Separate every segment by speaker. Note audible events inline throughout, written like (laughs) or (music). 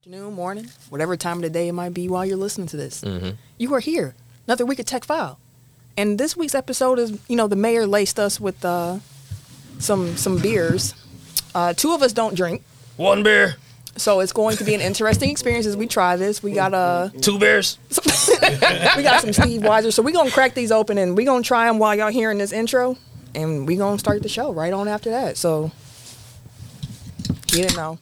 Speaker 1: afternoon, morning, whatever time of the day it might be while you're listening to this. You are here. Another week of Tech File. And this week's episode is, you know, the mayor laced us with uh, some some beers. Uh, two of us don't drink,
Speaker 2: One beer,
Speaker 1: so it's going to be an interesting experience as we try this. We got uh,
Speaker 2: two beers.
Speaker 1: we got some Steve Weiser, so we're gonna crack these open and we're gonna try them while y'all hearing this intro, and we're gonna start the show right on after that. So, you didn't know.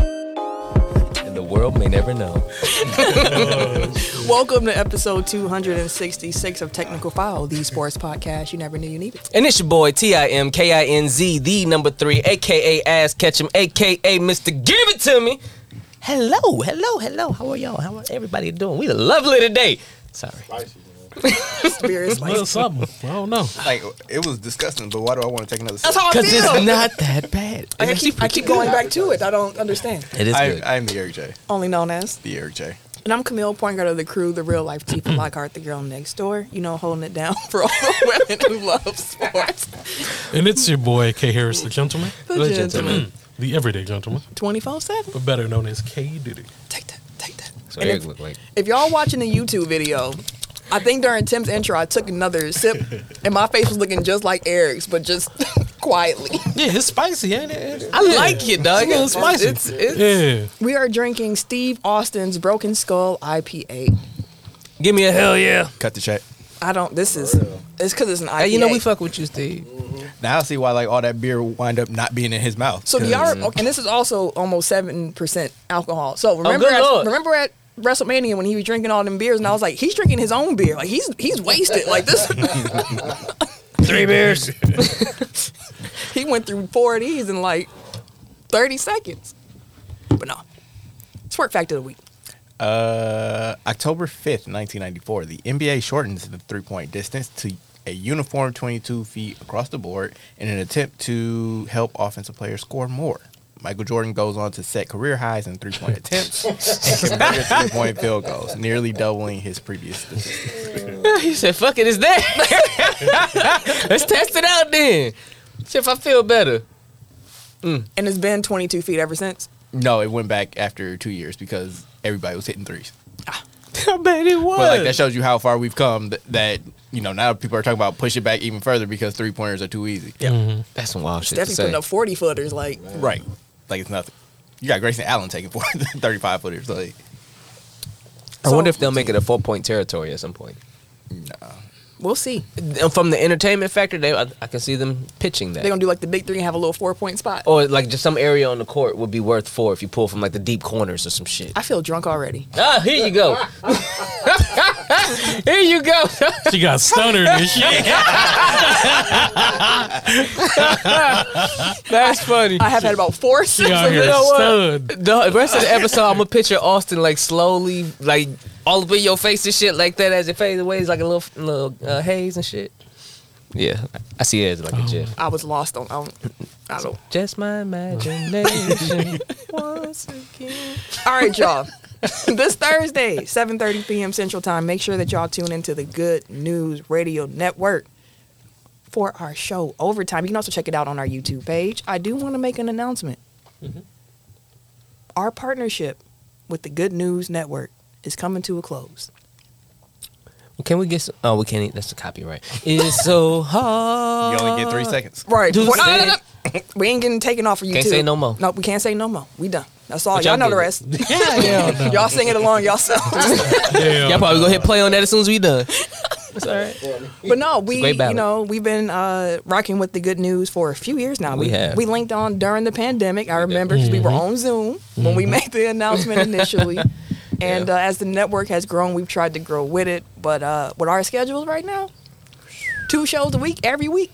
Speaker 2: And the world may never know.
Speaker 1: Welcome to episode 266 of Technical File, the sports podcast you never knew you needed.
Speaker 3: And it's your boy T I M K I N Z, the number three, aka Ass Ketchum, aka Mister Give It To Me. Hello, hello, hello. How are y'all? How are everybody doing? We lovely today. Sorry.
Speaker 1: Beer is spicy.
Speaker 4: Well, something. I don't know.
Speaker 5: Like it was disgusting, but why do I want to take another?
Speaker 1: That's
Speaker 5: Sip?
Speaker 1: how I
Speaker 3: Because
Speaker 1: feel.
Speaker 3: it's not that bad.
Speaker 1: I keep, I keep going back to it. I don't understand.
Speaker 3: It is
Speaker 5: I,
Speaker 3: good.
Speaker 5: I am the Eric J.
Speaker 1: Only known as.
Speaker 5: The Eric J.
Speaker 1: And I'm Camille, point guard of the crew, the real life
Speaker 3: (clears throat)
Speaker 1: Tifa Lockhart, the girl next door. You know, holding it down (laughs) for all the women who love sports.
Speaker 4: And it's your boy K Harris, the gentleman,
Speaker 1: The gentleman.
Speaker 4: the everyday gentleman,
Speaker 1: 24 7.
Speaker 4: but better known as K Diddy.
Speaker 1: Take that. Take that.
Speaker 3: So
Speaker 1: And
Speaker 3: Eric
Speaker 1: if,
Speaker 3: looked like
Speaker 1: if y'all watching the YouTube video, I think during Tim's intro, I took another sip, and my face was looking just like Eric's, but just (laughs) quietly.
Speaker 4: Yeah, it's spicy, ain't it?
Speaker 3: I like you, dog.
Speaker 4: Yeah, it's spicy.
Speaker 3: It's, it's,
Speaker 4: Yeah.
Speaker 1: We are drinking Steve Austin's Broken Skull IPA.
Speaker 3: Give me a hell yeah.
Speaker 5: Cut the check.
Speaker 1: I don't. This is. It's because it's an IPA.
Speaker 3: Hey, you know we fuck with you, Steve.
Speaker 5: Now I see why like all that beer wind up not being in his mouth.
Speaker 1: so do
Speaker 5: 'Cause
Speaker 1: y'all, okay, and this is also almost seven percent alcohol. So remember,
Speaker 3: Oh, good
Speaker 1: at,
Speaker 3: Lord.
Speaker 1: remember at WrestleMania when he was drinking all them beers, and I was like, he's drinking his own beer. Like he's he's wasted. Like this, (laughs)
Speaker 2: Three beers.
Speaker 1: he went through four of these in like thirty seconds. But no, sport fact of the week.
Speaker 5: uh, October fifth, nineteen ninety four, the NBA shortens the three point distance to a uniform twenty two feet across the board in an attempt to help offensive players score more. Michael Jordan goes on to set career highs in
Speaker 1: (laughs)
Speaker 5: three point attempts and converted three point field goals, nearly doubling his previous statistic.
Speaker 3: (laughs) He said, fuck it, it's that. (laughs) Let's test it out then. See if I feel better.
Speaker 1: And it's been twenty two feet ever since.
Speaker 5: No, it went back after two years because everybody was hitting threes.
Speaker 3: (laughs) I bet it was.
Speaker 5: But like that shows you how far we've come. That, that you know now people are talking about push it back even further because three pointers are too easy.
Speaker 3: Yeah. That's some wild shit to
Speaker 1: Definitely
Speaker 3: say.
Speaker 1: putting up forty footers. Like
Speaker 5: Right. Like it's nothing. You got Grayson Allen taking (laughs) for thirty five footers. Like
Speaker 3: I
Speaker 1: So-
Speaker 3: wonder if they'll make it a four point territory at some point.
Speaker 1: we'll see.
Speaker 3: And From the entertainment factor, they I, I can see them pitching that.
Speaker 1: They're gonna do like the big three and have a little four point spot.
Speaker 3: or like just some area on the court would be worth four if you pull from like the deep corners or some shit.
Speaker 1: I feel drunk already.
Speaker 3: (laughs) Ah, here you go. (laughs) here you go. (laughs)
Speaker 4: She got stunnered and shit.
Speaker 3: That's funny.
Speaker 1: I have had about four sips
Speaker 4: She out
Speaker 1: of
Speaker 4: here
Speaker 1: it.
Speaker 4: stunned.
Speaker 3: The rest of the episode, I'm gonna picture Austin like slowly, like all up in your face and shit like that as it fades away. It's like a little, little uh, haze and shit. Yeah, I see it as like a gif.
Speaker 1: I was lost on. I don't. I don't.
Speaker 3: Just my imagination (laughs) once again.
Speaker 1: All right, y'all. (laughs) this Thursday, 7:30 p.m. Central Time. Make sure that y'all tune into the Good News Radio Network for our show Overtime. You can also check it out on our YouTube page. I do want to make an announcement. Our partnership with the Good News Network is coming to a close.
Speaker 3: Can we get? Some, oh, we can't. eat- That's the copyright. It's so hard.
Speaker 5: you only get three seconds.
Speaker 1: Right.
Speaker 3: Dude,
Speaker 1: We're- no,
Speaker 3: say
Speaker 1: no, no. We ain't getting taken off of YouTube.
Speaker 3: Can't say no more.
Speaker 1: No, we can't say no more. We done. That's all.
Speaker 3: But
Speaker 1: Y'all,
Speaker 3: y'all
Speaker 1: know the
Speaker 3: did it.
Speaker 1: rest. (laughs)
Speaker 3: (laughs)
Speaker 1: y'all sing it along yourselves.
Speaker 4: Yeah.
Speaker 3: Y'all probably go ahead and play on that as soon as we done. It's all right.
Speaker 1: But no, we
Speaker 3: great
Speaker 1: you
Speaker 3: ballad.
Speaker 1: know we've been uh, rocking with the good news for a few years now.
Speaker 3: We have. Mm-hmm.
Speaker 1: we linked on during the pandemic. I remember 'cause we were on Zoom when we made the announcement initially. And
Speaker 3: (laughs) Yeah.
Speaker 1: uh, as the network has grown, we've tried to grow with it. But uh, with our schedules right now, two shows a week every week,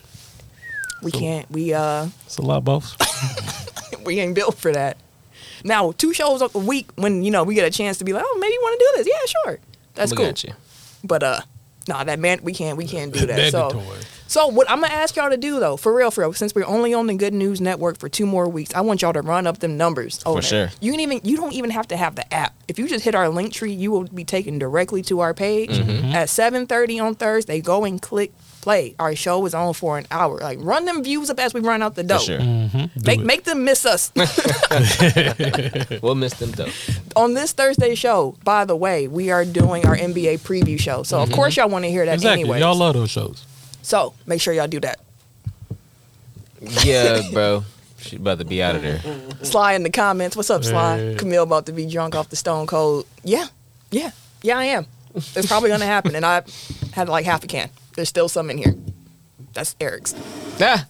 Speaker 1: we can't. We uh,
Speaker 4: It's a lot, boss.
Speaker 1: we ain't built for that. Now, two shows a week when, you know, we get a chance to be like, oh, maybe you want to do this. Yeah, sure. That's
Speaker 3: Look
Speaker 1: cool.
Speaker 3: at you.
Speaker 1: But uh, nah, that man, we can't, we can't do that. so,
Speaker 4: Mandatory.
Speaker 1: so what I'm gonna ask y'all to do though, for real, for real, since we're only on the Good News Network for two more weeks, I want y'all to run up them numbers. Oh,
Speaker 3: sure.
Speaker 1: You can even, you don't even have to have the app. If you just hit our link tree, you will be taken directly to our page
Speaker 3: Mm-hmm.
Speaker 1: at 7:30 on Thursday. Go and click play. Our show is on for an hour. Like run them views up as we run out the door.
Speaker 3: sure.
Speaker 1: Make make them miss
Speaker 3: (laughs)
Speaker 1: us.
Speaker 3: We'll miss them though.
Speaker 1: on this Thursday show, by the way, we are doing our NBA preview show. So of course y'all want to hear that
Speaker 4: Mm-hmm. Exactly.
Speaker 1: anyway.
Speaker 4: Y'all love those shows.
Speaker 1: So make sure y'all do that.
Speaker 3: Yeah, bro. She about to be out of there.
Speaker 1: Sly in the comments. What's up, Sly?
Speaker 4: Hey.
Speaker 1: Camille about to be drunk off the Stone Cold. Yeah, yeah, yeah. I am. It's probably gonna happen, and I had like half a can. There's still some in here. That's Eric's.
Speaker 3: Ah,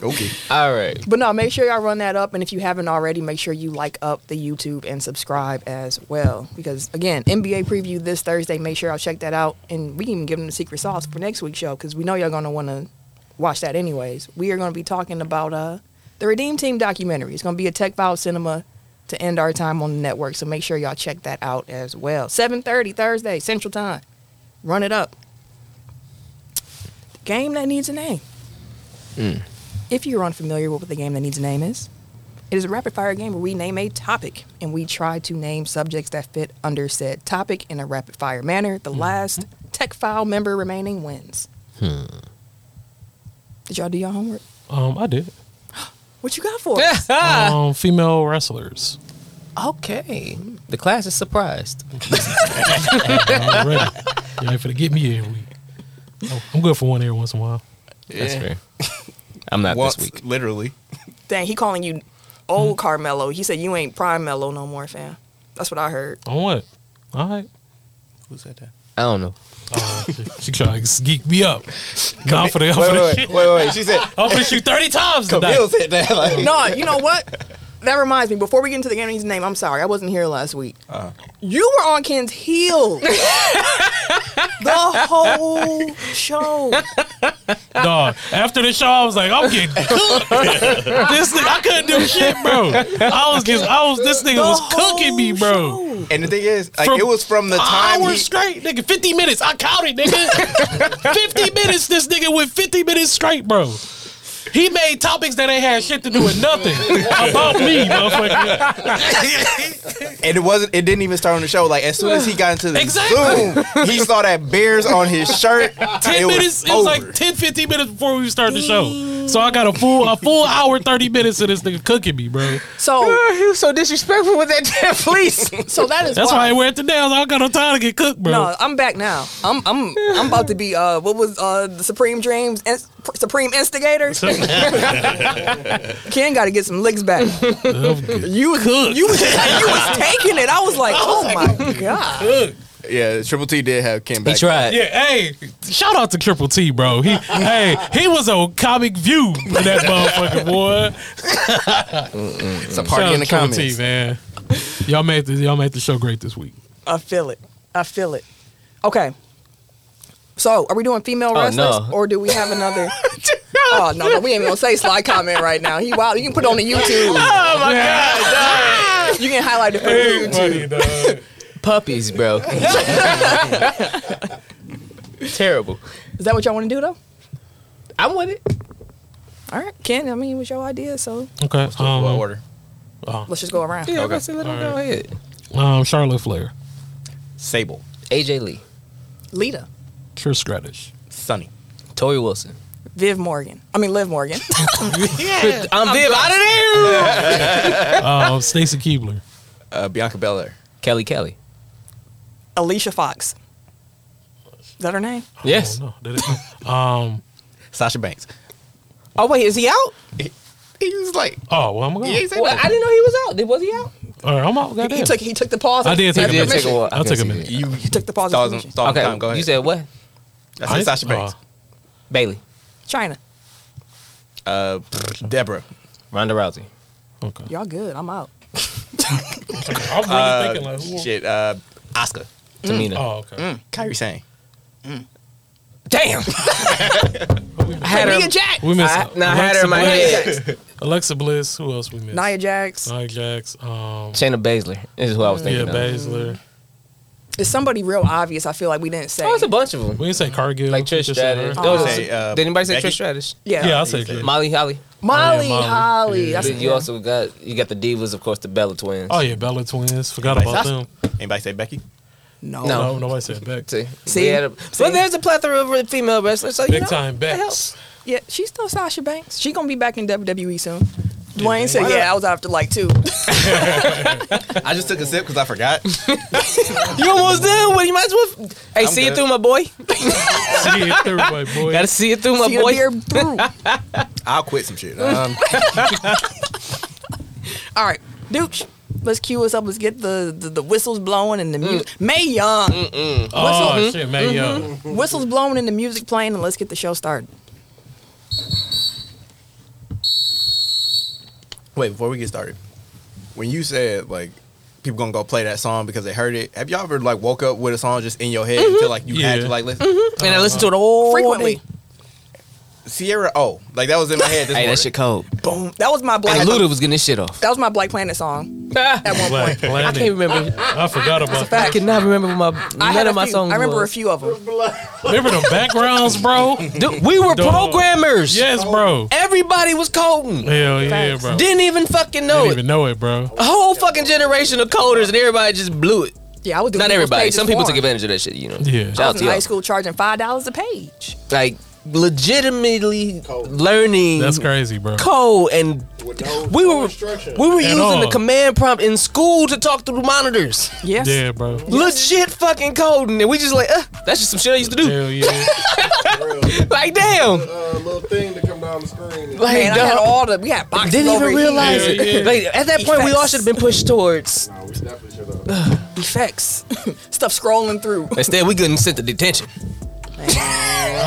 Speaker 5: Okay.
Speaker 3: all right.
Speaker 1: But no, make sure y'all run that up, and if you haven't already, make sure you like up the YouTube and subscribe as well. Because again, NBA preview this Thursday. Make sure y'all check that out, and we can even give them the secret sauce for next week's show because we know y'all gonna want to watch that anyways. We are gonna be talking about uh the Redeem Team documentary. It's gonna be a Tech File Cinema to end our time on the network. So make sure y'all check that out as well. Seven thirty Thursday Central Time. Run it up. The game that needs a name. If you're unfamiliar with what the game that needs a name is, it is a rapid fire game where we name a topic and we try to name subjects that fit under said topic in a rapid fire manner. The last tech file member remaining wins. Did y'all do your homework?
Speaker 4: Um, I did.
Speaker 1: What you got for us?
Speaker 3: Ah,
Speaker 4: Um, female wrestlers.
Speaker 3: okay. The class is surprised.
Speaker 4: I'm ready. Y'all ain't finna get me every week. Oh, I'm good for one every once in a while.
Speaker 3: That's fair. I'm not
Speaker 5: Once,
Speaker 3: this week.
Speaker 5: literally.
Speaker 1: Dang, he calling you old Carmelo. He said you ain't prime Mello no more, fam. That's what I heard.
Speaker 4: On what? All right.
Speaker 5: Who said that?
Speaker 3: I don't know.
Speaker 4: Oh, she- she trying to geek me up. Now I'm finna, I'm
Speaker 5: Wait,
Speaker 4: finna,
Speaker 5: wait, wait, wait, wait. She (laughs) said
Speaker 4: I'm finna shoot 30 times today.
Speaker 5: Camille said that. Like,
Speaker 1: No, you know what? That reminds me. Before we get into the game that needs a name, I'm sorry I wasn't here last week. You were on Ken's heels the whole show.
Speaker 4: Dog. After the show, I was like, I'm getting cooked. this nigga, I couldn't do shit, bro. I was just, I was, this nigga
Speaker 1: The
Speaker 4: was cooking me,
Speaker 1: whole
Speaker 4: bro.
Speaker 1: show.
Speaker 5: And the thing is, like,
Speaker 4: From
Speaker 5: it was from the time
Speaker 4: hours
Speaker 5: he,
Speaker 4: straight, nigga. 50 minutes. I counted, nigga. 50 minutes. This nigga went 50 minutes straight, bro. He made topics that ain't had shit to do with nothing about me,
Speaker 5: (laughs)
Speaker 4: motherfucker.
Speaker 5: and it wasn't. It didn't even start on the show. Like as soon as he got into the
Speaker 4: Exactly.
Speaker 5: Zoom, he saw that bears on his shirt.
Speaker 4: 10
Speaker 5: it
Speaker 4: minutes.
Speaker 5: Was
Speaker 4: it was
Speaker 5: over.
Speaker 4: like 10, 15 minutes before we started the show. So I got a full a full hour, 30 minutes of this nigga cooking me, bro.
Speaker 1: So,
Speaker 3: He was so disrespectful with that damn (laughs) fleece.
Speaker 1: so that is
Speaker 4: That's why I
Speaker 1: why.
Speaker 4: ain't wear it today. I was like, I got no time to get cooked, bro.
Speaker 1: no, I'm back now. I'm I'm I'm about to be uh what was uh the Supreme Dreams in, Supreme
Speaker 4: (laughs)
Speaker 1: Instigator. Ken got to get some licks back.
Speaker 4: I'm good.
Speaker 1: You was you was you was taking it. I was like, oh my
Speaker 4: (laughs)
Speaker 1: god.
Speaker 5: yeah, Triple T did have Kim
Speaker 3: He
Speaker 5: back.
Speaker 3: tried.
Speaker 4: (laughs) Yeah, hey, shout out to Triple T, bro.
Speaker 5: (laughs)
Speaker 4: He, hey, he was on Comic View for that motherfucker, boy.
Speaker 5: It's a party in the
Speaker 4: Shout out to
Speaker 5: comments.
Speaker 4: Triple T, man. Y'all made the y'all made the show great this week.
Speaker 1: I feel it. I feel it. Okay. So, are we doing female
Speaker 3: Oh,
Speaker 1: wrestlers,
Speaker 3: no.
Speaker 1: or do we have
Speaker 4: (laughs)
Speaker 1: another? oh no, no, we ain't gonna say Sly comment right now. He wild. You can put it on the YouTube.
Speaker 4: (laughs) Oh my god,
Speaker 1: You can highlight it for the YouTube.
Speaker 4: funny dog.
Speaker 3: Puppies, (laughs) bro. Terrible.
Speaker 1: Is that what y'all want to do though?
Speaker 3: I want it.
Speaker 1: All right, Ken. I mean, it was your idea, so
Speaker 4: Okay, um,
Speaker 5: What order?
Speaker 1: let's just go around.
Speaker 3: Yeah,
Speaker 5: Okay.
Speaker 3: I said let him
Speaker 4: All
Speaker 3: go ahead.
Speaker 4: um, Charlotte Flair,
Speaker 5: Sable,
Speaker 3: AJ Lee,
Speaker 1: Lita,
Speaker 4: Trish Stratus,
Speaker 5: Sunny.
Speaker 3: Tori Wilson.
Speaker 1: Viv Morgan. I mean, Liv
Speaker 4: (laughs)
Speaker 1: Morgan.
Speaker 3: I'm Viv out of there.
Speaker 5: (laughs)
Speaker 4: um, Stacy Keebler,
Speaker 5: uh, Bianca Belair.
Speaker 3: Kelly Kelly.
Speaker 1: Alicia Fox. Is that her name?
Speaker 3: Yes.
Speaker 4: Oh, no, that is- um,
Speaker 5: Sasha Banks.
Speaker 3: Oh wait, is he out?
Speaker 5: He was like,
Speaker 4: oh well, I'm gonna.
Speaker 5: yeah, he said
Speaker 3: Well,
Speaker 5: that.
Speaker 3: I didn't know he was out. Did- Was he out?
Speaker 4: All right, I'm out.
Speaker 1: He
Speaker 4: Goddamn.
Speaker 1: took he took the pause.
Speaker 4: I did take
Speaker 1: and
Speaker 4: a
Speaker 1: the
Speaker 4: minute.
Speaker 1: permission.
Speaker 4: I'll take a minute.
Speaker 5: You
Speaker 1: He took the pause.
Speaker 5: stall
Speaker 1: and
Speaker 5: him.
Speaker 1: permission.
Speaker 5: Stall him.
Speaker 3: Okay,
Speaker 5: Time. Oh, Go ahead. Oh,
Speaker 3: you said what?
Speaker 5: I said Sasha Banks.
Speaker 3: Bailey,
Speaker 1: China.
Speaker 5: Uh, pfft, Deborah.
Speaker 3: Ronda Rousey,
Speaker 4: Oh, okay.
Speaker 1: Y'all good. I'm out.
Speaker 4: I'm really
Speaker 5: Uh,
Speaker 4: thinking like, who?
Speaker 5: shit. Uh, Oscar.
Speaker 3: Tamina.
Speaker 4: Oh, okay.
Speaker 1: Mm.
Speaker 5: Kyrie Sane.
Speaker 3: Damn. I had
Speaker 1: Mia
Speaker 3: (laughs) her.
Speaker 1: Jack.
Speaker 4: We missed.
Speaker 3: I, no, I had her in my head.
Speaker 4: Alexa Bliss. Who else we missed?
Speaker 1: Nia Jax.
Speaker 4: Nia Jax. Um,
Speaker 3: Shayna Baszler is who I was
Speaker 4: yeah,
Speaker 3: thinking of.
Speaker 4: Baszler.
Speaker 1: It's somebody real obvious. I feel like we didn't say.
Speaker 3: Oh, it's a bunch of them.
Speaker 4: We didn't say Cargill.
Speaker 3: Like Trish
Speaker 4: Just
Speaker 3: Stratus.
Speaker 4: her.
Speaker 1: Oh,
Speaker 3: Those-
Speaker 5: say, uh,
Speaker 3: Did anybody say
Speaker 5: Becky?
Speaker 3: Trish Stratus?
Speaker 1: yeah.
Speaker 4: Yeah, I'll say Trish.
Speaker 3: Molly Holly.
Speaker 1: Molly,
Speaker 4: Oh, yeah, Molly.
Speaker 1: Holly.
Speaker 4: Yeah.
Speaker 1: That's
Speaker 3: But you also got you got the divas, of course, the Bella twins.
Speaker 4: Oh yeah, Bella Twins. Forgot about them.
Speaker 5: Anybody say Becky?
Speaker 1: no.
Speaker 3: No.
Speaker 4: No, nobody said
Speaker 3: (laughs)
Speaker 4: back.
Speaker 3: See,
Speaker 1: See?
Speaker 3: They had a-
Speaker 1: See?
Speaker 3: well, there's a plethora of female wrestlers. So you
Speaker 4: Big
Speaker 3: know,
Speaker 4: time
Speaker 3: that
Speaker 4: backs. (laughs)
Speaker 1: Yeah, she's still Sasha Banks. She gonna be back in WWE soon. Dwayne said,
Speaker 5: Why
Speaker 1: "Yeah, I was after like
Speaker 3: (laughs)
Speaker 1: two.
Speaker 5: I just took a sip because I (laughs) forgot.
Speaker 3: helps. You almost done. Well, you might as well. Hey, see it
Speaker 5: good.
Speaker 3: through, my boy.
Speaker 4: See it
Speaker 1: (laughs)
Speaker 4: through, my boy.
Speaker 3: Gotta see it through, my
Speaker 1: See her
Speaker 3: boy. (laughs)
Speaker 1: beer through.
Speaker 5: I'll quit some shit. Um,
Speaker 1: All right, Dooch, let's cue us up. Let's get the the, the whistles blowing and the music.
Speaker 3: Mm.
Speaker 1: May Young,
Speaker 4: oh shit,
Speaker 1: mm-hmm.
Speaker 4: man, yo.
Speaker 1: whistles
Speaker 3: mm.
Speaker 1: blowing and the music playing, and let's get the show started.
Speaker 5: wait, before we get started, when you said like people gonna go play that song because they heard it, have y'all ever like woke up with a song just in your head
Speaker 3: Mm-hmm.
Speaker 5: and feel like you had
Speaker 4: Yeah.
Speaker 5: to like listen?
Speaker 3: And I listen to it all
Speaker 1: Frequently,
Speaker 3: day.
Speaker 5: Sierra O, like that was in my head. This
Speaker 3: Hey,
Speaker 5: morning.
Speaker 3: that shit cold.
Speaker 1: boom. That was my black.
Speaker 3: And Luda was getting his shit off.
Speaker 1: That was my Black Planet song.
Speaker 3: I
Speaker 1: At one point,
Speaker 4: Black Planet.
Speaker 3: can't (laughs) remember.
Speaker 4: I forgot about that.
Speaker 3: I cannot remember what my
Speaker 1: I had
Speaker 3: none
Speaker 1: a
Speaker 3: of my
Speaker 1: few-
Speaker 3: songs.
Speaker 1: I remember a
Speaker 3: was.
Speaker 1: few of them.
Speaker 4: Remember the backgrounds, bro?
Speaker 1: (laughs)
Speaker 3: Dude, we were
Speaker 4: Dog.
Speaker 3: programmers.
Speaker 4: Yes, bro.
Speaker 3: Everybody was coding.
Speaker 4: Hell yeah, bro.
Speaker 3: Didn't even fucking know
Speaker 4: Didn't
Speaker 3: it.
Speaker 4: even know it, bro.
Speaker 3: a whole fucking generation of coders, and everybody just blew it.
Speaker 1: Yeah, I was doing
Speaker 3: Not
Speaker 1: people's
Speaker 3: everybody.
Speaker 1: pages
Speaker 3: Some people
Speaker 1: for
Speaker 3: took
Speaker 1: 'em.
Speaker 3: advantage of that shit. You know.
Speaker 4: Yeah.
Speaker 1: I
Speaker 3: Shout out
Speaker 1: was
Speaker 3: to
Speaker 1: in high
Speaker 3: y'all.
Speaker 1: school charging five dollars a page.
Speaker 3: Like legitimately learning.
Speaker 1: Mm.
Speaker 4: That's crazy, bro.
Speaker 3: Code and
Speaker 6: With no,
Speaker 3: we
Speaker 6: no
Speaker 3: were
Speaker 6: instruction.
Speaker 3: we were
Speaker 4: At
Speaker 3: using the
Speaker 4: all.
Speaker 3: command prompt in school to talk to the monitors.
Speaker 1: Yes.
Speaker 4: Yeah, bro.
Speaker 3: Legit fucking coding, and we just like, uh, that's just some shit I used to do.
Speaker 4: Hell yeah.
Speaker 6: real.
Speaker 3: Like, damn.
Speaker 6: Uh, little thing to come down the screen.
Speaker 3: Like,
Speaker 1: Man, I had
Speaker 3: dog,
Speaker 1: all the we had boxes.
Speaker 3: didn't
Speaker 1: over
Speaker 3: even
Speaker 1: here.
Speaker 3: realize
Speaker 4: Yeah,
Speaker 3: it.
Speaker 4: yeah.
Speaker 3: Like, at that point, we all
Speaker 1: Effects.
Speaker 3: should have been pushed towards.
Speaker 6: Nah, we definitely should have.
Speaker 1: effects, (laughs) stuff scrolling through.
Speaker 3: Instead, we couldn't sit to detention.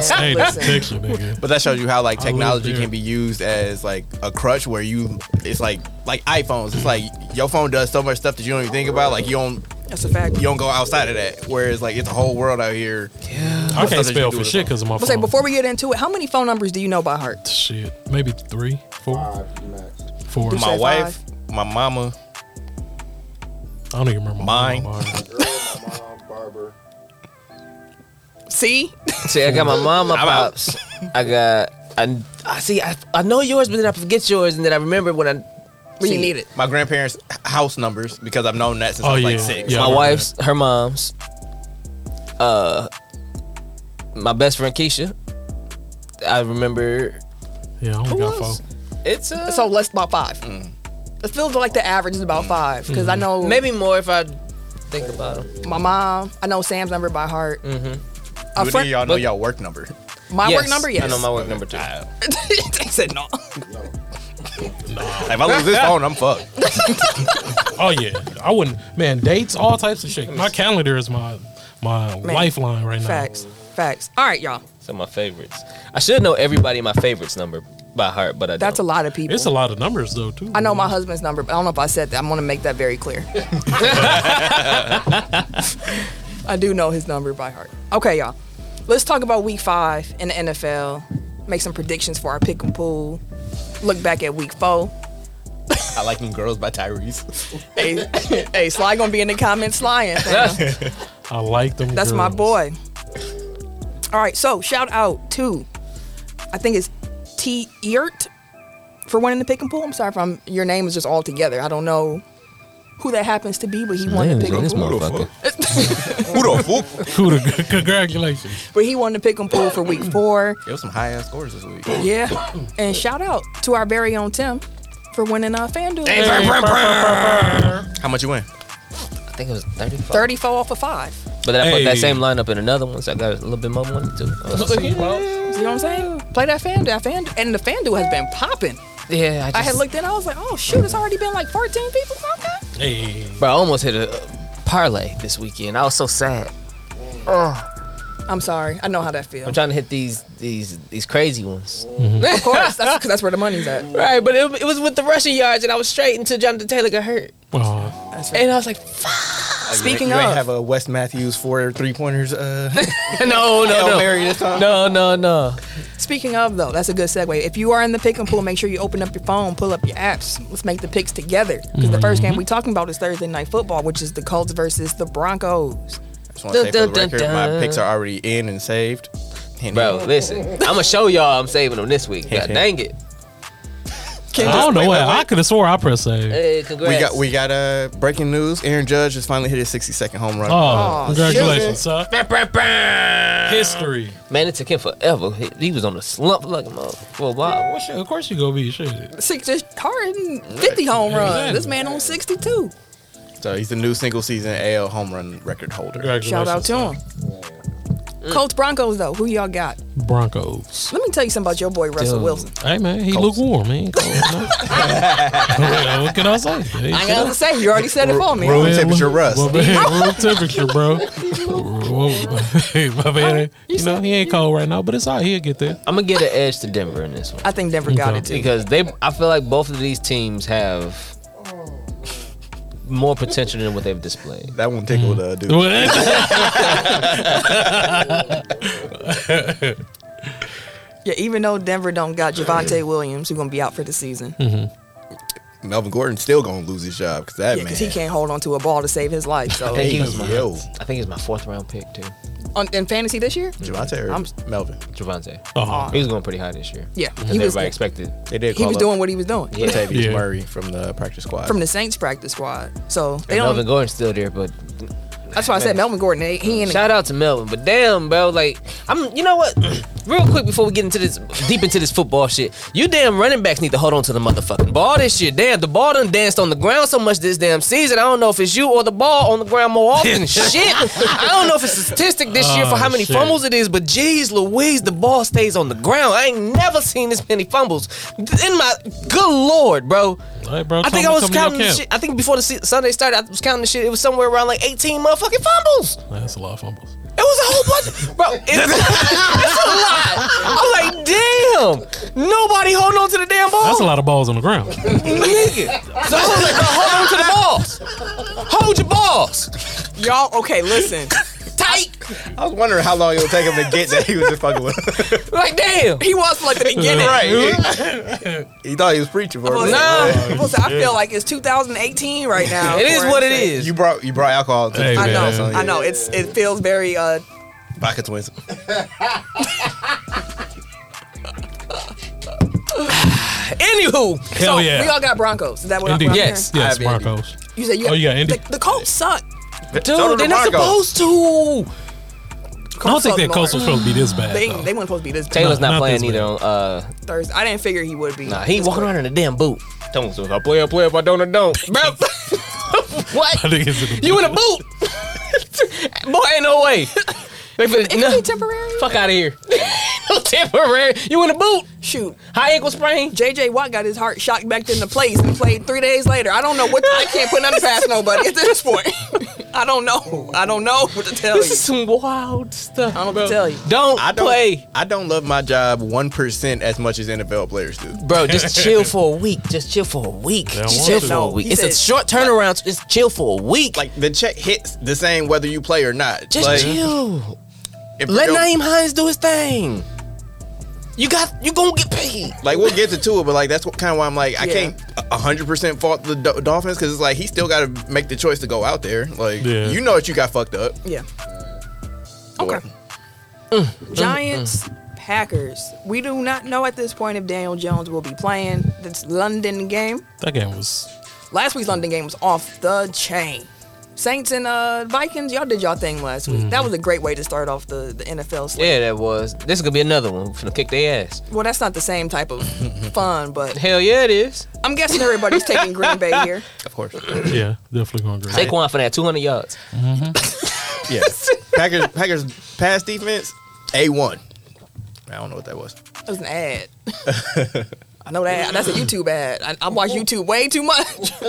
Speaker 4: Hey,
Speaker 1: Listen.
Speaker 4: picture, nigga.
Speaker 5: But that shows you how like technology
Speaker 4: beer.
Speaker 5: can be used as like a crutch where you it's like like iPhones. It's like your phone does so much stuff that you don't even think about. Like you don't
Speaker 1: That's a fact.
Speaker 5: you don't go outside of that. Whereas like it's a whole world out here.
Speaker 4: I
Speaker 5: that you
Speaker 4: can't spell
Speaker 5: do
Speaker 4: for
Speaker 5: with
Speaker 4: shit because of my
Speaker 1: But say
Speaker 4: phone.
Speaker 1: before we get into it, how many phone numbers do you know by heart?
Speaker 4: Shit, maybe three, four,
Speaker 6: Five max.
Speaker 4: four.
Speaker 1: say
Speaker 5: My
Speaker 1: five.
Speaker 5: wife, my mama,
Speaker 4: I don't even remember
Speaker 5: Mine.
Speaker 4: My mom.
Speaker 6: Girl, my mom, barber.
Speaker 1: See,
Speaker 3: See, I got my mom, my
Speaker 5: I'm out.
Speaker 3: pops. I got. I, I see. I, I know yours, but then I forget yours, and then I remember when I
Speaker 1: when you
Speaker 3: see
Speaker 1: need it.
Speaker 5: my grandparents' h- house numbers because I've known that since
Speaker 4: Oh,
Speaker 5: I was like
Speaker 4: yeah.
Speaker 5: six.
Speaker 4: Yeah.
Speaker 3: My
Speaker 4: I remember
Speaker 3: wife's, her mom's, uh, my best friend Keisha. I remember.
Speaker 4: Yeah, I only got four.
Speaker 3: else? It's uh,
Speaker 1: So less about five. It feels like the average is about five because I know Mm. Mm-hmm. maybe
Speaker 3: maybe more if I think about them.
Speaker 1: my mom. I know Sam's number by heart. Mm-hmm.
Speaker 5: Do
Speaker 1: A
Speaker 5: any of
Speaker 1: friend,
Speaker 5: y'all know
Speaker 3: but-
Speaker 5: y'all work number?
Speaker 1: my work number, yes.
Speaker 3: I know my work number too.
Speaker 1: (laughs) they said no.
Speaker 5: Like, if I
Speaker 1: (laughs)
Speaker 5: lose this phone, I'm fucked.
Speaker 4: Oh yeah, I wouldn't. Man, dates, all types of shit. My calendar is my my
Speaker 1: Man.
Speaker 4: lifeline right now.
Speaker 1: Facts, facts. All right, y'all.
Speaker 3: Some of my favorites. I should know everybody in my favorites number by heart, but I
Speaker 1: That's a
Speaker 3: don't.
Speaker 1: lot of people.
Speaker 4: It's a lot of numbers though too.
Speaker 1: I know my husband's number, but I don't know if I said that. I'm gonna make that very clear. I do know his number by heart. Okay, y'all. Let's talk about week five in the NFL. Make some predictions for our pick and pool. Look back at week four.
Speaker 5: I like them girls by
Speaker 1: (laughs)
Speaker 5: Tyrese.
Speaker 1: Hey, hey, Sly gonna be in the comments lying. fam.
Speaker 4: I like them.
Speaker 1: That's my
Speaker 4: girls. (laughs)
Speaker 1: boy. All right, so shout out to I think it's T Eert for winning the pick and pool. I'm sorry if I'm your name is just all together. I don't know who that happens to be, but he won the pick and pool.
Speaker 5: motherfucker. Who the fuck?
Speaker 4: Cool, to-
Speaker 1: (laughs)
Speaker 4: Congratulations.
Speaker 1: But he won the pick and pool for week four.
Speaker 5: It was some high ass scores this week.
Speaker 1: Yeah. And shout out to our very own Tim for winning uh FanDuel.
Speaker 5: How much you win?
Speaker 3: I think it was 35.
Speaker 1: 34 off of five.
Speaker 3: But then I put that
Speaker 4: Hey.
Speaker 3: same lineup in another one, so I got a little bit more money too.
Speaker 1: You know what I'm saying? Play that FanDuel. That FanDuel and the FanDuel has been popping.
Speaker 3: Yeah, I, just,
Speaker 1: I had looked in, I was like, oh shoot, it's already been like 14 people. Okay.
Speaker 4: Hey,
Speaker 3: Bro, I almost hit a parlay this weekend. I was so sad.
Speaker 1: I'm sorry. I know how that feels.
Speaker 3: I'm trying to hit these these these crazy ones.
Speaker 1: Of (laughs) course, that's because that's where the money's at.
Speaker 3: Right, but it, it was with the rushing yards, and I was straight until Jonathan Taylor got hurt,
Speaker 4: well,
Speaker 3: and I was like,
Speaker 1: Speaking
Speaker 5: you
Speaker 1: of-
Speaker 5: ain't have a Wes Matthews four three pointers. Uh,
Speaker 3: (laughs) no, no, (laughs)
Speaker 5: Hail
Speaker 3: no.
Speaker 5: Mary this time.
Speaker 3: No, no, no.
Speaker 1: Speaking of though, that's a good segue. If you are in the pick and pull, make sure you open up your phone, pull up your apps. Let's make the picks together because the first game we talking about is Thursday night football, which is the Colts versus the Broncos.
Speaker 5: Just want to say for the
Speaker 3: Dun, dun,
Speaker 5: record,
Speaker 3: dun,
Speaker 5: my
Speaker 3: dun.
Speaker 5: picks are already in and saved. And
Speaker 3: Bro, listen. I'm gonna show y'all I'm saving them this
Speaker 5: (laughs)
Speaker 3: week. God dang it.
Speaker 4: I don't know. why. I could have swore I pressed save.
Speaker 3: Hey,
Speaker 5: we
Speaker 3: congrats.
Speaker 5: got we got uh, breaking news. Aaron Judge has finally hit his 60 second home run.
Speaker 4: Oh, congratulations, sir. History.
Speaker 3: Man, it took him forever. He, he was on the slump like a mother- for a while.
Speaker 4: Well, shit, Uh, of course you gonna be shit.
Speaker 1: Six just Harden fifty home runs. This man on sixty two.
Speaker 5: So he's the new single season AL home run record holder.
Speaker 1: Shout out to him. Colts Broncos though, who y'all got?
Speaker 4: Broncos.
Speaker 1: Let me tell you something about your boy Russell
Speaker 3: Dude.
Speaker 1: Wilson.
Speaker 4: Hey man, he
Speaker 3: Colts.
Speaker 4: lukewarm. He ain't cold,
Speaker 1: (laughs)
Speaker 4: man. Well, what can I say? Hey,
Speaker 1: I
Speaker 4: shit.
Speaker 1: gotta (laughs) say, you already said it for me.
Speaker 5: Room temperature rust.
Speaker 3: (laughs)
Speaker 4: My man, room temperature, bro. (laughs) Hey, my man, you know he ain't cold right now, but it's all right. He'll get there.
Speaker 3: I'm gonna get an edge to Denver in this one.
Speaker 1: I think Denver got it too.
Speaker 3: Because they I feel like both of these teams have more potential than what they've displayed.
Speaker 5: That won't tickle
Speaker 3: Mm.
Speaker 5: the dude.
Speaker 4: What?
Speaker 1: Yeah, even though Denver don't got Javante Williams, who's gonna be out for the season.
Speaker 5: Melvin Gordon's still gonna lose his job because that
Speaker 1: Yeah,
Speaker 5: man.
Speaker 1: because he can't hold on to a ball to save his life. So
Speaker 3: Hey,
Speaker 5: Hey,
Speaker 3: he was my-
Speaker 5: yo,
Speaker 3: I think he's my fourth round pick too.
Speaker 1: (laughs) on, in fantasy this year,
Speaker 5: Javante or
Speaker 1: I'm-
Speaker 5: Melvin?
Speaker 3: Javante.
Speaker 4: Oh,
Speaker 3: He was going pretty high this year.
Speaker 1: yeah,
Speaker 3: Because
Speaker 1: he
Speaker 3: Uh-huh.
Speaker 1: was
Speaker 3: everybody expected.
Speaker 5: They did.
Speaker 1: he
Speaker 5: call
Speaker 1: was
Speaker 5: up
Speaker 1: doing what he was doing
Speaker 3: Yeah.
Speaker 5: Latavius
Speaker 4: Yeah.
Speaker 5: Murray from the practice squad.
Speaker 1: from the Saints practice squad. So they
Speaker 3: And
Speaker 1: don't.
Speaker 3: Melvin Gordon's still there, but
Speaker 1: that's why I said Melvin Gordon. They, he ain't.
Speaker 3: shout out to Melvin. But damn, bro, like I'm. You know what? (clears throat) Real quick before we get into this, deep into this football shit, you damn running backs need to hold on to the motherfucking ball this year. Damn, the ball done danced on the ground so much this damn season. I don't know if it's you or the ball on the ground more
Speaker 4: (laughs)
Speaker 3: often. shit, I don't know if it's a statistic this year for how
Speaker 4: Oh,
Speaker 3: many
Speaker 4: shit.
Speaker 3: fumbles it is, but geez, Louise, the ball stays on the ground. I ain't never seen this many fumbles. In my good lord, bro.
Speaker 4: hey, bro,
Speaker 3: I think I
Speaker 4: come-
Speaker 3: was
Speaker 4: come to your
Speaker 3: counting the
Speaker 4: camp.
Speaker 3: shit. I think before the se- Sunday started, I was counting the shit. It was somewhere around like 18 motherfucking fumbles.
Speaker 4: That's a lot of fumbles.
Speaker 3: It was a whole bunch, bro. (laughs) It's, it's a lot. I'm like, damn. Nobody holding on to the damn ball.
Speaker 4: That's a lot of balls on
Speaker 3: (laughs)
Speaker 4: the ground.
Speaker 3: Nigga. So I was like, bro, hold on to the balls. Hold your balls.
Speaker 1: Y'all okay?
Speaker 3: (laughs)
Speaker 1: Listen,
Speaker 3: Tight.
Speaker 5: I was wondering how long it would take him to get that he was just
Speaker 3: (laughs)
Speaker 5: fucking with.
Speaker 3: Like, damn.
Speaker 1: he was from like
Speaker 3: (laughs)
Speaker 1: the beginning.
Speaker 5: right. (laughs) he thought he was preaching for a
Speaker 1: I,
Speaker 5: minute.
Speaker 1: no. I feel like it's 2018 right now.
Speaker 3: It is
Speaker 1: for
Speaker 3: what it
Speaker 1: instance.
Speaker 3: is.
Speaker 5: You brought you brought alcohol to
Speaker 4: Hey,
Speaker 5: the
Speaker 1: I know.
Speaker 4: man.
Speaker 5: So, yeah.
Speaker 1: I know. It's it feels very uh
Speaker 5: Vodka twins.
Speaker 3: Anywho.
Speaker 4: Hell
Speaker 1: so
Speaker 4: yeah.
Speaker 1: we all got Broncos. Is that what
Speaker 4: Indeed.
Speaker 1: I'm
Speaker 3: Yes.
Speaker 4: yes,
Speaker 5: I have Andy.
Speaker 4: Broncos.
Speaker 1: hearing? You said you
Speaker 4: Oh, you got Indy?
Speaker 1: The, the Colts suck.
Speaker 3: Dude, they're not supposed to.
Speaker 1: Colts
Speaker 4: I don't think
Speaker 1: suck
Speaker 4: that Coast was
Speaker 1: hard.
Speaker 4: supposed to be this bad.
Speaker 1: They
Speaker 4: though.
Speaker 1: they weren't supposed to be this bad
Speaker 3: Taylor's not,
Speaker 4: not
Speaker 3: playing
Speaker 4: this
Speaker 3: either on uh,
Speaker 1: Thursday. I didn't figure he would be.
Speaker 3: Nah, he
Speaker 1: this
Speaker 3: walking
Speaker 1: quick.
Speaker 3: around in a damn boot. Don't so if I play, I play. If I don't, I don't. (laughs) Bro,
Speaker 4: (laughs) I
Speaker 3: what?
Speaker 4: think it's in the-
Speaker 3: You in a boot? (laughs) Boy, ain't no way. They finna,
Speaker 1: Could
Speaker 3: no,
Speaker 1: be temporary.
Speaker 3: fuck out of here. (laughs) no temporary. You in a boot?
Speaker 1: Shoot.
Speaker 3: High ankle sprain?
Speaker 1: JJ Watt got his heart shocked back into place and played three days later. I don't know what I can't put nothing past nobody at this point. (laughs) I don't know. I don't know what to tell you.
Speaker 3: This is some wild stuff.
Speaker 1: I don't know
Speaker 3: bro.
Speaker 1: what to tell you.
Speaker 3: Don't,
Speaker 5: I don't
Speaker 3: play,
Speaker 5: I don't love my job one percent as much as NFL players do.
Speaker 3: bro.
Speaker 5: (laughs)
Speaker 3: Just chill for a week. Just chill for a week.
Speaker 4: don't
Speaker 3: Just
Speaker 4: want
Speaker 3: chill
Speaker 4: to.
Speaker 3: for a week.
Speaker 1: He
Speaker 3: It's a
Speaker 1: said-
Speaker 3: short turnaround. Just chill for a week.
Speaker 5: Like the check hits the same whether you play or not.
Speaker 3: just
Speaker 5: like,
Speaker 3: chill.
Speaker 5: if
Speaker 3: Let
Speaker 5: you're-
Speaker 3: Naeem Hines do his thing. You got. You gonna get paid.
Speaker 5: Like we'll get to Tua, but like that's what kind of why I'm like I
Speaker 1: Yeah.
Speaker 5: can't a hundred percent fault the Do- Dolphins because it's like he still got to make the choice to go out there. Like
Speaker 4: Yeah.
Speaker 5: you know that you got fucked up.
Speaker 1: Yeah. Okay.
Speaker 3: Mm-hmm.
Speaker 1: Giants, Packers. We do not know at this point if Daniel Jones will be playing this London game.
Speaker 4: (laughs) that game was.
Speaker 1: Last week's London game was off the chain. Saints and uh, Vikings, y'all did y'all thing last week. That was a great way to start off the, the NFL. slate.
Speaker 3: Mm-hmm. Yeah, that was. This is gonna be another one. We're finna kick their ass.
Speaker 1: Well, that's not the same type
Speaker 3: (laughs)
Speaker 1: of fun, but
Speaker 3: Hell yeah, it is.
Speaker 1: I'm guessing everybody's taking Green Bay here.
Speaker 5: Of (laughs) course.
Speaker 4: Yeah, definitely going great.
Speaker 3: Saquon for that 200 yards.
Speaker 5: yeah. Packers Packers pass defense a one. I don't know what that was.
Speaker 1: That was an ad. I know that. That's a YouTube ad. I, I watch YouTube way too much. (laughs)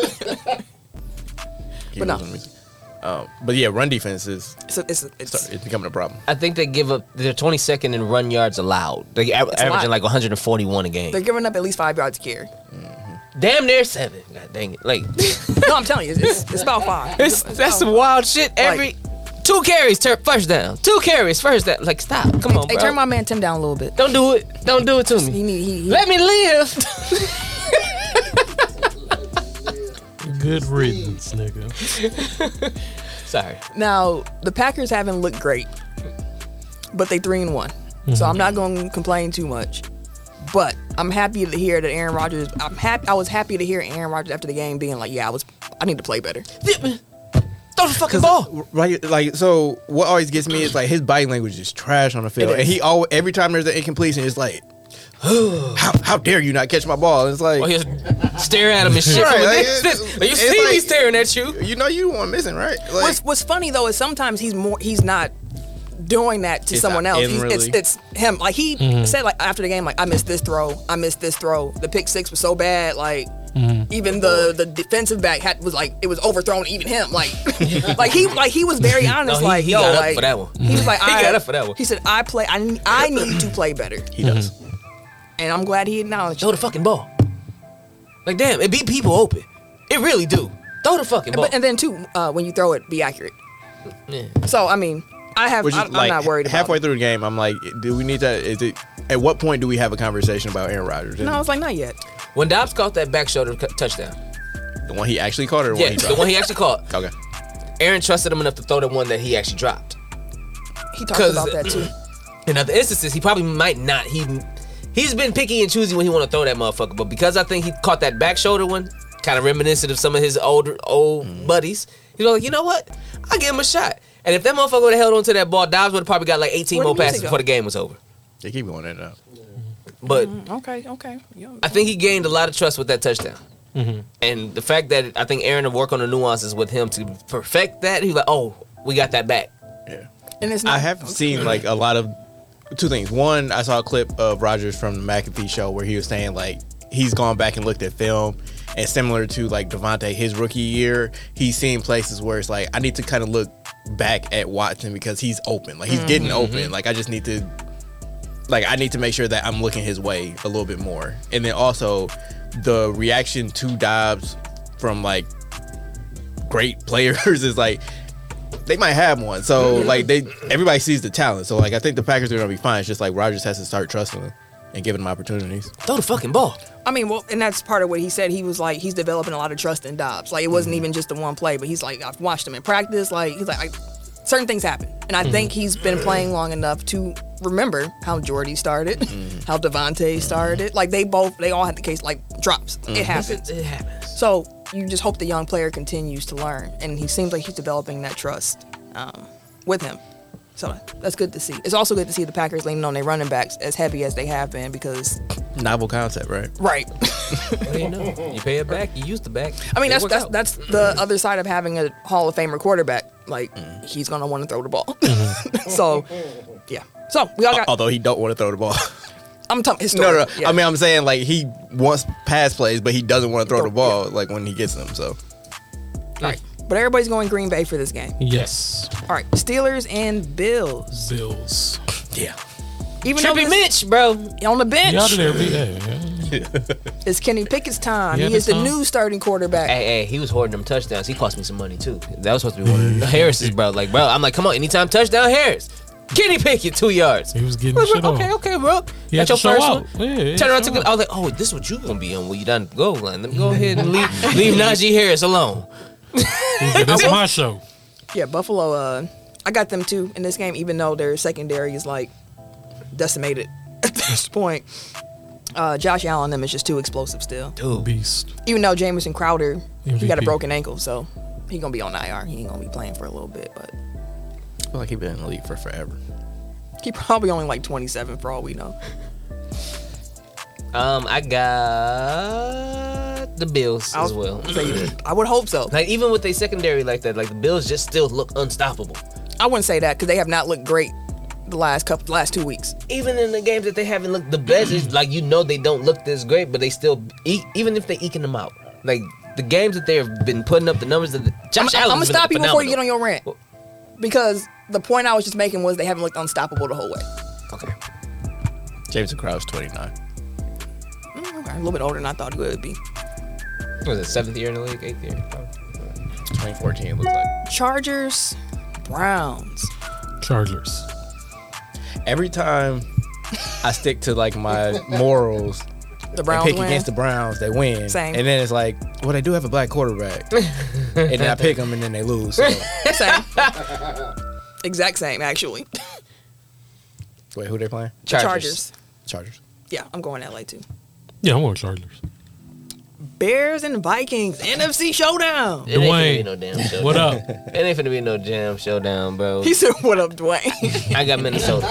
Speaker 5: Keep
Speaker 1: But no.
Speaker 5: losing me. Um, but yeah, run defense is
Speaker 1: It's, a, it's, a, it's
Speaker 5: sorry, it's becoming a problem.
Speaker 3: I think they give up. They're 22nd in run yards allowed. They aver-
Speaker 1: a
Speaker 3: averaging
Speaker 1: lot.
Speaker 3: like 141 a game.
Speaker 1: they're giving up at least five yards a carry.
Speaker 3: Damn near seven. God dang it! Like
Speaker 1: No, I'm telling you, it's, it's about five.
Speaker 3: (laughs) It's, that's some wild shit. Every two carries, tur first down. Two carries, first down. Like stop. Come on,
Speaker 1: Hey,
Speaker 3: bro.
Speaker 1: turn my man Tim down a little bit.
Speaker 3: Don't do it. Don't do it to
Speaker 1: He
Speaker 3: me.
Speaker 1: need he, he
Speaker 3: Let me live.
Speaker 4: Good riddance, nigga.
Speaker 3: Sorry.
Speaker 1: Now, the Packers haven't looked great, but they three and one. So I'm not going to complain too much. But I'm happy to hear that Aaron Rodgers. I'm happy. I was happy to hear Aaron Rodgers after the game being like, "Yeah, I was. I need to play better."
Speaker 3: Throw the fucking ball.
Speaker 5: Right, like so. What always gets me is like his body language is trash on the field,
Speaker 1: It is.
Speaker 5: and he always every time there's an incompletion, it's like, (gasps) how, how dare you not catch my ball? And it's like,
Speaker 3: Or he'll stare Oh, at him and shit.
Speaker 5: Right,
Speaker 3: from a
Speaker 5: like,
Speaker 3: distance.
Speaker 5: it's-
Speaker 3: Like, you
Speaker 5: it's
Speaker 3: see me
Speaker 5: like-
Speaker 3: staring at you.
Speaker 5: you know you want missing, right? Like,
Speaker 1: What's What's funny though is sometimes he's more. He's not doing that to
Speaker 5: It's
Speaker 1: someone
Speaker 5: not
Speaker 1: else.
Speaker 5: him,
Speaker 1: He's,
Speaker 5: really.
Speaker 1: It's it's him. Like he
Speaker 3: Mm-hmm.
Speaker 1: said like after the game, like I missed this throw. I missed this throw. The pick six was so bad. Like.
Speaker 3: Mm-hmm.
Speaker 1: Even the the defensive back had was like it was overthrown. Even him, like, (laughs) like he like he was
Speaker 3: (laughs)
Speaker 1: very honest.
Speaker 3: he-
Speaker 1: like
Speaker 3: he
Speaker 1: yo,
Speaker 3: got up
Speaker 1: like
Speaker 3: for that one.
Speaker 1: he was like
Speaker 3: (laughs) He
Speaker 1: I
Speaker 3: got up for that one.
Speaker 1: He said I play. I need- I need to play better,
Speaker 5: he does.
Speaker 1: and I'm glad he acknowledged. it.
Speaker 3: Throw the fucking ball. Like damn, it beat people open. It really do. Throw the fucking ball.
Speaker 1: But and then too, uh, when you throw it, be accurate.
Speaker 3: Yeah.
Speaker 1: So I mean, I have
Speaker 5: Which
Speaker 1: I,
Speaker 5: is like
Speaker 1: I'm not worried about.
Speaker 5: halfway
Speaker 1: it.
Speaker 5: through the game, I'm like, do we need to? Is it? At what point do we have a conversation about Aaron Rodgers?
Speaker 1: No, I was like not yet.
Speaker 3: When Dobbs caught that back shoulder cu- touchdown.
Speaker 5: the one he actually caught, or the
Speaker 3: Yeah,
Speaker 5: one he
Speaker 3: the one he actually caught.
Speaker 5: dropped? okay.
Speaker 3: Aaron trusted him enough to throw the one that he actually dropped.
Speaker 1: He talked
Speaker 3: 'Cause-
Speaker 1: about that too.
Speaker 3: In other instances, he probably might not. He he's been picky and choosy when he want to throw that motherfucker. But because I think he caught that back shoulder one, kind of reminiscent of some of his older old buddies, he's like, you know what? I'll give him a shot. And if that motherfucker would have held on to that ball, Dobbs would have probably got like 18
Speaker 1: Where
Speaker 3: more
Speaker 1: the music
Speaker 3: passes
Speaker 1: go?
Speaker 3: before the game was over.
Speaker 5: They keep going in and out.
Speaker 3: But
Speaker 1: Okay, okay. Yeah.
Speaker 3: I think he gained a lot of trust with that touchdown. And the fact that I think Aaron will work on the nuances with him to perfect that, he's like, oh, we got that back.
Speaker 5: Yeah.
Speaker 1: And it's not.
Speaker 5: I have seen like a lot of two things. One, I saw a clip of Rogers from the McAfee show where he was saying like he's gone back and looked at film, and similar to like Devontae his rookie year, he's seen places where it's like I need to kind of look back at Watson because he's open, like he's getting
Speaker 1: Mm-hmm.
Speaker 5: open. Like I just need to, like I need to make sure that I'm looking his way a little bit more, and then also the reaction to Dobbs from like great (laughs) players is like they might have one. So like they everybody sees the talent. So like I think the Packers are gonna be fine. It's just like Rogers has to start trusting them and giving them opportunities.
Speaker 3: Throw the fucking ball.
Speaker 1: I mean, well, and that's part of what he said. He was like, he's developing a lot of trust in Dobbs. Like, it wasn't
Speaker 5: Mm-hmm.
Speaker 1: even just the one play, but he's like, I've watched him in practice. Like, he's like, I, certain things happen, and
Speaker 5: Mm-hmm.
Speaker 1: I think he's been playing long enough to remember how Jordy started,
Speaker 5: Mm-hmm.
Speaker 1: how Devontae started. Like, they both, they all had the case like drops.
Speaker 5: Mm-hmm.
Speaker 1: It happens.
Speaker 3: It happens.
Speaker 1: So you just hope the young player continues to learn, and he seems like he's developing that trust um, with him. So that's good to see. It's also good to see the Packers leaning on their running backs as heavy as they have been because,
Speaker 5: Novel concept, right?
Speaker 1: right?
Speaker 3: What do you know? (laughs) You pay it back, you use the back.
Speaker 1: I mean,
Speaker 3: It
Speaker 1: that's
Speaker 3: work
Speaker 1: that's
Speaker 3: out.
Speaker 1: that's the other side of having a Hall of Famer quarterback. Like he's gonna want to throw the ball. (laughs) so yeah. So we all got.
Speaker 5: Although he don't want to throw the ball. (laughs)
Speaker 1: I'm talking
Speaker 5: no,
Speaker 1: historic.
Speaker 5: no.
Speaker 1: yeah.
Speaker 5: I mean I'm saying like he wants pass plays, but he doesn't want to throw the
Speaker 1: Don't-
Speaker 5: ball like when he gets them. So
Speaker 1: all right. But everybody's going Green Bay for this game.
Speaker 4: Yes.
Speaker 1: All right, Steelers and Bills.
Speaker 4: Bills.
Speaker 5: yeah.
Speaker 1: Even
Speaker 3: Trippy
Speaker 1: though this-
Speaker 3: Mitch, bro.
Speaker 1: on the bench.
Speaker 4: You out of there, B. Yeah, yeah.
Speaker 1: It's Kenny Pickett's time.
Speaker 4: Yeah,
Speaker 1: he is
Speaker 4: this
Speaker 1: the
Speaker 4: time.
Speaker 1: new starting quarterback.
Speaker 3: Hey, hey, he was hoarding them touchdowns. He cost me some money too. That was supposed to be one of
Speaker 4: (laughs)
Speaker 3: the Harris's, bro. Like, bro, I'm like, come on, anytime touchdown, Harris. Kenny Pickett, two yards.
Speaker 4: He was getting
Speaker 3: Bro, bro,
Speaker 4: shit on.
Speaker 3: okay, okay, bro.
Speaker 4: He had
Speaker 3: That's your
Speaker 4: to show
Speaker 3: first
Speaker 4: out.
Speaker 3: one.
Speaker 4: Yeah, he had
Speaker 3: Turn
Speaker 4: to
Speaker 3: around,
Speaker 4: show
Speaker 3: took it. I was like, oh, this is what you gonna be on when you done go line. Let me go ahead and leave,
Speaker 4: (laughs)
Speaker 3: leave Najee Harris alone.
Speaker 4: Yeah, That's my show.
Speaker 1: Yeah, Buffalo. Uh, I got them too in this game, even though their secondary is like decimated (laughs) at this point. Uh, Josh Allen them is just too explosive still.
Speaker 4: Beast.
Speaker 1: Even though Jamison Crowder, he got a
Speaker 4: MVP.
Speaker 1: broken ankle, so he gonna be on IR. He ain't gonna be playing for a little bit, but
Speaker 5: I feel like he's been in the league for forever.
Speaker 1: he probably only like 27 for all we know.
Speaker 3: Um, I got the Bills
Speaker 1: I
Speaker 3: as
Speaker 1: was-
Speaker 3: well.
Speaker 1: Say- I would hope so.
Speaker 3: Like even with a secondary like that, like the Bills just still look unstoppable.
Speaker 1: I wouldn't say that because they have not looked great the last couple, last two weeks.
Speaker 3: even in the games that they haven't looked the best, it's like you know they don't look this great, but they still e- even if they eking them out, like the games that they have been putting up the numbers that the,
Speaker 1: I'm,
Speaker 3: Josh
Speaker 1: I'm
Speaker 3: Allen.
Speaker 1: gonna stop you before you get on your rant
Speaker 3: Well-
Speaker 1: because the point I was just making was they haven't looked unstoppable the whole way.
Speaker 3: Okay.
Speaker 5: Jameson Crowder's twenty nine.
Speaker 1: Mm, okay, a little bit older than I thought he would be.
Speaker 3: What was it seventh year in the league, eighth year?
Speaker 5: 2014 it looks like.
Speaker 1: Chargers, Browns.
Speaker 4: Chargers.
Speaker 5: Every time I stick to like my morals
Speaker 1: The
Speaker 5: and
Speaker 1: Browns
Speaker 5: pick
Speaker 1: win.
Speaker 5: against the Browns, they win.
Speaker 1: Same.
Speaker 5: And then it's like, well, they do have a
Speaker 1: (laughs)
Speaker 5: black quarterback, and then I pick them, and then they lose. So.
Speaker 1: (laughs) same.
Speaker 3: (laughs)
Speaker 1: exact same, actually. (laughs) The
Speaker 5: Wait, who they playing?
Speaker 1: Chargers.
Speaker 5: Chargers.
Speaker 1: Yeah, I'm going LA too.
Speaker 4: Yeah, I'm on Chargers.
Speaker 1: Bears and
Speaker 3: (laughs)
Speaker 1: Vikings, NFC showdown.
Speaker 3: It ain't finna
Speaker 4: Dwayne.
Speaker 3: be no damn showdown. (laughs)
Speaker 4: What up?
Speaker 3: It ain't finna be no damn showdown, bro.
Speaker 1: He said, "What up, Dwayne?" (laughs)
Speaker 3: I got Minnesota.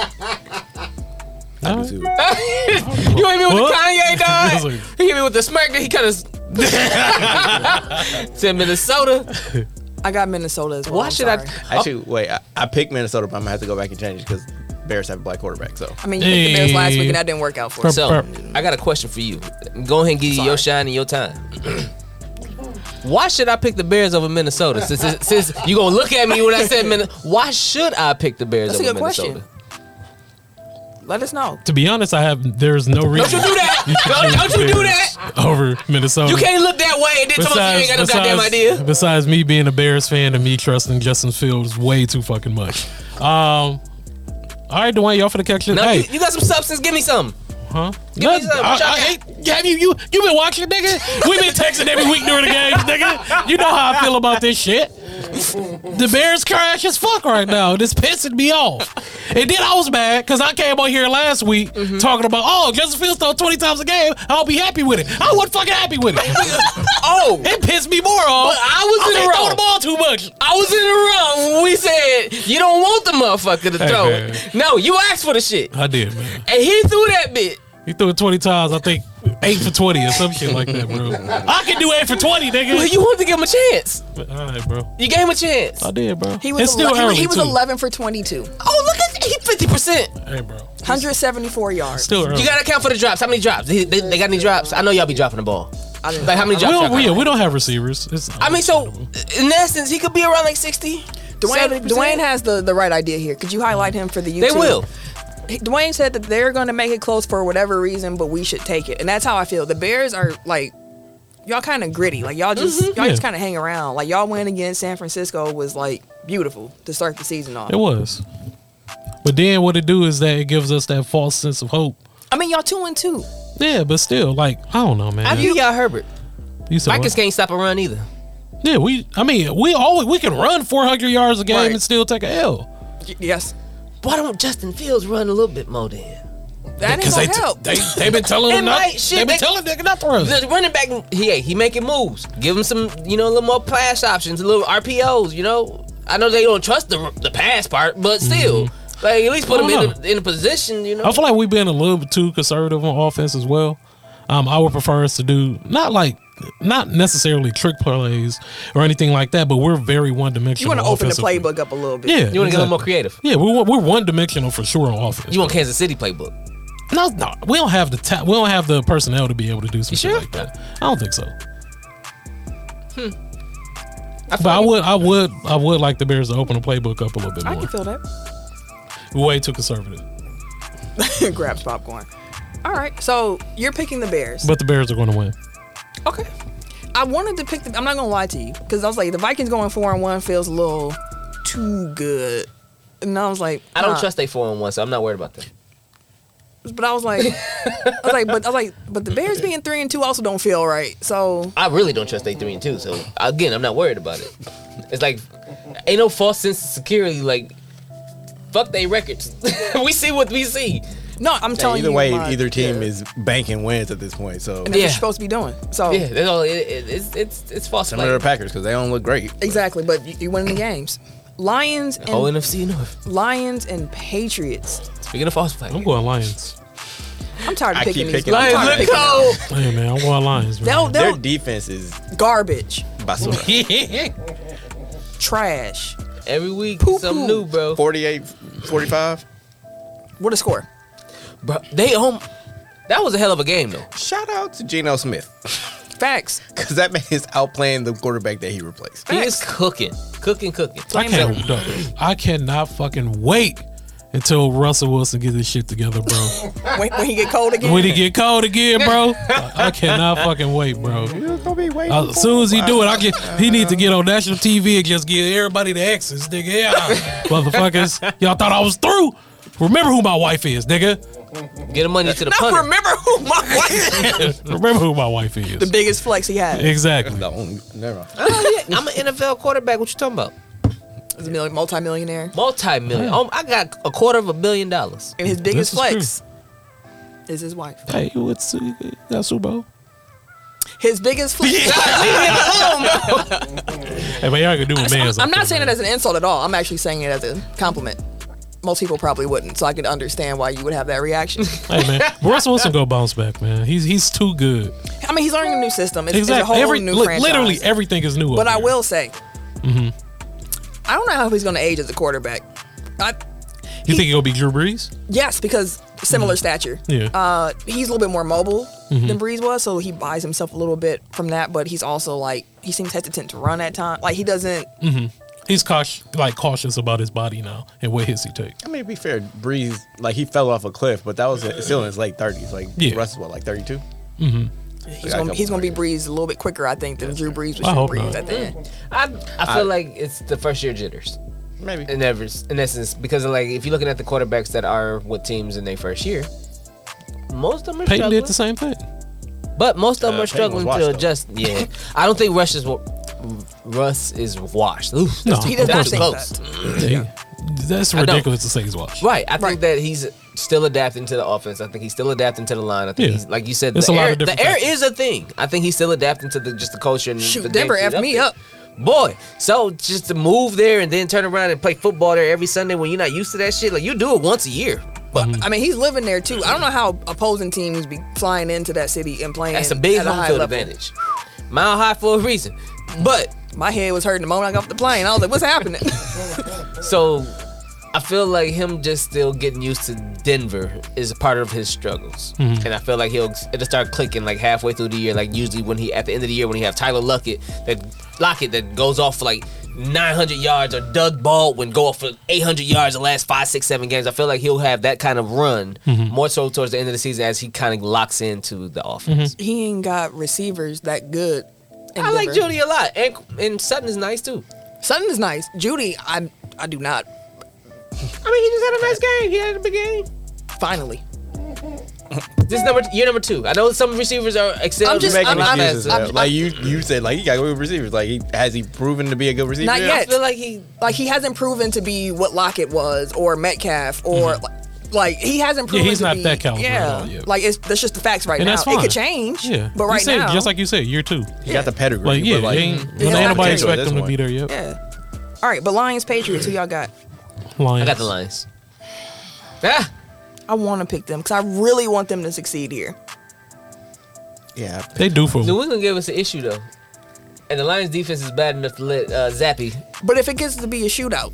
Speaker 5: I do
Speaker 4: Alright.
Speaker 3: (laughs)
Speaker 5: too.
Speaker 3: you hit me with
Speaker 4: What? (laughs)
Speaker 3: the Kanye
Speaker 4: I
Speaker 3: dog.
Speaker 4: was like,
Speaker 3: He hit me with the smirk that he kind
Speaker 4: (laughs)
Speaker 3: (laughs) of said Minnesota.
Speaker 1: I got Minnesota as well.
Speaker 3: Why
Speaker 1: I'm
Speaker 3: should I-
Speaker 1: sorry.
Speaker 5: Actually, wait, I, I picked Minnesota, but I'm gonna have to go back and change it because Bears have a black quarterback. So
Speaker 1: I mean, you picked the Bears last week, and that didn't work out for us.
Speaker 3: So, I got a question for you. Go ahead and give you your shine and your time. (clears throat) Why should I pick the Bears over Minnesota? Since, since, since you gonna look at me when I said Min- why should I pick the Bears
Speaker 1: That's a
Speaker 3: over
Speaker 1: good
Speaker 3: Minnesota?
Speaker 1: question. Let us know.
Speaker 4: To be honest, I have. There's no
Speaker 3: Don't you do
Speaker 4: reason (laughs)
Speaker 3: that? don't, don't you do that?
Speaker 4: over Minnesota.
Speaker 3: You can't look that way and then tell us you ain't got no goddamn idea.
Speaker 4: besides me being a Bears fan and me trusting Justin Fields way too fucking much. Um, all right, Dwayne, y'all for the catch it.
Speaker 3: No,
Speaker 4: hey,
Speaker 3: you, you got some substance. Give me some.
Speaker 4: huh?
Speaker 3: give me some.
Speaker 4: I-
Speaker 3: What y'all
Speaker 4: I ain't- have you you you been watching, nigga? We been texting every week during the games, nigga. You know how I feel about this shit. The Bears crash as fuck right now. This pissing me off. And then I was mad because I came on here last week
Speaker 3: Mm-hmm.
Speaker 4: talking about, oh, Justin Fields throw 20 times a game. I'll be happy with it. I wasn't fucking happy with it.
Speaker 3: (laughs) Oh,
Speaker 4: It pissed me more off.
Speaker 3: I was in
Speaker 4: I
Speaker 3: the
Speaker 4: can't throw
Speaker 3: wrong.
Speaker 4: the ball too much.
Speaker 3: I was in the wrong when we said you don't want the motherfucker to
Speaker 4: Hey,
Speaker 3: throw
Speaker 4: man.
Speaker 3: it. No, you asked for the shit,
Speaker 4: I did, man.
Speaker 3: and he threw that bit.
Speaker 4: He threw it 20 times, I think. Eight for 20 or some shit like that, bro. I can do eight for
Speaker 3: Well,
Speaker 4: 20, nigga.
Speaker 3: you wanted to give him a chance.
Speaker 4: All right, bro.
Speaker 3: You gave him a chance.
Speaker 4: I did, bro.
Speaker 1: He was
Speaker 4: it's still
Speaker 1: ele- he was-
Speaker 4: early,
Speaker 1: he was
Speaker 4: too.
Speaker 1: 11 for 22,
Speaker 3: Oh, look at he fifty percent.
Speaker 4: 11. Hey, bro.
Speaker 1: 174 yards.
Speaker 4: Still early.
Speaker 3: You gotta account for the drops. How many drops? They, they- they got any drops? I know y'all be dropping the ball.
Speaker 1: I didn't-
Speaker 3: Like how many
Speaker 4: we
Speaker 3: drops?
Speaker 4: don't,
Speaker 3: y'all
Speaker 4: we,
Speaker 3: got?
Speaker 4: we don't have receivers. It's,
Speaker 3: I mean, so in essence, he could be around like sixty.
Speaker 1: Dwayne,
Speaker 3: 70%.
Speaker 1: Dwayne has the, the right idea here. Could you highlight him for the YouTube?
Speaker 3: They will.
Speaker 1: Dwayne said that they're going to make it close for whatever reason, but we should take it, and that's how I feel. The Bears are like, y'all kind of gritty. Like y'all just y'all just
Speaker 4: Mm-hmm. Yeah.
Speaker 1: kind of hang around. Like y'all win against San Francisco was like beautiful to start the season off.
Speaker 4: It was. But then what it do is that it gives us that false sense of hope.
Speaker 1: I mean, y'all two and two.
Speaker 4: Yeah, but still, like, I don't know, man.
Speaker 3: I view y'all Herbert.
Speaker 4: you said
Speaker 3: Vikings
Speaker 4: what?
Speaker 3: can't stop a run either.
Speaker 4: Yeah, we. I mean, we always we can run 400 yards a game
Speaker 1: Right.
Speaker 4: and still take a L.
Speaker 1: Y- yes,
Speaker 3: Why don't Justin Fields run a little bit more then?
Speaker 1: that ain't gonna help.
Speaker 4: they they been telling
Speaker 3: It
Speaker 4: them not.
Speaker 3: might, shit,
Speaker 4: they been
Speaker 3: they-
Speaker 4: telling nigga not to run.
Speaker 3: The running back, he he making moves. Give him some, you know, a little more pass options, a little RPOs. You know, I know they don't trust the the pass part, but still, like at least put
Speaker 4: I
Speaker 3: him
Speaker 4: don't
Speaker 3: in, a, in a position. You know,
Speaker 4: I feel like we've been a little bit too conservative on offense as well. Um, I would prefer us to do not like not necessarily trick plays or anything like that, but we're very one
Speaker 1: You
Speaker 4: dimensional.
Speaker 1: want to open the
Speaker 4: offensively.
Speaker 1: playbook up a little bit.
Speaker 4: Yeah,
Speaker 3: you want to get a little more
Speaker 4: exactly.
Speaker 3: creative.
Speaker 4: Yeah, we're we're one dimensional for sure on offense.
Speaker 3: You want Kansas City playbook?
Speaker 4: No, no, we don't have the ta- we don't have the personnel to be able to do some
Speaker 3: You
Speaker 4: shit
Speaker 3: sure?
Speaker 4: like that. I don't think so.
Speaker 1: Hmm.
Speaker 3: I
Speaker 4: But I would, I would, I would like the Bears to open the playbook up a little bit
Speaker 1: I can
Speaker 4: more.
Speaker 1: feel that. (laughs)
Speaker 4: We're Way too conservative.
Speaker 1: Grabs popcorn. All right, so you're picking the Bears.
Speaker 4: But the Bears are going to win.
Speaker 1: Okay. I wanted to pick the. I'm not gonna lie to you because I was like the Vikings going four and one feels a little too good, and I was like uh,
Speaker 3: I don't
Speaker 1: nah.
Speaker 3: trust they four and one, so I'm not worried about them.
Speaker 1: But I was like, I was like, but I was like, but the Bears being three and two also don't feel right. So
Speaker 3: I really don't trust they three and two. So again, I'm not worried about it. It's like ain't no false sense of security. Like fuck they records. (laughs) we see what we see.
Speaker 1: no, I'm
Speaker 5: Yeah,
Speaker 1: telling
Speaker 5: either
Speaker 1: you,
Speaker 5: way,
Speaker 1: my-
Speaker 5: either team
Speaker 1: yeah.
Speaker 5: is banking wins at this point. So
Speaker 1: And that's what
Speaker 3: Yeah.
Speaker 1: you're supposed to be doing. So
Speaker 3: Yeah, that's all. It, it, it's it's it's false.
Speaker 5: similar to
Speaker 3: Like,
Speaker 5: the Packers because they don't look great.
Speaker 1: exactly, but you, you winning the games. Lions and
Speaker 3: whole NFC North.
Speaker 1: Lions and Patriots.
Speaker 3: Speaking of false flag,
Speaker 4: I'm going Lions.
Speaker 1: I'm tired of
Speaker 5: I keep
Speaker 1: picking these.
Speaker 5: picking
Speaker 1: I'm tired of
Speaker 3: Lions look
Speaker 1: picking them.
Speaker 3: cold.
Speaker 4: Hey man, I'm going Lions. Man.
Speaker 1: They'll,
Speaker 5: Their
Speaker 1: they'll
Speaker 5: defense is
Speaker 1: garbage,
Speaker 5: basura.
Speaker 1: trash.
Speaker 3: (laughs) Every week,
Speaker 1: Poo-poo.
Speaker 3: something new, bro.
Speaker 5: 48, 45.
Speaker 1: What a score!
Speaker 3: Bro, they home. That was a hell of a game though.
Speaker 5: Shout out to Geno Smith
Speaker 1: Facts.
Speaker 5: because that man is outplaying the quarterback that he replaced.
Speaker 3: He is cooking, cooking, cooking.
Speaker 4: I can't. I cannot fucking wait until Russell Wilson gets his shit together, bro.
Speaker 1: when, when he get cold again.
Speaker 4: when he get cold again, bro, I I cannot fucking wait, bro.
Speaker 5: It's gonna be way
Speaker 4: Uh, As soon as he do it, I get he needs to get on national TV and just give everybody the X's, nigga. Yeah, motherfuckers, y'all thought I was through. Remember who my wife is, nigga.
Speaker 3: Get the money to the
Speaker 1: I
Speaker 3: punter.
Speaker 1: remember who (laughs) my wife is.
Speaker 4: Remember who my wife is.
Speaker 1: the biggest flex he had.
Speaker 4: exactly.
Speaker 5: the only never.
Speaker 3: Oh, yeah. I'm an NFL quarterback. What you talking about?
Speaker 1: He's a million, multimillionaire.
Speaker 3: Multi-million. Oh, I got a quarter of a billion dollars.
Speaker 1: And his biggest
Speaker 4: is
Speaker 1: flex is his wife.
Speaker 4: Hey, what's uh, that Super Bowl?
Speaker 1: His biggest flex.
Speaker 4: Hey, man, y'all can do a man's.
Speaker 1: I'm not saying it as an insult at all. I'm actually saying it as a compliment. Most people probably wouldn't, so I could understand why you would have that
Speaker 4: (laughs)
Speaker 1: reaction.
Speaker 4: Hey, man,
Speaker 1: (laughs)
Speaker 4: Russell Wilson go bounce back, man. He's he's too good.
Speaker 1: I mean, he's learning a new system. It's, it's
Speaker 4: Exactly.
Speaker 1: a whole
Speaker 4: Every- Mm-hmm.
Speaker 1: new
Speaker 4: li-
Speaker 1: franchise.
Speaker 4: literally everything is new.
Speaker 1: But
Speaker 4: up
Speaker 1: I
Speaker 4: there.
Speaker 1: will say, I don't know how he's going to age as a quarterback. I,
Speaker 4: You think he gonna be Drew Brees?
Speaker 1: yes, because similar stature.
Speaker 4: Mm-hmm. Yeah. Mm-hmm.
Speaker 1: Uh, he's a little bit more mobile than Breeze was, so he buys himself a little bit from that. But he's also like he seems hesitant to run at times. Like he doesn't.
Speaker 4: Mm-hmm. He's cautious, like cautious about his body now and what hits he takes.
Speaker 5: I mean, to be fair, Breeze like he fell off a cliff, but that was still in his late thirties. Like
Speaker 4: Yeah.
Speaker 5: Russ is what, like thirty two.
Speaker 1: He's gonna, he's gonna be Breeze a little bit quicker, I think, than Drew Breeze was
Speaker 4: I
Speaker 1: Drew
Speaker 4: hope
Speaker 1: Breeze
Speaker 4: not.
Speaker 1: at the end.
Speaker 3: I, I feel like it's the first year jitters.
Speaker 5: Maybe.
Speaker 3: in ever in essence because like if you're looking at the quarterbacks that are with teams in their first year, most of them are
Speaker 4: Peyton
Speaker 3: struggling.
Speaker 4: did the same thing.
Speaker 3: but most of them
Speaker 5: Uh,
Speaker 3: are
Speaker 5: Peyton was
Speaker 3: struggling to
Speaker 5: washed, though.
Speaker 3: adjust. Yeah, I don't think Russ is wa- Russ is washed. Ooh,
Speaker 4: No,
Speaker 3: that's
Speaker 1: He does
Speaker 4: of
Speaker 1: not
Speaker 4: course
Speaker 1: think
Speaker 4: not.
Speaker 1: that. (clears throat)
Speaker 4: That's
Speaker 3: don't.
Speaker 4: ridiculous to say he's washed.
Speaker 3: Right, I think
Speaker 1: Right.
Speaker 3: that he's still adapting to the offense. I think he's still adapting to the line. I think
Speaker 4: Yeah.
Speaker 3: he's like you said,
Speaker 4: It's
Speaker 3: the
Speaker 4: a lot
Speaker 3: air,
Speaker 4: of different
Speaker 3: the air
Speaker 4: factors.
Speaker 3: is a thing. I think he's still adapting to the just the culture. And
Speaker 1: Shoot,
Speaker 3: the
Speaker 1: Denver
Speaker 3: game
Speaker 1: effed me
Speaker 3: there.
Speaker 1: up.
Speaker 3: boy. So just to move there and then turn around and play football there every Sunday when you're not used to that shit, like you do it once a year.
Speaker 1: But I mean, he's living there too. I don't know how opposing teams be flying into that city and playing.
Speaker 3: That's a big
Speaker 1: at a
Speaker 3: home
Speaker 1: high
Speaker 3: field
Speaker 1: level.
Speaker 3: advantage. Mile high for a reason. But
Speaker 1: My head was hurting the moment I got off the plane. I was like, "What's happening?"
Speaker 3: so I feel like him just still getting used to Denver is a part of his struggles, and I feel like he'll it'll start clicking like halfway through the year. Like usually when he at the end of the year when he have Tyler Lockett that Lockett that goes off for like 900 yards or Doug Baldwin go off for 800 yards the last five six seven games. I feel like he'll have that kind of run more so towards the end of the season as he kind of locks into the offense.
Speaker 1: he ain't got receivers that good. in
Speaker 3: I like
Speaker 1: Denver.
Speaker 3: Judy a lot, and and Sutton is nice too.
Speaker 1: Sutton is nice. Judy, I I do not.
Speaker 3: I mean, he just had a nice game. He had a big game.
Speaker 1: Finally,
Speaker 3: This is number you're number two. I know some receivers are excelling.
Speaker 1: I'm just-
Speaker 5: Making
Speaker 1: I'm- I'm-
Speaker 5: excuses.
Speaker 1: I'm-
Speaker 5: uh,
Speaker 1: I'm-
Speaker 5: like you, you said, like he got good receivers. Like he has he proven to be a good receiver?
Speaker 1: Not
Speaker 3: I
Speaker 1: yet.
Speaker 3: feel like he.
Speaker 1: like he hasn't proven to be what Lockett was or Metcalf or like, like, he hasn't proven.
Speaker 4: he's
Speaker 1: to
Speaker 4: not
Speaker 1: be-
Speaker 4: that caliber at
Speaker 1: Yeah,
Speaker 4: all yet.
Speaker 1: like it's that's just the facts right
Speaker 4: And
Speaker 1: now.
Speaker 4: that's fine.
Speaker 1: It could change.
Speaker 4: Yeah,
Speaker 1: but
Speaker 4: You
Speaker 1: right
Speaker 4: said-
Speaker 1: now,
Speaker 4: just like you said, year two.
Speaker 5: He got the pedigree.
Speaker 4: Like yeah,
Speaker 5: but like,
Speaker 4: they ain't,
Speaker 1: Yeah,
Speaker 4: ain't
Speaker 1: that's
Speaker 4: nobody
Speaker 1: true.
Speaker 4: expect
Speaker 5: That's
Speaker 4: him to
Speaker 5: one.
Speaker 4: be there yet.
Speaker 1: yeah. All right, but Lions Patriots, who y'all got?
Speaker 4: Lions.
Speaker 3: I got the Lions. Ah,
Speaker 1: I want to pick them because I really want them to succeed here.
Speaker 5: yeah,
Speaker 4: They do for
Speaker 3: New England gave us an issue though, and the Lions defense is bad enough to let uh, Zappy.
Speaker 1: But if it gets to be a shootout,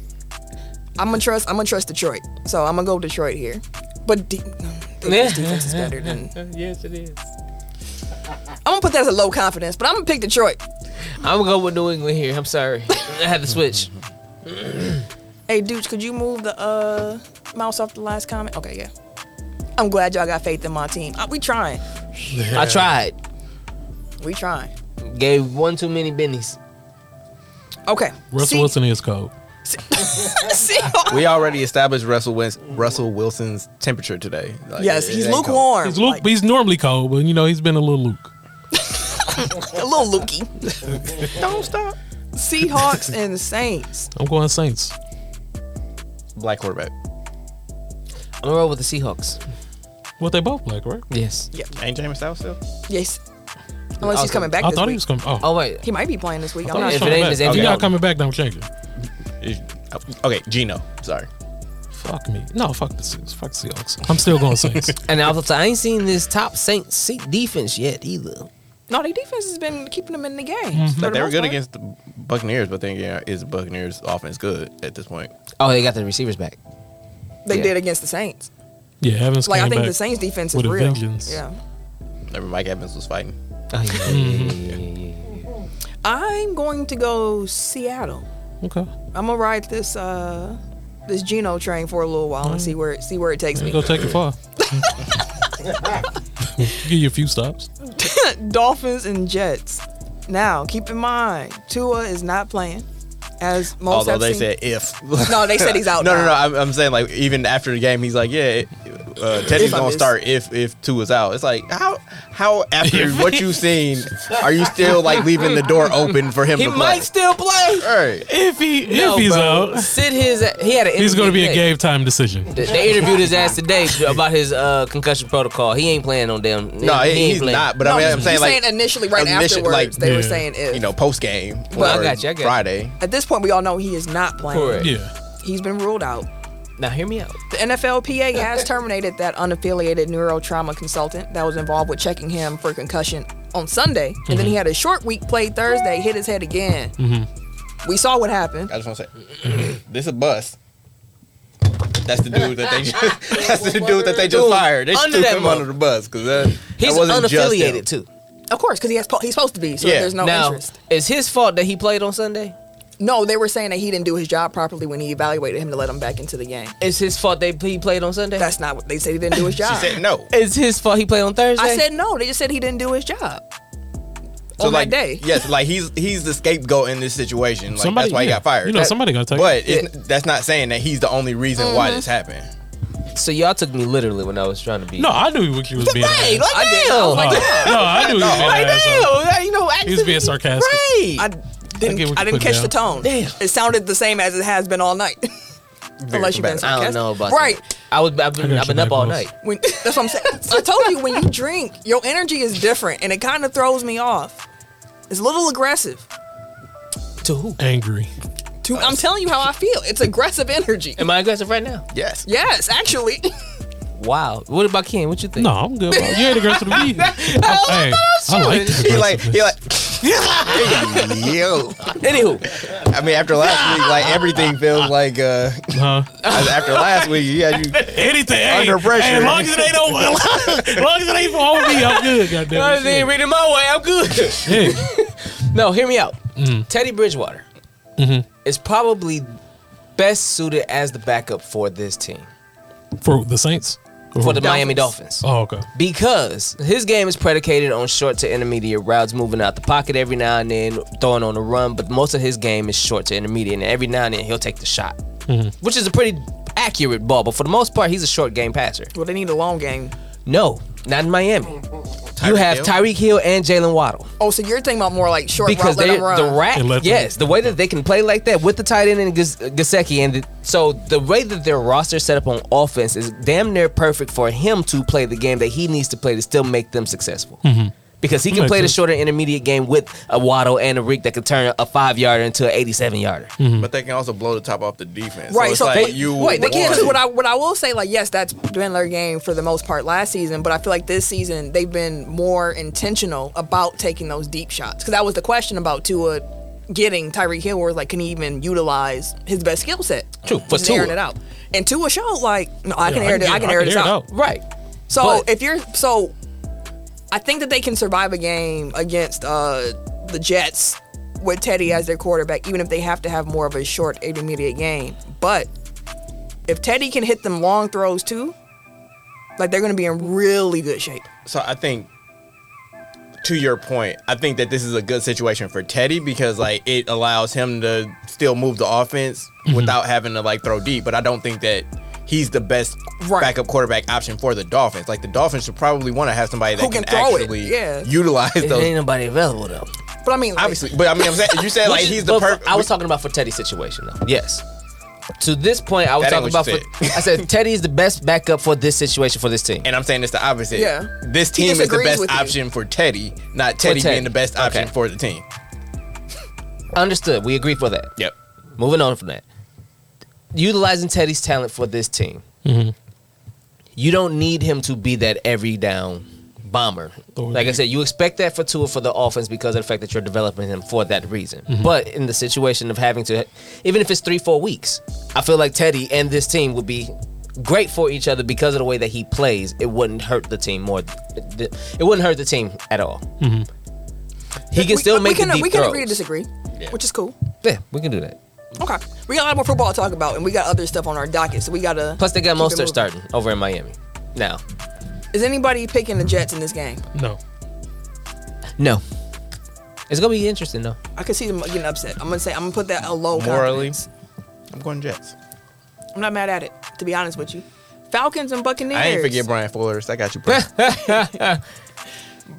Speaker 1: I'm gonna trust. I'm gonna trust Detroit. So I'm gonna go Detroit here. But de- (sighs) Detroit's defense is better than.
Speaker 3: Uh, Yes, it is.
Speaker 1: I'm gonna put that as a low confidence, but I'm gonna pick Detroit.
Speaker 3: I'm gonna go with New England here. I'm sorry, I had to switch.
Speaker 1: Hey, dudes, could you move the uh, mouse off the last comment? Okay, yeah. I'm glad y'all got faith in my team. Uh, we trying.
Speaker 3: I tried.
Speaker 1: We trying.
Speaker 3: Gave one too many bennies.
Speaker 1: Okay.
Speaker 4: Russell
Speaker 1: See-
Speaker 4: Wilson is cold.
Speaker 1: (laughs) See-
Speaker 5: we already established Russell Wins- Russell Wilson's temperature today. Like,
Speaker 1: yes,
Speaker 5: it- it
Speaker 1: he's
Speaker 5: ain't cold.
Speaker 1: lukewarm.
Speaker 4: He's Luke.
Speaker 1: like,
Speaker 4: he's normally cold, but you know he's been a little Luke.
Speaker 1: a little lukey. Don't stop. Seahawks and Saints.
Speaker 4: I'm going Saints.
Speaker 5: Black quarterback.
Speaker 3: I'm gonna roll with the Seahawks.
Speaker 4: Well, they both black, right?
Speaker 3: Yes.
Speaker 5: Ain't James South still?
Speaker 1: Yes. Unless he's coming back
Speaker 4: I
Speaker 1: this
Speaker 4: thought
Speaker 1: week.
Speaker 4: he was coming. Oh,
Speaker 3: Oh wait,
Speaker 1: He might be playing this week. I'm
Speaker 4: I
Speaker 1: not
Speaker 4: was
Speaker 3: Oh, If it
Speaker 1: sure.
Speaker 3: ain't,
Speaker 4: coming back.
Speaker 3: it's Andy
Speaker 4: If y'all
Speaker 3: Dalton.
Speaker 4: coming back, don't change it.
Speaker 5: Is- Oh, Okay, Gino. Sorry.
Speaker 4: Fuck me. No, fuck the Saints. Fuck the Seahawks. I'm still going Saints.
Speaker 3: and also I ain't seen this top Saints Saint defense yet either.
Speaker 1: No, their defense has been keeping them in the game.
Speaker 4: Mm-hmm.
Speaker 1: for
Speaker 5: Like,
Speaker 1: the
Speaker 5: they were
Speaker 1: most
Speaker 5: good
Speaker 1: part.
Speaker 5: against the Buccaneers, but then yeah, is the Buccaneers offense good at this point?
Speaker 3: Oh, they got the receivers back.
Speaker 1: They
Speaker 3: Yeah.
Speaker 1: did against the Saints.
Speaker 4: yeah, Evans
Speaker 1: Like
Speaker 4: came
Speaker 1: I think
Speaker 4: back.
Speaker 1: the Saints defense is
Speaker 4: with a
Speaker 1: real.
Speaker 4: vengeance.
Speaker 1: Yeah.
Speaker 5: Remember Mike Evans was fighting.
Speaker 3: Oh, yeah, yeah, yeah, yeah, yeah, yeah.
Speaker 1: I'm going to go Seattle.
Speaker 4: Okay.
Speaker 1: I'm gonna ride this uh this Geno train for a little while and see
Speaker 4: Mm.
Speaker 1: where it, see where it takes
Speaker 4: Go
Speaker 1: me.
Speaker 4: take it far. Give you a few stops.
Speaker 1: Dolphins and Jets. Now, keep in mind, Tua is not playing. As most
Speaker 5: Although
Speaker 1: have
Speaker 5: they
Speaker 1: seen-
Speaker 5: said if.
Speaker 3: (laughs)
Speaker 1: No, they said he's out
Speaker 5: (laughs) No, no, no.
Speaker 1: now.
Speaker 5: I'm, I'm saying like even after the game, he's like, yeah, it- uh, Teddy's
Speaker 1: If I
Speaker 5: gonna
Speaker 1: miss.
Speaker 5: start if if two is out. It's like how how after what you've seen, are you still like leaving the door open for him
Speaker 3: He
Speaker 5: to play?
Speaker 3: might still play.
Speaker 5: All right.
Speaker 4: If he if
Speaker 3: No,
Speaker 4: he's
Speaker 3: bro.
Speaker 4: out,
Speaker 3: Sid his. He had an.
Speaker 4: he's
Speaker 3: interview
Speaker 4: gonna be a
Speaker 3: today.
Speaker 4: game time decision.
Speaker 3: They- They interviewed his ass today about his uh, concussion protocol. He ain't playing on damn.
Speaker 5: No,
Speaker 3: he,
Speaker 5: he-
Speaker 3: ain't
Speaker 5: he's
Speaker 3: playing.
Speaker 5: not. But
Speaker 1: No,
Speaker 5: I mean, I'm
Speaker 1: you're
Speaker 5: saying like
Speaker 1: initially, right
Speaker 5: initial-
Speaker 1: afterwards,
Speaker 5: like,
Speaker 1: they were
Speaker 4: yeah.
Speaker 1: saying if.
Speaker 5: you know post game.
Speaker 3: Well, I got you, I got you.
Speaker 5: Friday.
Speaker 1: At this point, we all know he is not playing.
Speaker 3: Correct.
Speaker 4: Yeah.
Speaker 1: He's been ruled out.
Speaker 3: Now hear me out.
Speaker 1: The NFLPA
Speaker 5: (laughs)
Speaker 1: has terminated that unaffiliated neurotrauma consultant that was involved with checking him for concussion on Sunday, and then he
Speaker 5: Mm-hmm.
Speaker 1: had a short week, played Thursday, hit his head again.
Speaker 5: Mm-hmm.
Speaker 1: We saw what happened.
Speaker 5: I just want to say, this is a bust. That's the dude that
Speaker 3: (laughs)
Speaker 5: they just, that's the dude that they just
Speaker 3: Dude,
Speaker 5: fired. They
Speaker 3: under
Speaker 5: threw
Speaker 3: that
Speaker 5: him under the bus because that,
Speaker 3: He's
Speaker 5: that wasn't just him.
Speaker 3: unaffiliated too.
Speaker 1: Of course, because he has po- he's supposed to be, so
Speaker 5: Yeah.
Speaker 1: there's no
Speaker 3: now,
Speaker 1: interest.
Speaker 3: it's his fault that he played on Sunday.
Speaker 1: No, they were saying that he didn't do his job properly when he evaluated him to let him back into the game.
Speaker 3: It's his fault they he played on Sunday.
Speaker 1: That's not what they said. He didn't do
Speaker 5: (laughs)
Speaker 1: his job.
Speaker 5: She said no.
Speaker 3: it's his fault he played on Thursday.
Speaker 1: I said no. They just said he didn't do his job on that
Speaker 5: like,
Speaker 1: day.
Speaker 5: Yes, like he's he's the scapegoat in this situation. Like
Speaker 4: Somebody-
Speaker 5: that's why he
Speaker 4: yeah.
Speaker 5: got fired.
Speaker 4: You know,
Speaker 5: That-
Speaker 4: somebody gotta take
Speaker 5: But it's, that's not saying that he's the only reason
Speaker 1: Mm-hmm.
Speaker 5: why this happened.
Speaker 3: So y'all took me literally when I was trying to be.
Speaker 4: No, I knew what you was being. an
Speaker 3: Hey,
Speaker 4: ass.
Speaker 3: like damn.
Speaker 4: Oh, no, I knew he was being. an asshole.
Speaker 3: damn. You know,
Speaker 4: He was being sarcastic.
Speaker 3: Right.
Speaker 1: I
Speaker 4: I get
Speaker 1: didn't.
Speaker 4: what
Speaker 1: I,
Speaker 4: you're
Speaker 1: didn't
Speaker 4: putting
Speaker 1: catch the tone.
Speaker 3: Damn.
Speaker 1: It sounded the same as it has been all night. (laughs) Unless you've been
Speaker 3: I
Speaker 5: competitive.
Speaker 1: sarcastic.
Speaker 3: don't know about
Speaker 1: right.
Speaker 3: that. I was. I've been,
Speaker 4: I got
Speaker 3: I've been
Speaker 4: your
Speaker 3: up all
Speaker 4: back,
Speaker 3: night.
Speaker 4: boss.
Speaker 1: When (laughs) that's what I'm saying. I told you when you drink, your energy is different, and it kind of throws me off. It's a little aggressive.
Speaker 3: To who?
Speaker 4: Angry.
Speaker 1: To- I'm telling you how I feel. It's aggressive energy.
Speaker 3: Am I aggressive right now?
Speaker 5: Yes.
Speaker 1: Yes, actually. (laughs)
Speaker 3: Wow. What about Ken? What you think?
Speaker 4: No, I'm good. Bro. You ain't aggressive to me. hey, I like this.
Speaker 5: He like he
Speaker 4: aggressiveness.
Speaker 5: like (laughs) yo.
Speaker 3: Anywho,
Speaker 5: I mean, after last week, like everything feels like uh (laughs)
Speaker 4: huh?
Speaker 5: after last week, you had you
Speaker 4: Anything hey,
Speaker 5: Under pressure.
Speaker 4: Hey, as long as it ain't over, (laughs) as long as it ain't over me, I'm good. Goddamn.
Speaker 3: if they ain't
Speaker 4: it.
Speaker 3: reading my way, I'm good.
Speaker 4: Shit.
Speaker 3: No, hear me out. Teddy Bridgewater is probably best suited as the backup for this team,
Speaker 4: Yeah. For the Saints.
Speaker 3: for
Speaker 4: Or who?
Speaker 3: the Miami Dolphins.
Speaker 4: Oh, okay.
Speaker 3: Because his game is predicated on short to intermediate routes, moving out the pocket every now and then, throwing on the run, but most of his game is short to intermediate, and every now and then he'll take the shot, which is a pretty accurate ball, but for the most part, he's a short game passer.
Speaker 1: well, they need a long game.
Speaker 3: No, not in Miami. you
Speaker 5: Tyreek
Speaker 3: have
Speaker 5: Hill?
Speaker 3: Tyreek Hill and Jalen Waddle.
Speaker 1: Oh, so you're thinking about more like short
Speaker 3: because
Speaker 1: route,
Speaker 3: they
Speaker 1: let them run.
Speaker 3: the rack.
Speaker 4: And let them-
Speaker 3: yes, the way that they can play like that with the tight end and Gas- Gasecki, and the, so the way that their roster set up on offense is damn near perfect for him to play the game that he needs to play to still make them successful. Because he can
Speaker 4: Mm-hmm. Makes
Speaker 3: play the
Speaker 4: sense.
Speaker 3: shorter intermediate game with a Waddle and a Reek that could turn a five yarder into an eighty-seven yarder.
Speaker 4: Mm-hmm.
Speaker 5: but they can also blow the top off the defense.
Speaker 1: Right,
Speaker 5: it's
Speaker 1: so
Speaker 5: like
Speaker 1: they-
Speaker 5: you
Speaker 1: Wait, they can't.
Speaker 5: want-
Speaker 1: Because what I what I will say, like, yes, that's been their game for the most part last season, but I feel like this season they've been more intentional about taking those deep shots. Because that was the question about Tua getting Tyreek Hill, was like, can he even utilize his best skill set?
Speaker 3: True, for
Speaker 1: Just airing
Speaker 3: Tua.
Speaker 1: it out. And Tua showed like, no, I can
Speaker 4: Yeah,
Speaker 1: air it. I can air this
Speaker 4: it
Speaker 1: out.
Speaker 3: Right.
Speaker 1: So
Speaker 3: But-
Speaker 1: if you're so, I think that they can survive a game against uh, the Jets with Teddy as their quarterback, even if they have to have more of a short intermediate game. But if Teddy can hit them long throws too, like they're going to be in really good shape.
Speaker 5: so I think to your point, I think that this is a good situation for Teddy because like it allows him to still move the offense
Speaker 3: Mm-hmm.
Speaker 5: without having to like throw deep. But I don't think that he's the best
Speaker 1: Right.
Speaker 5: backup quarterback option for the Dolphins. Like the Dolphins should probably want to have somebody that
Speaker 1: Who
Speaker 5: can,
Speaker 1: can throw it,
Speaker 5: actually
Speaker 1: yeah.
Speaker 5: utilize
Speaker 3: ain't
Speaker 5: those.
Speaker 3: nobody available though.
Speaker 1: But I mean, like,
Speaker 5: Obviously, but I mean, I'm saying you said like
Speaker 3: Which is-
Speaker 5: he's the
Speaker 3: but
Speaker 5: perfect.
Speaker 3: I was talking about for Teddy's situation though. Yes. To this point, I was
Speaker 5: That
Speaker 3: talking about.
Speaker 5: ain't what
Speaker 3: For,
Speaker 5: you
Speaker 3: (laughs) I said Teddy is the best backup for this situation for this team.
Speaker 5: and I'm saying it's the opposite.
Speaker 1: Yeah.
Speaker 5: This
Speaker 1: He
Speaker 5: team is the
Speaker 1: disagrees
Speaker 5: best
Speaker 1: with you.
Speaker 5: option for Teddy, not Teddy,
Speaker 3: Teddy.
Speaker 5: being the best option
Speaker 3: Okay.
Speaker 5: for the team.
Speaker 3: Understood. We agree for that.
Speaker 5: Yep.
Speaker 3: Moving on from that, utilizing Teddy's talent for this team, you don't need him to be that every down bomber.
Speaker 4: Throw it
Speaker 3: Like I
Speaker 4: deep.
Speaker 3: said, you expect that for Tua for the offense because of the fact that you're developing him for that reason. But in the situation of having to, even if it's three, four weeks, I feel like Teddy and this team would be great for each other because of the way that he plays. It wouldn't hurt the team more. It wouldn't hurt the team at all. He can
Speaker 1: we-
Speaker 3: still
Speaker 1: we
Speaker 3: make
Speaker 1: can,
Speaker 3: the deep
Speaker 1: We can
Speaker 3: throws.
Speaker 1: agree to disagree, which is cool.
Speaker 3: Yeah, we can do that.
Speaker 1: Okay. We got a lot more football to talk about, and we got other stuff on our docket, so we got to.
Speaker 3: Plus, they got
Speaker 1: Keep it
Speaker 3: Mostert
Speaker 1: moving.
Speaker 3: starting over in Miami. Now,
Speaker 1: Is anybody picking the Jets in this game?
Speaker 4: No.
Speaker 3: no, it's gonna be interesting though.
Speaker 1: I could see them getting upset. I'm gonna say I'm gonna put that a low.
Speaker 5: Morally.
Speaker 1: confidence.
Speaker 5: I'm going Jets.
Speaker 1: I'm not mad at it. To be honest with you, Falcons and Buccaneers.
Speaker 5: I ain't forget Brian Flores. I got
Speaker 3: (laughs)
Speaker 5: you, bro.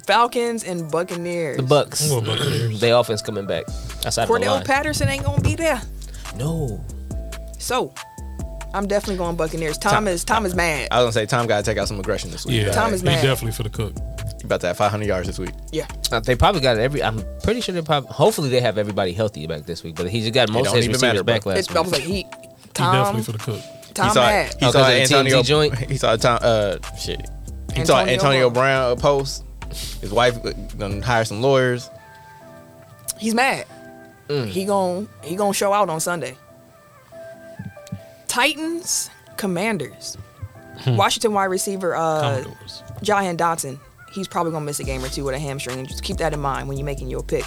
Speaker 1: Falcons and Buccaneers.
Speaker 3: The Bucks,
Speaker 4: Well, Buccaneers.
Speaker 3: they offense coming back outside of the
Speaker 1: Cordell
Speaker 3: line.
Speaker 1: Patterson ain't gonna be there,
Speaker 3: no,
Speaker 1: so I'm definitely going Buccaneers. Tom is Tom is mad.
Speaker 5: I was gonna say Tom gotta take out some aggression this week.
Speaker 4: Yeah.
Speaker 1: Tom is
Speaker 4: he
Speaker 1: mad.
Speaker 4: definitely for the cook.
Speaker 5: You about to have 500 yards this week.
Speaker 1: Yeah,
Speaker 3: Uh, they probably got every. I'm pretty sure they probably. Hopefully, they have everybody healthy back this week. But he just got most of
Speaker 5: don't
Speaker 3: his
Speaker 5: even
Speaker 3: receivers
Speaker 5: matter, bro.
Speaker 3: back last
Speaker 1: it's,
Speaker 3: week.
Speaker 1: I was like he.
Speaker 4: He
Speaker 1: Tom,
Speaker 4: definitely for the cook.
Speaker 1: Tom
Speaker 5: he saw,
Speaker 1: mad.
Speaker 5: He
Speaker 3: Oh,
Speaker 5: saw
Speaker 3: 'cause of the
Speaker 5: Antonio.
Speaker 3: TMZ joint?
Speaker 5: (laughs) He saw Tom. Uh, shit. He saw
Speaker 1: Antonio
Speaker 5: Antonio
Speaker 1: Brown.
Speaker 5: Brown post. His wife uh, gonna hire some lawyers.
Speaker 1: He's mad.
Speaker 5: Mm.
Speaker 1: He gon' he gonna show out on Sunday. Titans, Commanders,
Speaker 5: Hmm.
Speaker 1: Washington wide receiver uh,
Speaker 4: Commodores.
Speaker 1: Jahan Dotson. He's probably gonna miss a game or two with a hamstring. Just keep that in mind when you're making your pick.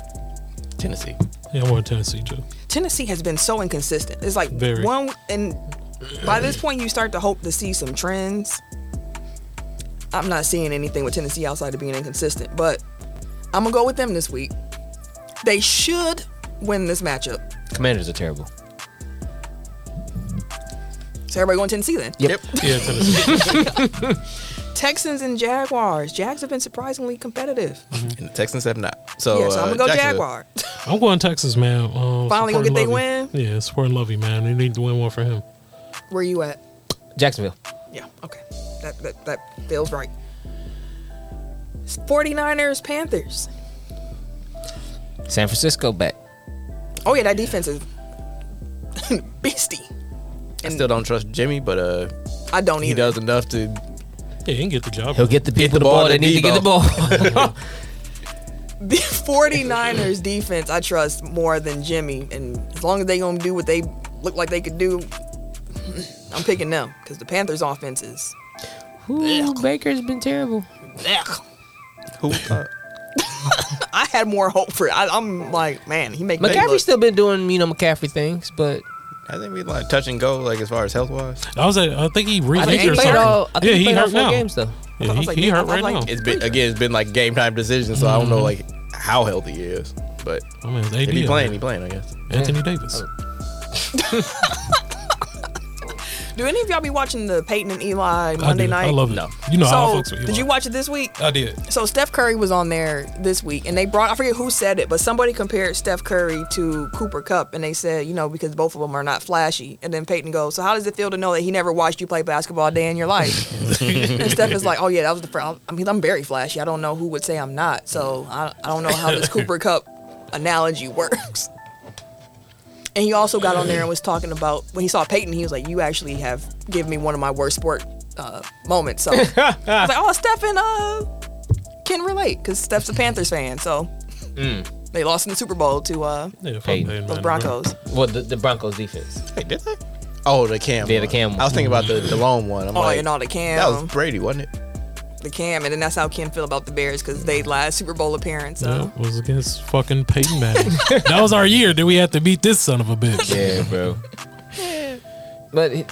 Speaker 5: Tennessee.
Speaker 4: Yeah, I want Tennessee too.
Speaker 1: Tennessee has been so inconsistent. It's like
Speaker 4: Very.
Speaker 1: one and by this point you start to hope to see some trends. I'm not seeing anything with Tennessee outside of being inconsistent, but I'm gonna go with them this week. They should win this matchup.
Speaker 3: Commanders are terrible.
Speaker 1: So everybody going Tennessee then.
Speaker 3: Yep.
Speaker 4: Yeah, Tennessee.
Speaker 1: Texans and Jaguars. Jags have been surprisingly competitive.
Speaker 5: And the Texans have not. So,
Speaker 1: yeah, so I'm
Speaker 5: uh,
Speaker 1: gonna go
Speaker 5: Jacksonville.
Speaker 1: Jaguar. (laughs)
Speaker 4: I'm going Texas, man.
Speaker 1: Finally gonna
Speaker 4: Uh, supporting
Speaker 1: get they
Speaker 4: Lovey.
Speaker 1: win?
Speaker 4: Yeah, supporting Lovey, man. They need to win one for him.
Speaker 1: Where you at?
Speaker 3: Jacksonville.
Speaker 1: Yeah, okay. That that, that feels right. 49ers, Panthers.
Speaker 3: San Francisco back.
Speaker 1: Oh yeah, that defense is (laughs) beastie.
Speaker 5: I still don't trust Jimmy, but uh,
Speaker 1: I don't
Speaker 5: he
Speaker 1: either.
Speaker 5: does enough to.
Speaker 4: Yeah, he can get the job.
Speaker 3: He'll get the people
Speaker 5: the
Speaker 3: the
Speaker 5: ball
Speaker 3: ball.
Speaker 5: to
Speaker 3: They need to get the ball.
Speaker 1: (laughs)
Speaker 3: (laughs)
Speaker 1: The 49ers (laughs) defense I trust more than Jimmy. And as long as they gonna do what they look like they could do, (clears throat) I'm picking them. Because the Panthers offense is
Speaker 3: Ooh, Baker's been terrible.
Speaker 1: Ugh.
Speaker 5: Who? Uh,
Speaker 1: I had more hope for it. I, I'm like, man, he make me
Speaker 3: McCaffrey's
Speaker 1: look-
Speaker 3: still been doing you know McCaffrey things, but
Speaker 5: I think we like touch and go, like as far as health wise.
Speaker 4: I was at, I think he re
Speaker 3: I think
Speaker 1: he
Speaker 3: he
Speaker 1: hurt
Speaker 4: or
Speaker 3: played
Speaker 4: something.
Speaker 3: all. I think he
Speaker 4: yeah, he
Speaker 3: played all
Speaker 4: hurt
Speaker 3: four
Speaker 4: now.
Speaker 3: games though.
Speaker 1: I
Speaker 4: Yeah,
Speaker 1: was
Speaker 4: he,
Speaker 1: like,
Speaker 4: he
Speaker 1: yeah,
Speaker 4: hurt
Speaker 1: I
Speaker 4: right
Speaker 1: like-
Speaker 4: now.
Speaker 5: It's been again, it's been like game time decision, so I don't know like
Speaker 3: Mm-hmm.
Speaker 5: how healthy he is. But
Speaker 4: I mean, it's AD,
Speaker 5: if he playing, he playing, I guess.
Speaker 4: Anthony Davis.
Speaker 1: Do any of y'all be watching the Peyton and Eli Monday
Speaker 4: I do.
Speaker 1: night?
Speaker 4: I love it.
Speaker 5: No.
Speaker 4: You know how I
Speaker 1: so,
Speaker 4: fucks with Eli.
Speaker 1: did you watch it this week?
Speaker 4: I did.
Speaker 1: So Steph Curry was on there this week, and they brought I forget who said it, but somebody compared Steph Curry to Cooper Cup, and they said, you know, because both of them are not flashy. And then Peyton goes, so how does it feel to know that he never watched you play basketball a day in your life? and Steph is like, oh yeah, that was the. Fr- I mean, I'm very flashy. I don't know who would say I'm not. So I, I don't know how this Cooper Cup analogy works. And he also got on there and was talking about when he saw Peyton, he was like, "You actually have given me one of my worst sport uh, moments." So I was like, "Oh, Stephen uh, can relate because Steph's a Panthers fan." So
Speaker 4: Mm.
Speaker 1: they lost in the Super Bowl to uh,
Speaker 4: Yeah, fuck
Speaker 3: Hey,
Speaker 4: Peyton
Speaker 1: the
Speaker 4: Manning,
Speaker 1: Broncos.
Speaker 3: Well, the, the Broncos defense.
Speaker 5: Wait, did they? Oh, the cam.
Speaker 3: Yeah, the
Speaker 5: one.
Speaker 3: Cam
Speaker 5: I was thinking about the the lone one. I'm
Speaker 1: Oh,
Speaker 5: like,
Speaker 1: and all the Cam,
Speaker 5: that was Brady, wasn't it?
Speaker 1: the Cam, and then that's how Ken feel about the Bears because they last Super Bowl appearance. So.
Speaker 4: bro. Yeah, was against fucking Peyton Manning. that was our year. Did we have to beat this son of a bitch?
Speaker 3: Yeah, bro. but he-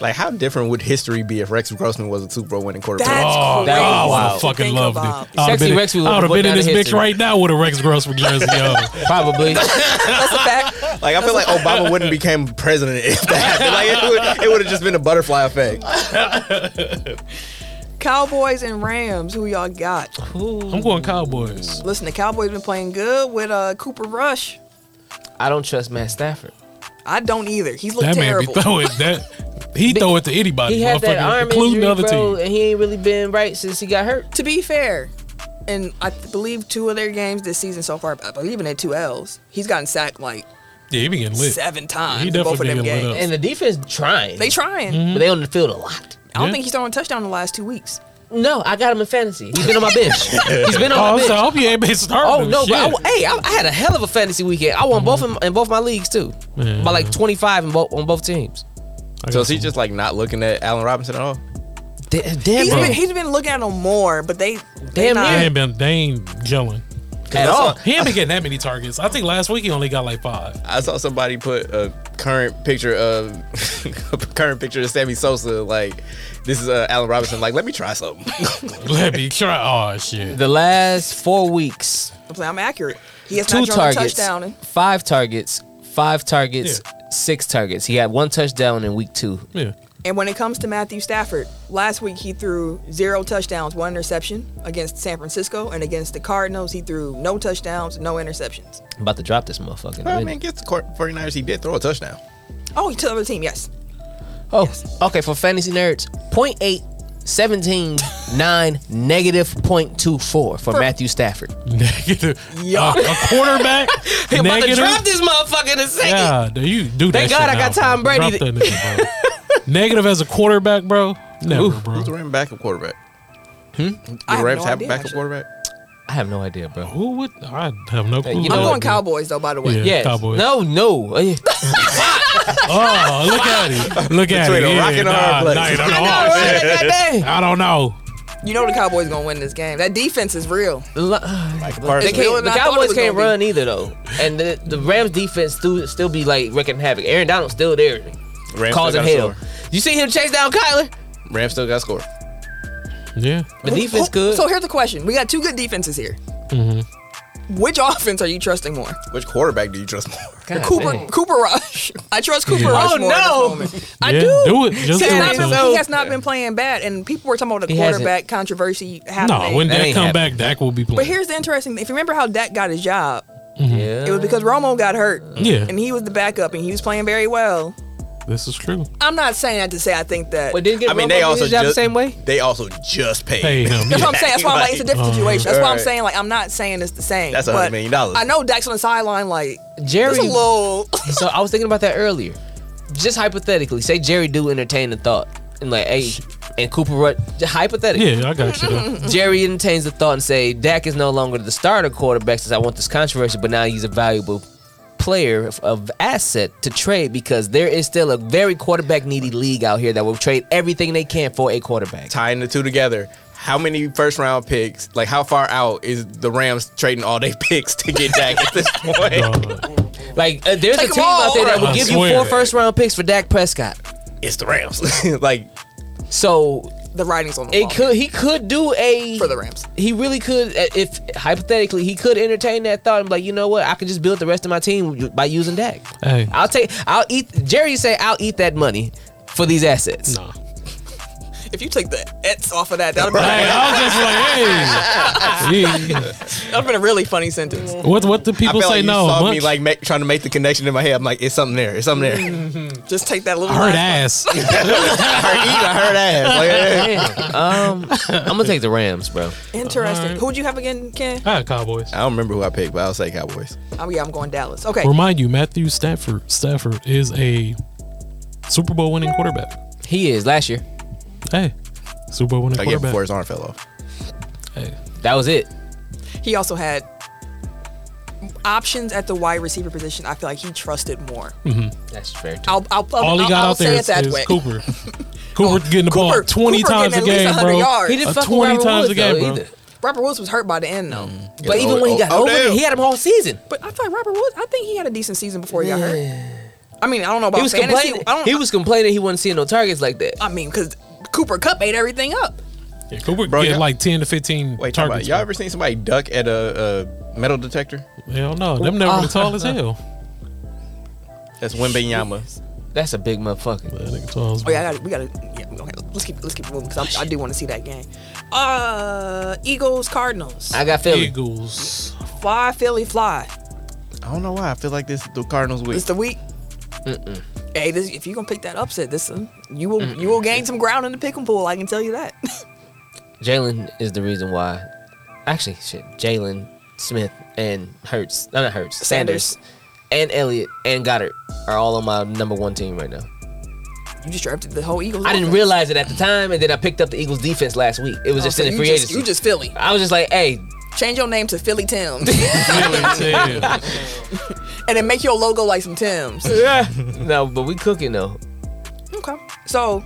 Speaker 5: Like, how different would history be if Rex Grossman was a Super Bowl winning quarterback?
Speaker 1: That's
Speaker 4: Oh,
Speaker 1: crazy.
Speaker 3: that was
Speaker 4: oh,
Speaker 3: wild.
Speaker 4: I
Speaker 1: Think
Speaker 4: fucking loved it.
Speaker 1: about-
Speaker 4: I would've
Speaker 3: Sexy
Speaker 4: been-
Speaker 3: Rex was
Speaker 4: I would have
Speaker 3: looking
Speaker 4: been in
Speaker 3: down
Speaker 4: this
Speaker 3: at
Speaker 4: bitch
Speaker 3: history.
Speaker 4: right now with a Rex Grossman jersey on.
Speaker 3: probably.
Speaker 1: That's a fact.
Speaker 5: Like, I feel like Obama wouldn't became president if that happened. Like, it would have just been a butterfly effect.
Speaker 1: Cowboys and Rams, who y'all got?
Speaker 4: I'm going
Speaker 1: (laughs)
Speaker 4: Cowboys.
Speaker 1: Listen, the Cowboys been playing good with uh, Cooper Rush.
Speaker 3: I don't trust Matt Stafford.
Speaker 1: I don't either. He's looked
Speaker 4: That man be
Speaker 1: terrible.
Speaker 4: throwing that. He throw it to anybody,
Speaker 3: He had that
Speaker 4: motherfucker,
Speaker 3: arm
Speaker 4: including
Speaker 3: injury,
Speaker 4: the other
Speaker 3: bro,
Speaker 4: team.
Speaker 3: and he ain't really been right since he got hurt.
Speaker 1: to be fair, and I th- believe two of their games this season so far, I believe in their two L's, he's gotten sacked like
Speaker 4: Yeah, he be getting lit.
Speaker 1: seven times.
Speaker 4: He
Speaker 1: in both of
Speaker 4: definitely
Speaker 1: them
Speaker 4: been lit
Speaker 1: games.
Speaker 4: up. Mm-hmm.
Speaker 3: And the defense trying.
Speaker 1: They trying.
Speaker 3: but they on the field a lot.
Speaker 1: I don't
Speaker 4: Yeah.
Speaker 1: think he's throwing a touchdown in the last two weeks.
Speaker 3: No, I got him in fantasy. He's been on my (laughs) bench. He's been on
Speaker 4: Oh,
Speaker 3: my
Speaker 4: so
Speaker 3: bench.
Speaker 4: I hope you ain't been
Speaker 3: Oh
Speaker 4: starting.
Speaker 3: no,
Speaker 4: him.
Speaker 3: but I,
Speaker 4: Shit.
Speaker 3: hey, I, I had a hell of a fantasy weekend. I won both in, in both my leagues too,
Speaker 4: Man.
Speaker 3: by like twenty five in both on both teams.
Speaker 4: I
Speaker 5: So
Speaker 4: got
Speaker 5: is he
Speaker 4: some-
Speaker 5: just like not looking at Allen Robinson at all?
Speaker 3: Da- Damn,
Speaker 1: He's
Speaker 3: bro.
Speaker 1: been, he's been looking at them more, but they they
Speaker 3: Damn
Speaker 1: not-
Speaker 4: They
Speaker 3: near.
Speaker 4: ain't been. They ain't gelling.
Speaker 3: at all.
Speaker 4: He ain't been getting that many targets. I think last week he only got
Speaker 3: (laughs)
Speaker 4: like five.
Speaker 5: I saw somebody put a current picture of (laughs) a current picture of Sammy Sosa. Like, this is uh, Allen Robinson. Like, let me try something. (laughs)
Speaker 4: Let me try. Oh shit.
Speaker 3: The last four weeks,
Speaker 1: I'm saying I'm accurate. He has
Speaker 3: two
Speaker 1: not thrown a
Speaker 3: targets,
Speaker 1: touchdown. in-
Speaker 3: five targets, five targets, six targets. He had one touchdown in week two.
Speaker 4: Yeah.
Speaker 1: And when it comes to Matthew Stafford, last week he threw zero touchdowns, one interception against San Francisco, and against the Cardinals he threw no touchdowns, no interceptions.
Speaker 3: I'm about to drop this motherfucker.
Speaker 5: I mean, against the Cor- 49ers, he did throw a touchdown.
Speaker 1: Oh, he to the other team, yes.
Speaker 3: Oh, okay. For fantasy nerds, 0.8, 17, 9, negative 0.24 for Matthew Stafford.
Speaker 4: Negative. Uh,
Speaker 3: (laughs)
Speaker 4: a quarterback.
Speaker 3: They about to
Speaker 4: negative?
Speaker 3: drop this motherfucker in a second.
Speaker 4: Yeah, do you do
Speaker 3: Thank
Speaker 4: that.
Speaker 3: God
Speaker 4: shit
Speaker 3: I got
Speaker 4: now,
Speaker 3: Tom
Speaker 4: bro.
Speaker 3: Brady
Speaker 4: Drop that nigga, bro. negative as a quarterback, bro. Never, bro.
Speaker 5: Who's the running backup quarterback? Hmm? The
Speaker 1: I have
Speaker 5: Rams
Speaker 1: no
Speaker 5: have a
Speaker 1: idea,
Speaker 5: backup
Speaker 1: actually.
Speaker 5: quarterback?
Speaker 3: I have no idea, bro.
Speaker 4: Who would? I have no clue.
Speaker 3: you
Speaker 1: I'm
Speaker 3: know-
Speaker 1: going Cowboys though, by the way.
Speaker 4: Yeah.
Speaker 3: Yes.
Speaker 4: Cowboys.
Speaker 3: No, no. Eh, (laughs)
Speaker 4: Oh, look at it. Look at
Speaker 5: (laughs) Between
Speaker 4: it.
Speaker 5: a
Speaker 4: Yeah,
Speaker 5: rock and a
Speaker 4: nah,
Speaker 5: hard place.
Speaker 4: nah, you don't know.
Speaker 3: (laughs) I know, right? Goddamn.
Speaker 4: I don't know.
Speaker 1: You know the Cowboys gonna win this game. That defense is real.
Speaker 3: Lo-
Speaker 5: Mike
Speaker 3: They
Speaker 1: Really
Speaker 5: Parsons.
Speaker 3: can't, the
Speaker 1: not thought it
Speaker 3: Cowboys
Speaker 1: was
Speaker 3: can't
Speaker 1: gonna
Speaker 3: run either, though. And the, the Rams defense still, still be like wrecking havoc. Aaron Donald's still there,
Speaker 5: Rams
Speaker 3: causing hell.
Speaker 5: still got
Speaker 3: You see him chase down Kyler?
Speaker 5: score. Rams still got score.
Speaker 4: Yeah.
Speaker 3: The defense
Speaker 1: Who-
Speaker 3: good.
Speaker 1: So here's the question: We got two good defenses here.
Speaker 3: Mm-hmm.
Speaker 1: Which (laughs) offense are you trusting more?
Speaker 5: Which quarterback do
Speaker 1: (laughs)
Speaker 5: you trust more?
Speaker 3: God
Speaker 1: Cooper
Speaker 3: dang.
Speaker 1: Cooper Rush. (laughs) I trust Cooper Rush
Speaker 3: Oh,
Speaker 1: more at this
Speaker 3: no.
Speaker 1: moment.
Speaker 3: I
Speaker 4: yeah,
Speaker 3: do.
Speaker 4: it. Just do
Speaker 1: He
Speaker 3: Sam
Speaker 1: has, not
Speaker 3: Darnold.
Speaker 4: it. Sam.
Speaker 1: been, he has not been playing bad, and people were talking about the
Speaker 3: He hasn't.
Speaker 1: quarterback controversy happening.
Speaker 4: No, when
Speaker 3: That
Speaker 4: that
Speaker 3: ain't
Speaker 4: come
Speaker 3: happening.
Speaker 4: back, Dak will be playing.
Speaker 1: But here's the interesting thing. If you remember how Dak got his job,
Speaker 3: Yeah.
Speaker 1: it was because Romo got hurt.
Speaker 4: Yeah.
Speaker 1: And he was the backup and he was playing very well.
Speaker 4: this is true.
Speaker 1: I'm not saying that to say I think that.
Speaker 3: But didn't get
Speaker 5: I mean,
Speaker 3: Romo
Speaker 5: they
Speaker 3: do
Speaker 5: also
Speaker 3: his job
Speaker 5: just
Speaker 3: the same way.
Speaker 5: They also just paid.
Speaker 4: Pay him.
Speaker 1: That's
Speaker 4: yeah.
Speaker 1: what I'm saying. That's why I'm like, it's a
Speaker 4: Oh,
Speaker 1: different situation. That's why I'm
Speaker 5: Alright.
Speaker 1: saying, like, I'm not saying it's the same.
Speaker 5: That's a hundred
Speaker 1: but
Speaker 5: million dollars.
Speaker 1: I know Dak's on the sideline, like,
Speaker 3: Jerry.
Speaker 1: it's a little. (laughs)
Speaker 3: so I was thinking about that earlier. Just hypothetically, say Jerry do entertain the thought and like, hey, and Cooper Rush. Just hypothetically,
Speaker 4: Yeah, I got you. though.
Speaker 3: (laughs) Jerry entertains the thought and say Dak is no longer the starter quarterback since I want this controversy, but now he's a valuable player of, of asset to trade because there is still a very quarterback needy league out here that will trade everything they can for a quarterback.
Speaker 5: Tying the two together. How many first round picks? Like, how far out is the Rams trading all their (laughs) picks to get Dak at (laughs) this point?
Speaker 4: Uh,
Speaker 3: Like uh, there's
Speaker 1: Take 'em
Speaker 3: a team
Speaker 1: all.
Speaker 3: out there that will
Speaker 4: I
Speaker 3: give you
Speaker 4: swear.
Speaker 3: four first round picks for Dak Prescott.
Speaker 5: it's the Rams. (laughs) like,
Speaker 3: So
Speaker 1: the writing's on the
Speaker 3: it
Speaker 1: wall
Speaker 3: could he could do a
Speaker 1: for the Rams.
Speaker 3: he really could uh, if hypothetically he could entertain that thought and be like you know what i could just build the rest of my team by using dak
Speaker 4: hey,
Speaker 3: i'll take i'll eat jerry say i'll eat that money for these assets (laughs)
Speaker 4: nah.
Speaker 1: If you take the Ets off of that, that would
Speaker 4: Hey,
Speaker 1: have
Speaker 4: I was just
Speaker 3: (laughs)
Speaker 4: like, hey.
Speaker 1: been, a really funny sentence.
Speaker 4: Yeah. What what do
Speaker 5: I
Speaker 4: people
Speaker 5: feel
Speaker 4: say
Speaker 5: like you
Speaker 4: no?
Speaker 5: saw
Speaker 4: Munch?
Speaker 5: me like make, trying to make the connection in my head. I'm like, it's something there. It's something there.
Speaker 1: Mm. Just take that little.
Speaker 4: I heard
Speaker 1: last-
Speaker 4: ass. (laughs)
Speaker 5: I heard eat. I heard ass.
Speaker 1: (laughs)
Speaker 5: Like, eh.
Speaker 3: Man, um i'm gonna take the rams bro
Speaker 1: Interesting.
Speaker 4: Alright.
Speaker 1: Who'd you have again, Ken?
Speaker 4: Ah, Cowboys.
Speaker 5: I don't remember who I picked, but I'll say Cowboys.
Speaker 1: Oh, yeah, I'm going Dallas. Okay.
Speaker 4: Remind you, Matthew Stafford Stafford is a Super Bowl winning quarterback.
Speaker 3: he is last year
Speaker 4: Hey, Super Bowl winning
Speaker 5: Again, before
Speaker 4: quarterback.
Speaker 5: his arm fell off.
Speaker 4: Hey,
Speaker 3: that was it
Speaker 1: He also had options at the wide receiver position. I feel like he trusted more.
Speaker 3: that's fair too.
Speaker 1: I'll, I'll, I'll,
Speaker 4: Hmm. all he
Speaker 1: I'll,
Speaker 4: got
Speaker 1: I'll
Speaker 4: out
Speaker 1: say
Speaker 4: there
Speaker 1: it
Speaker 4: is,
Speaker 1: that
Speaker 4: is
Speaker 1: way. (laughs) Oh,
Speaker 4: Cooper. Cooper getting the ball
Speaker 1: Cooper-
Speaker 4: twenty
Speaker 1: Cooper
Speaker 4: times a
Speaker 1: getting at least
Speaker 4: game,
Speaker 1: 100
Speaker 4: bro.
Speaker 1: yards.
Speaker 3: he didn't
Speaker 4: A
Speaker 3: fuck with
Speaker 4: 20
Speaker 3: Robert
Speaker 4: Uh, times
Speaker 3: Woods,
Speaker 4: a game,
Speaker 3: though,
Speaker 4: bro.
Speaker 3: either.
Speaker 1: Robert Woods was hurt by the end, though.
Speaker 4: Hmm.
Speaker 3: but even
Speaker 5: Oh,
Speaker 3: when he
Speaker 5: oh,
Speaker 3: got
Speaker 5: oh,
Speaker 3: over it,
Speaker 5: damn.
Speaker 3: he had him all season
Speaker 1: But I thought Robert Woods, I think he had a decent season before he got hurt. I mean, I don't know about
Speaker 3: he was
Speaker 1: fantasy.
Speaker 3: complaining
Speaker 1: I don't,
Speaker 3: he was complaining he wasn't seeing no targets like that
Speaker 1: I mean, because Cooper Cup ate everything up.
Speaker 4: Yeah, Cooper
Speaker 5: Bro,
Speaker 4: getting
Speaker 5: y'all-
Speaker 4: like ten to fifteen
Speaker 5: Wait, talk about,
Speaker 4: targets.
Speaker 5: y'all
Speaker 4: bro.
Speaker 5: ever seen somebody duck at a, a metal detector?
Speaker 4: Hell no, them never
Speaker 1: Oh.
Speaker 3: Ah.
Speaker 4: were
Speaker 1: (laughs)
Speaker 4: tall as hell.
Speaker 5: That's Wimbenyama.
Speaker 3: that's a big motherfucker
Speaker 4: That nigga tall as
Speaker 1: Oh yeah, I got we got to. Yeah, okay, let's keep let's keep moving because I do want to see that game. Uh, Eagles Cardinals.
Speaker 3: i got philly
Speaker 4: Eagles.
Speaker 1: Fly Philly fly.
Speaker 5: I don't know why. I feel like this is the Cardinals week.
Speaker 1: It's the week. Hey, this, if you gonna pick that upset, this uh, you will you will gain some ground in the pick'em pool. I can tell you that. (laughs)
Speaker 3: Jalen is the reason why. Actually, shit, Jalen Smith and Hurts, no, not Hurts, Sanders,
Speaker 1: Sanders.
Speaker 3: and Elliott and Goddard are all on my number one team right now.
Speaker 1: you just drafted the whole Eagles.
Speaker 3: I didn't
Speaker 1: offense.
Speaker 3: realize it at the time, and then I picked up the Eagles defense last week. It
Speaker 1: Oh,
Speaker 3: was just
Speaker 1: so
Speaker 3: in the
Speaker 1: you
Speaker 3: free
Speaker 1: just,
Speaker 3: agency.
Speaker 1: You just Philly.
Speaker 3: I was just like, hey,
Speaker 1: Change your name to Philly
Speaker 3: (laughs)
Speaker 1: Tim's
Speaker 4: Yeah.
Speaker 1: (laughs) and then make your logo like some Tim's.
Speaker 3: (laughs) no, but we cooking though. Mm-hmm.
Speaker 1: (laughs)
Speaker 3: Mm-hmm.
Speaker 1: okay. So,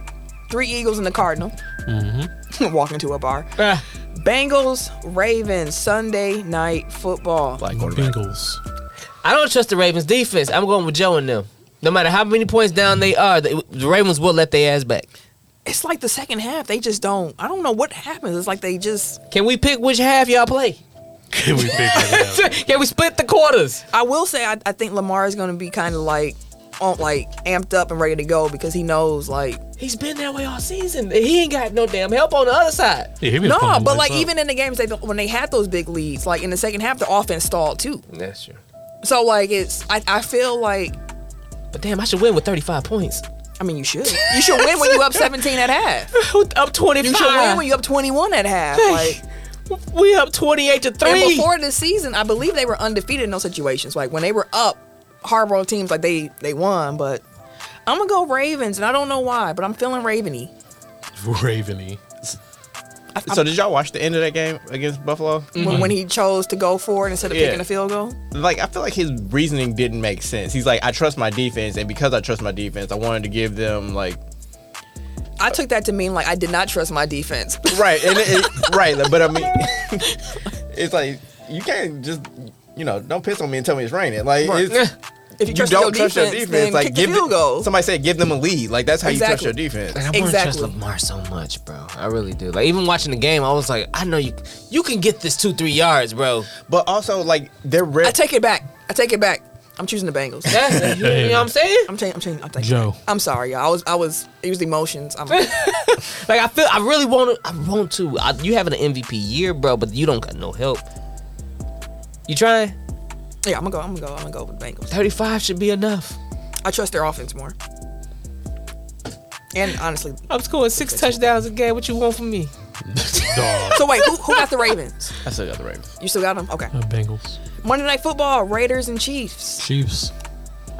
Speaker 1: three Eagles and the Cardinal. Walking to a bar. Bengals, Ravens, Sunday night football.
Speaker 5: Black quarterback.
Speaker 4: Bengals.
Speaker 3: I don't trust the Ravens defense. I'm going with Joe and them. No matter how many points down they are, the, the Ravens will let their ass back.
Speaker 1: It's like the second half. They just don't. I don't know what happens. It's like they just.
Speaker 3: Can we pick which half y'all play?
Speaker 4: Can we figure it
Speaker 3: Can we split the quarters?
Speaker 1: I will say I, I think Lamar is going to be kind of like, on like amped up and ready to go because he knows like
Speaker 3: He's been that way all season. He ain't got no damn help on the other side.
Speaker 4: Yeah, he been
Speaker 1: no,
Speaker 4: fucking
Speaker 1: but like
Speaker 4: lights up.
Speaker 1: even in the games they when they had those big leads, like in the second half the offense stalled too.
Speaker 3: That's true.
Speaker 1: So like it's I, I feel like
Speaker 3: But damn, I should win with 35 points. (laughs)
Speaker 1: I mean you should you should win when you up 17 at half.
Speaker 3: up 25.
Speaker 1: You should win when you up 21 at half. Like
Speaker 3: we up 28 to 3.
Speaker 1: And before this season, I believe they were undefeated in those situations. Like when they were up, hardball teams like they they won. But I'm gonna go Ravens, and I don't know why, but I'm feeling Raveny.
Speaker 4: out? Raveny.
Speaker 5: So did y'all watch the end of that game against Buffalo?
Speaker 1: When, when he chose to go for it instead of
Speaker 5: Mm-hmm. Yeah.
Speaker 1: kicking a field goal,
Speaker 5: Like I feel like his reasoning didn't make sense. He's like, I trust my defense, and because I trust my defense, I wanted to give them like
Speaker 1: I took that to mean like I did not trust my defense. (laughs)
Speaker 5: right and it, it- (laughs) right. But I mean, it's like you can't just you know don't piss on me and tell me it's raining. Like it's,
Speaker 1: (laughs) if you,
Speaker 5: you
Speaker 1: trust
Speaker 5: don't
Speaker 1: your
Speaker 5: trust
Speaker 1: defense,
Speaker 5: your defense.
Speaker 1: then
Speaker 5: Like
Speaker 1: kick
Speaker 5: give
Speaker 1: the field
Speaker 5: them,
Speaker 1: goal.
Speaker 5: somebody said give them a lead. Like that's how you trust
Speaker 1: Exactly.
Speaker 5: your defense.
Speaker 3: Like, I want to trust
Speaker 1: Exactly.
Speaker 3: Lamar so much, bro. I really do. Like even watching the game, I was like, I know you you can get this two, three yards, bro.
Speaker 5: But also like they're
Speaker 1: I
Speaker 5: rare.
Speaker 1: take it back. I take it back. I'm choosing the Bengals.
Speaker 3: (laughs) That's, you know what I'm saying?
Speaker 1: I'm changing. I'm changing. I'm taking
Speaker 4: Joe.
Speaker 1: I'm sorry, y'all. I was. I was. It was emotions.
Speaker 5: (laughs)
Speaker 1: I'm,
Speaker 3: Like I feel I really want to I want to. I, you having an MVP year, bro, but you don't got no help. You trying?
Speaker 1: yeah, I'm gonna go. I'm gonna go. I'm gonna go with the Bengals.
Speaker 3: 35 should be enough.
Speaker 1: I trust their offense more. And honestly,
Speaker 3: I'm scoring six touchdowns a game. What you want from me?
Speaker 4: Dog.
Speaker 1: so wait, who, who got the Ravens?
Speaker 5: I still got the Ravens.
Speaker 1: You still got them? Okay.
Speaker 4: Uh, Bengals.
Speaker 1: Monday Night Football, Raiders and Chiefs.
Speaker 4: Chiefs.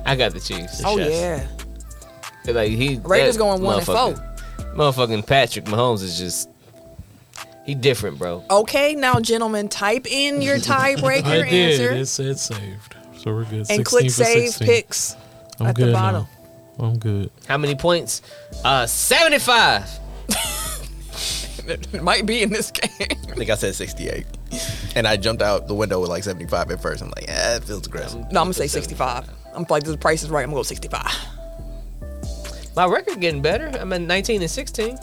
Speaker 3: I got the Chiefs.
Speaker 1: Oh
Speaker 5: Yes.
Speaker 1: yeah,
Speaker 3: Like he
Speaker 1: Raiders
Speaker 3: that
Speaker 1: going one and
Speaker 3: motherfucker-
Speaker 1: four.
Speaker 3: Motherfucking Patrick Mahomes is just he different, bro.
Speaker 1: Okay, now gentlemen, type in
Speaker 3: (laughs)
Speaker 1: your
Speaker 4: I
Speaker 1: tiebreaker
Speaker 4: did.
Speaker 1: answer
Speaker 4: It said saved. So we're good.
Speaker 1: and
Speaker 4: 16
Speaker 1: click
Speaker 4: for
Speaker 1: save
Speaker 4: 16.
Speaker 1: picks (laughs)
Speaker 4: I'm
Speaker 1: at
Speaker 4: good
Speaker 1: the bottom.
Speaker 4: now. I'm good.
Speaker 3: How many points? Uh, 75.
Speaker 1: It might be in this game. (laughs)
Speaker 5: I think I said 68, and I jumped out the window with like 75 at first. I'm like, yeah, it feels aggressive.
Speaker 3: Um,
Speaker 1: No, I'm gonna say 65. I'm like the price is right. I'm gonna go 65
Speaker 3: My record getting better. I'm at 19 and 16.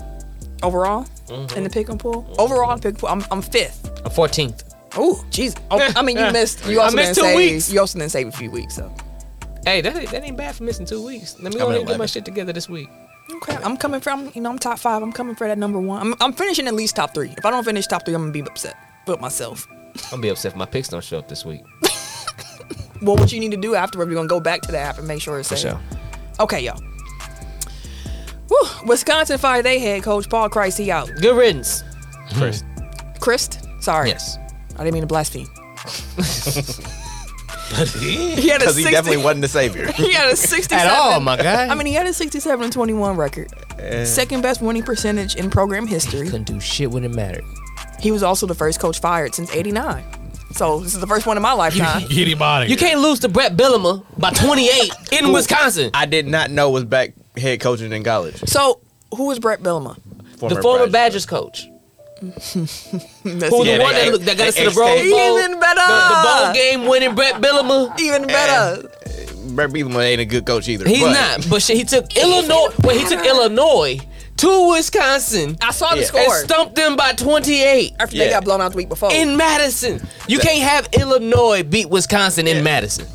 Speaker 1: overall
Speaker 3: Mm-hmm.
Speaker 1: in the pick and pool. Overall, pick and pool, I'm, I'm fifth.
Speaker 3: I'm 14th.
Speaker 1: Oh, jeez.
Speaker 3: (laughs)
Speaker 1: Oh, I mean, you missed. You
Speaker 3: I
Speaker 1: also didn't
Speaker 3: missed two
Speaker 1: save,
Speaker 3: weeks.
Speaker 1: You also didn't save a few weeks. So
Speaker 3: Hey, that ain't, that ain't bad for missing two weeks. Let me
Speaker 5: I'm
Speaker 3: go
Speaker 5: at
Speaker 3: ahead and get my
Speaker 5: 11.
Speaker 3: shit together this week.
Speaker 1: okay, I'm coming from. You know, I'm top five. I'm coming for that number one. I'm, I'm finishing at least top three. If I don't finish top three, I'm gonna be upset with myself.
Speaker 3: I'm gonna be upset if my picks don't show up this week.
Speaker 1: well, what you need to do afterward, we're gonna go back to the app and make sure it's safe.
Speaker 3: sure.
Speaker 1: Okay, y'all. Whew. Wisconsin fired their head coach Paul Christ. He out.
Speaker 3: Good riddance.
Speaker 4: First.
Speaker 1: Christ, sorry.
Speaker 3: Yes.
Speaker 1: I didn't mean to
Speaker 3: (laughs)
Speaker 1: blaspheme. he had a
Speaker 5: Because he
Speaker 1: 60,
Speaker 5: definitely wasn't the savior.
Speaker 1: he had a 67.
Speaker 3: At all, my (laughs) guy.
Speaker 1: I mean, he had a 67 and 21 record, second best winning percentage in program history.
Speaker 3: couldn't do shit when it mattered.
Speaker 1: He was also the first coach fired since '89. So this is the first one in my lifetime.
Speaker 4: Get him out of
Speaker 3: You
Speaker 4: here.
Speaker 3: can't lose to Brett Bielema
Speaker 5: (laughs)
Speaker 3: by 28 in Wisconsin.
Speaker 5: I did not know was back head coaching in college.
Speaker 1: so who was Brett Bielema?
Speaker 3: the former Badgers coach.
Speaker 1: That's
Speaker 3: Who the
Speaker 5: they
Speaker 3: one that,
Speaker 5: got-
Speaker 3: look, that got
Speaker 5: they
Speaker 3: us to the
Speaker 5: extend-
Speaker 3: Rose Bowl?
Speaker 1: Even better.
Speaker 3: The, the bowl game winning Brett Bielema.
Speaker 1: Even better.
Speaker 5: Brett Bielema ain't a good coach either.
Speaker 3: He's
Speaker 5: but-
Speaker 3: not, but shit, he took Illinois. Wait, he took Illinois to Wisconsin
Speaker 1: I saw the
Speaker 5: Yeah.
Speaker 1: score
Speaker 3: and stumped them by 28
Speaker 1: after they
Speaker 5: Yeah.
Speaker 1: got blown out the week before.
Speaker 3: in Madison. You can't have Illinois beat Wisconsin in Madison.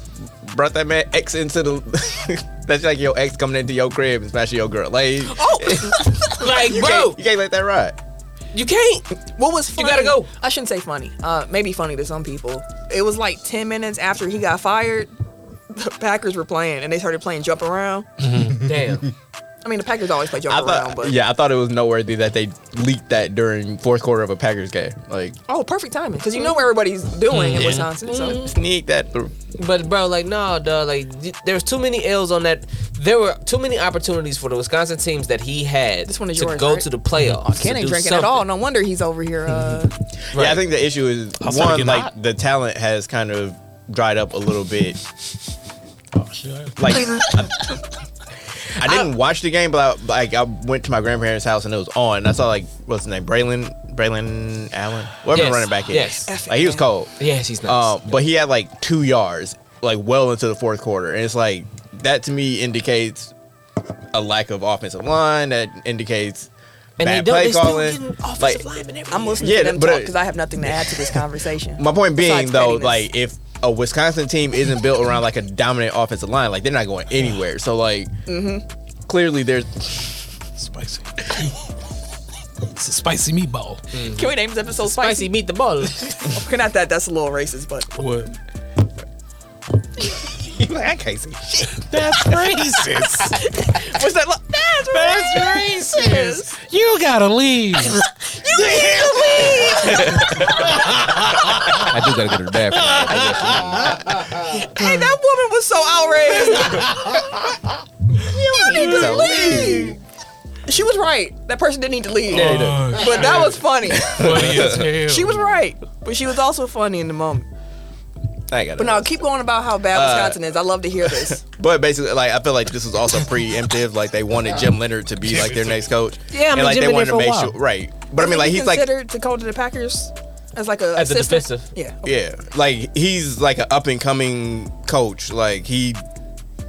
Speaker 5: brought that man ex into the. (laughs) that's like your ex coming into your crib and smashing your girl. Like,
Speaker 1: oh,
Speaker 3: Like,
Speaker 5: (laughs) you,
Speaker 3: bro,
Speaker 5: can't, you can't let that ride.
Speaker 3: you can't.
Speaker 1: what was funny?
Speaker 3: gotta go.
Speaker 1: I shouldn't say funny. Uh, maybe funny to some people. It was like ten minutes after he got fired. The Packers were playing, and they started playing jump around.
Speaker 3: Damn.
Speaker 1: I mean, the Packers always play jump
Speaker 5: I
Speaker 1: around,
Speaker 5: thought,
Speaker 1: but
Speaker 5: yeah, I thought it was noteworthy that they leaked that during fourth quarter of a Packers game. Like,
Speaker 1: Oh, perfect timing, because you know what everybody's doing in Wisconsin. So.
Speaker 5: sneak that through.
Speaker 3: But bro, like, no, duh, like, y- there's too many L's on that. There were too many opportunities for the Wisconsin teams that he had
Speaker 1: This one is
Speaker 3: to
Speaker 1: yours,
Speaker 3: go
Speaker 1: right?
Speaker 3: to the playoffs. to
Speaker 1: Ken ain't
Speaker 3: do
Speaker 1: drinking at all.
Speaker 3: something.
Speaker 1: No wonder he's over here. Uh,
Speaker 5: Yeah, I
Speaker 3: Right.
Speaker 5: think the issue is
Speaker 4: I'll start
Speaker 5: one,
Speaker 4: getting
Speaker 5: like
Speaker 4: hot.
Speaker 5: the talent has kind of dried up a little bit.
Speaker 4: Oh, shit.
Speaker 5: Like, I, I didn't watch the game, but I, like I went to my grandparents' house and it was on. And I saw like what's his name, Braylon Braylon Allen, whatever
Speaker 3: Yes,
Speaker 5: the running back is.
Speaker 3: yes.
Speaker 5: Like he was cold.
Speaker 3: Yes, he's nice.
Speaker 5: Um, but he had like two yards, like well into the fourth quarter, and it's like that to me indicates a lack of offensive line. That indicates
Speaker 3: and they
Speaker 5: bad
Speaker 3: don't.
Speaker 5: play
Speaker 3: They
Speaker 5: calling.
Speaker 3: still getting offensive
Speaker 5: Like-
Speaker 3: linemen every
Speaker 1: I'm
Speaker 3: year.
Speaker 1: listening
Speaker 5: Yeah,
Speaker 1: to them
Speaker 5: but, uh,
Speaker 1: talk because I have nothing to add to this conversation.
Speaker 5: My point being
Speaker 1: Besides
Speaker 5: though,
Speaker 1: pettiness.
Speaker 5: like if a Wisconsin team isn't built around like a dominant offensive line, like they're not going anywhere. So like, clearly there's (laughs)
Speaker 4: Spicy. it's a spicy meatball.
Speaker 1: can we name this episode
Speaker 3: Spicy
Speaker 1: spicy?
Speaker 3: beat the ball.
Speaker 1: Okay, not that that's a little racist, but
Speaker 4: What?
Speaker 5: like I can't see shit.
Speaker 4: That's (laughs) racist.
Speaker 1: what's that? Like? That's, racist.
Speaker 4: you gotta leave.
Speaker 3: I do gotta go to the bathroom. I
Speaker 1: Hey, that woman was so outraged.
Speaker 5: (laughs)
Speaker 1: you need to leave. She was right. That person didn't need to leave.
Speaker 3: Yeah, he did.
Speaker 4: Oh,
Speaker 1: But that was
Speaker 5: (laughs)
Speaker 1: funny.
Speaker 4: Funny as hell.
Speaker 1: She was right, but she was also funny in the moment.
Speaker 5: I got
Speaker 1: But no, keep going about how bad
Speaker 5: Uh,
Speaker 1: Wisconsin is. I love to hear this.
Speaker 5: But basically, like I feel like this was also preemptive. Like they wanted Jim Leonard to be like their next coach.
Speaker 3: Yeah, I mean,
Speaker 5: and like
Speaker 3: Jim
Speaker 5: they
Speaker 3: been
Speaker 5: wanted
Speaker 3: there for a while.
Speaker 5: sure, right? (laughs) But I mean, like
Speaker 1: he
Speaker 5: he's like,
Speaker 1: considered to go to the Packers as like a
Speaker 3: As a
Speaker 1: assistant?
Speaker 3: defensive.
Speaker 1: Yeah.
Speaker 5: yeah, like he's like an up and coming coach. Like he,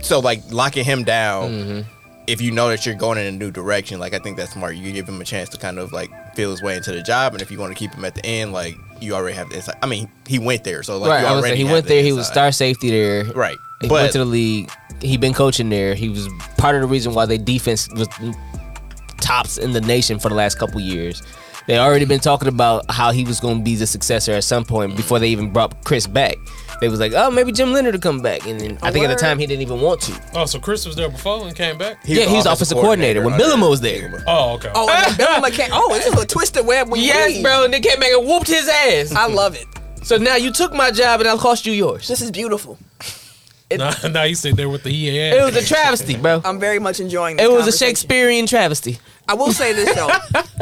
Speaker 5: so like locking him down.
Speaker 3: Mm-hmm.
Speaker 5: If you know that you're going in a new direction, like I think that's smart. You give him a chance to kind of like feel his way into the job, and if you want to keep him at the end, like you already have the inside. I mean, he went there, so like
Speaker 3: right.
Speaker 5: you
Speaker 3: I was
Speaker 5: already
Speaker 3: saying, he
Speaker 5: have
Speaker 3: went
Speaker 5: the
Speaker 3: there. He was
Speaker 5: inside.
Speaker 3: star safety there.
Speaker 5: Right,
Speaker 3: He went
Speaker 5: but
Speaker 3: to the league. He been coaching there. He was part of the reason why their defense was tops in the nation for the last couple years. They already been talking about how he was going to be the successor at some point before they even brought Chris back. They was like, oh, maybe Jim Leonard will come back, and then I think at
Speaker 1: word.
Speaker 3: the time he didn't even want to.
Speaker 4: Oh, so Chris was there before and came back?
Speaker 3: yeah, he was offensive coordinator, when Billamo was there.
Speaker 4: Oh, okay. (laughs)
Speaker 1: Oh, and then Bill McCain. Oh, this is a twisted web. We weave.
Speaker 3: and they came back and whooped his ass.
Speaker 1: I love it.
Speaker 3: so now you took my job, and I cost you yours.
Speaker 1: This is beautiful.
Speaker 4: Now now you sit there with the he
Speaker 3: It
Speaker 4: had.
Speaker 3: was a travesty,
Speaker 1: (laughs)
Speaker 3: bro.
Speaker 1: I'm very much enjoying this
Speaker 3: It was a
Speaker 1: conversation.
Speaker 3: Shakespearean travesty.
Speaker 1: I will say this though,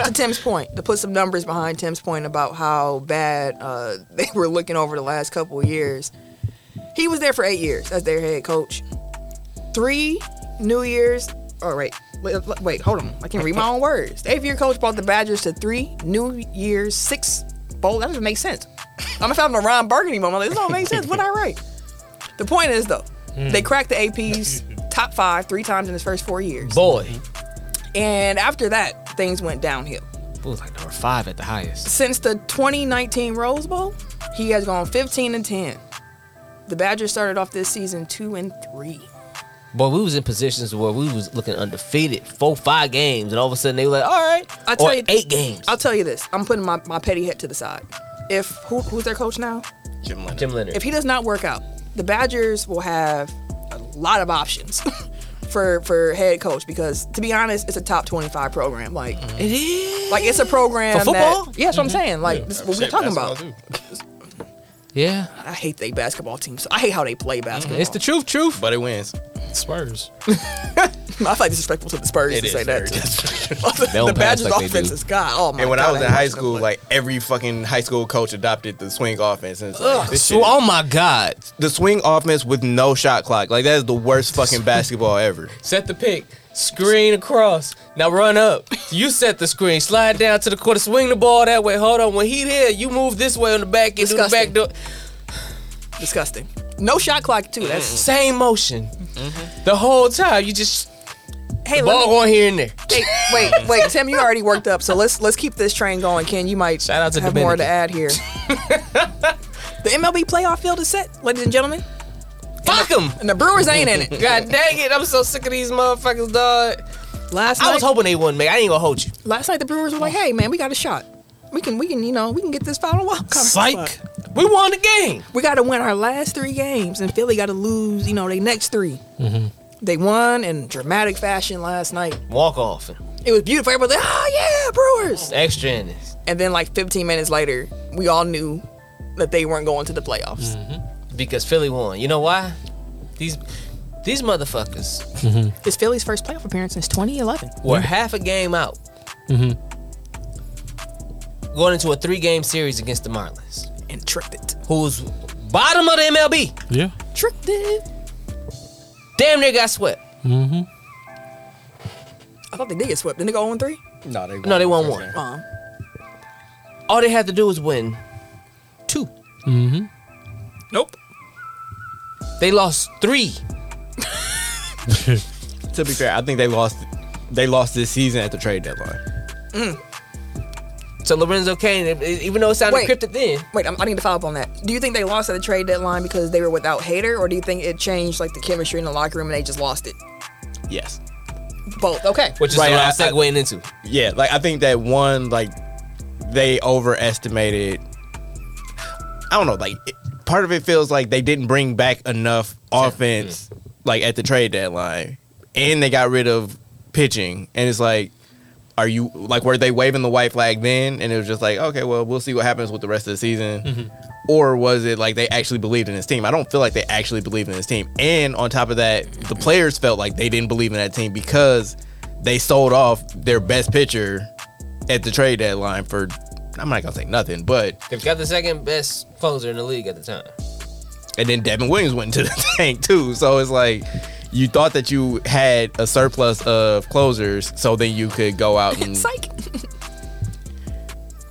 Speaker 1: to Tim's point, to put some numbers behind Tim's point about how bad uh, (laughs) they were looking over the last couple of years. He was there for eight years as their head coach. Three New Year's. All right, wait, wait, hold on. I can read my own words. The eight-year coach brought the Badgers to three New Year's six bowl. That doesn't make sense. I'm if I'm a Ron Burgundy moment. Like, this don't make sense. What I write? The point is though, they cracked the AP's top five three times in his first four years.
Speaker 3: Boy,
Speaker 1: And after that, things went downhill.
Speaker 3: it was like number five at the highest.
Speaker 1: Since the 2019 Rose Bowl, he has gone 15 and 10. The Badgers started off this season 2 and 3.
Speaker 3: Boy, we was in positions where we was looking undefeated, four, five games, and all of a sudden they were like, all right,
Speaker 1: I tell
Speaker 3: or
Speaker 1: you-
Speaker 3: eight games.
Speaker 1: I'll tell you this, I'm putting my, my petty head to the side. If who, who's their coach now?
Speaker 5: Jim Leonard.
Speaker 3: Jim Leonard.
Speaker 1: If he does not work out, the Badgers will have a lot of options (laughs) for for head coach because to be honest, it's a top 25 program. Like
Speaker 3: it is.
Speaker 1: like it's a program
Speaker 3: Mm-hmm. For football? Mm-hmm.
Speaker 1: That, yeah, that's what I'm saying. Like this is what we're talking about.
Speaker 3: Yeah,
Speaker 1: I hate they basketball team. So I hate how they play basketball.
Speaker 3: Mm-hmm. it's the truth, truth.
Speaker 5: But it wins.
Speaker 1: Oh,
Speaker 4: Spurs.
Speaker 1: I feel like disrespectful to (laughs) the Spurs to
Speaker 5: is
Speaker 1: say that.
Speaker 5: very
Speaker 1: the
Speaker 3: don't
Speaker 1: the
Speaker 3: pass
Speaker 1: Badgers
Speaker 3: like they
Speaker 1: offense
Speaker 3: do.
Speaker 1: is god. Oh my
Speaker 5: And when
Speaker 1: god.
Speaker 5: I was in
Speaker 1: hate
Speaker 5: high
Speaker 1: watching them
Speaker 5: school,
Speaker 1: play.
Speaker 5: like every fucking high school coach adopted the swing offense. And it's like,
Speaker 1: Ugh.
Speaker 5: this
Speaker 3: So,
Speaker 5: shit-
Speaker 3: oh my God.
Speaker 5: the swing offense with no shot clock. Like that is the worst fucking basketball ever.
Speaker 3: Set the pick. Screen across. Now run up. You set the screen. Slide down to the quarter. Swing the ball that way. Hold on. When he there, you move this way on the back end. Do the
Speaker 1: Disgusting.
Speaker 3: back door.
Speaker 1: disgusting. No shot clock too. That's
Speaker 3: Same motion. The whole time. You just
Speaker 1: hey,
Speaker 3: Mm-hmm. Mm. ball Mm.
Speaker 1: let me,
Speaker 3: going here and there.
Speaker 1: hey, wait, wait, Tim, you already worked up, so let's let's keep this train going. Ken, you might
Speaker 3: Shout out to
Speaker 1: have
Speaker 3: Dominican.
Speaker 1: more to add
Speaker 3: (laughs)
Speaker 1: here. the MLB playoff field is set, ladies and gentlemen,
Speaker 3: Fuck (laughs) him.
Speaker 1: and the Brewers ain't in it.
Speaker 3: (laughs) God dang it. I'm so sick of these motherfuckers, dog.
Speaker 1: Last night,
Speaker 3: I was hoping they wouldn't make. I ain't gonna hold you.
Speaker 1: last night the Brewers were like, "Hey, man, we got a shot. We can, we can, you know, we can get this final wild card."
Speaker 4: Psych.
Speaker 3: We won the game.
Speaker 1: we got to win our last three games, and Philly got to lose, you know, they next 3
Speaker 5: Mm-hmm.
Speaker 1: They won in dramatic fashion last night.
Speaker 3: Walk off.
Speaker 1: It was beautiful. Everybody, was like, oh yeah, Brewers.
Speaker 3: Extra in this.
Speaker 1: And then, like 15 minutes later, we all knew that they weren't going to the playoffs.
Speaker 5: Mm.
Speaker 3: Because Philly won. You know why? These these motherfuckers
Speaker 1: It's Philly's first playoff appearance since 2011.
Speaker 3: We're half a game out. Mm-hmm. Going into a three game series against the Marlins,
Speaker 1: And tricked it.
Speaker 3: who's bottom of the MLB.
Speaker 4: Yeah.
Speaker 1: Tricked it.
Speaker 3: Damn near got swept.
Speaker 1: I thought they did get swept. Didn't they go 0 3?
Speaker 5: No, they won.
Speaker 3: No, they won one.
Speaker 1: Um,
Speaker 3: All they had to do was win 2 Mm-hmm.
Speaker 1: Nope.
Speaker 3: They lost three.
Speaker 5: To be fair, I think they lost. They lost this season at the trade deadline.
Speaker 3: So Lorenzo Kane, it- it- even though it sounded
Speaker 1: Wait.
Speaker 3: cryptic then,
Speaker 1: Wait, I'm, I need to follow up on that. Do you think they lost at the trade deadline because they were without Hater, or do you think it changed like the chemistry in the locker room and they just lost it?
Speaker 5: Yes.
Speaker 1: Both. Okay.
Speaker 3: which is
Speaker 5: Right,
Speaker 3: what
Speaker 5: I-
Speaker 3: I'm
Speaker 5: I-
Speaker 3: segueing into.
Speaker 5: Yeah, like I think that one, like they overestimated. I don't know. Like it, part of it feels like they didn't bring back enough offense, like at the trade deadline, and they got rid of pitching, and it's like. Are you like were they waving the white flag then, and it was just like okay, well we'll see what happens with the rest of the season, or was it like they actually believed in this team? I don't feel like they actually believed in this team, and on top of that, the players felt like they didn't believe in that team because they sold off their best pitcher at the trade deadline for I'm not gonna say nothing, but
Speaker 3: They've got the second best closer in the league at the time.
Speaker 5: and then Devin Williams went into the (laughs) tank too. So it's like you thought that you had a surplus of closers, so then you could go out
Speaker 1: (laughs)
Speaker 5: and
Speaker 1: Psych.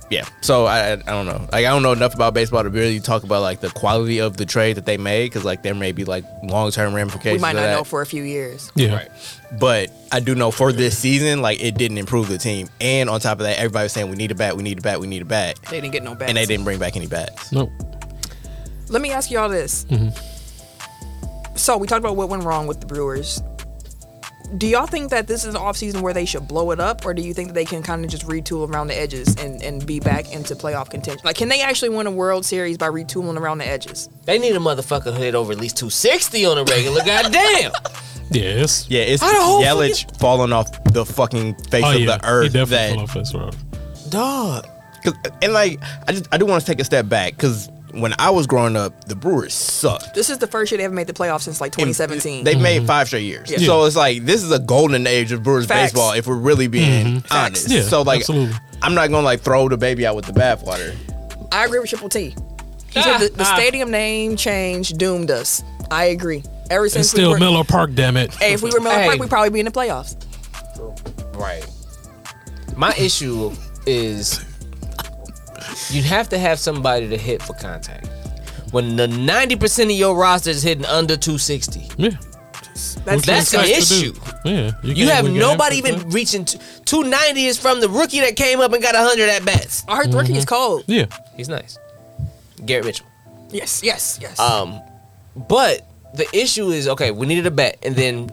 Speaker 5: yeah. So I I don't know. Like I don't know enough about baseball to really talk about like the quality of the trade that they made because like there may be like long term
Speaker 1: We
Speaker 5: ramifications.
Speaker 1: might
Speaker 5: of
Speaker 1: not
Speaker 5: that.
Speaker 1: know for a few years.
Speaker 4: Yeah.
Speaker 5: But I do know for this season, like it didn't improve the team. And on top of that, everybody's saying we need a bat, we need a bat, we need a bat.
Speaker 1: They didn't get no bats.
Speaker 5: And they didn't bring back any bats.
Speaker 4: No.
Speaker 1: Let me ask y'all this.
Speaker 5: Mm-hmm.
Speaker 1: So we talked about what went wrong with the Brewers. Do y'all think that this is an offseason where they should blow it up, or do you think that they can kind of just retool around the edges and, and be back into playoff contention? Like, can they actually win a World Series by retooling around the edges?
Speaker 3: They need a motherfucker who hit over at least 260 on a regular. goddamn.
Speaker 4: Yes.
Speaker 5: Yeah, it's
Speaker 3: How the whole
Speaker 5: Yelich falling off the fucking face
Speaker 4: Oh
Speaker 5: of
Speaker 4: yeah.
Speaker 5: the earth.
Speaker 4: he definitely
Speaker 5: That,
Speaker 4: fell off this road.
Speaker 3: Dog.
Speaker 5: 'cause- and like, I just I do want to take a step back because when I was growing up, the Brewers sucked.
Speaker 1: This is the first year they haven't made the playoffs since like 2017.
Speaker 5: They made
Speaker 4: Mm-hmm.
Speaker 5: five straight years.
Speaker 1: Yeah.
Speaker 5: So it's like this is a golden age of Brewers
Speaker 1: Facts.
Speaker 5: baseball if we're really being honest.
Speaker 4: Mm-hmm. Yeah,
Speaker 5: so like
Speaker 4: absolutely.
Speaker 5: I'm not gonna like throw the baby out with the bathwater.
Speaker 1: I agree with Triple T. He
Speaker 4: Ah,
Speaker 1: said the, the stadium name change doomed us. I agree. Ever
Speaker 4: It's
Speaker 1: since we
Speaker 4: still
Speaker 1: were,
Speaker 4: Miller Park, damn it.
Speaker 1: Hey, if we were Miller
Speaker 3: Hey.
Speaker 1: Park, we'd probably be in the playoffs.
Speaker 3: Right. My issue is you'd have to have somebody to hit for contact. When the 90% of your roster is hitting under 260,
Speaker 4: Yeah.
Speaker 1: That's,
Speaker 4: What you
Speaker 3: that's an
Speaker 4: expect to do?
Speaker 3: issue.
Speaker 4: Yeah.
Speaker 3: you
Speaker 4: can't
Speaker 3: have
Speaker 4: win games
Speaker 3: nobody
Speaker 4: like
Speaker 3: even
Speaker 4: that.
Speaker 3: reaching t- 290 is from the rookie that came up and got 100 at bats.
Speaker 1: I heard the rookie's
Speaker 5: Mhm.
Speaker 1: cold.
Speaker 4: Yeah.
Speaker 3: He's nice. Garrett Mitchell.
Speaker 1: Yes, yes, yes.
Speaker 3: Um, but the issue is okay. We needed a bet, and then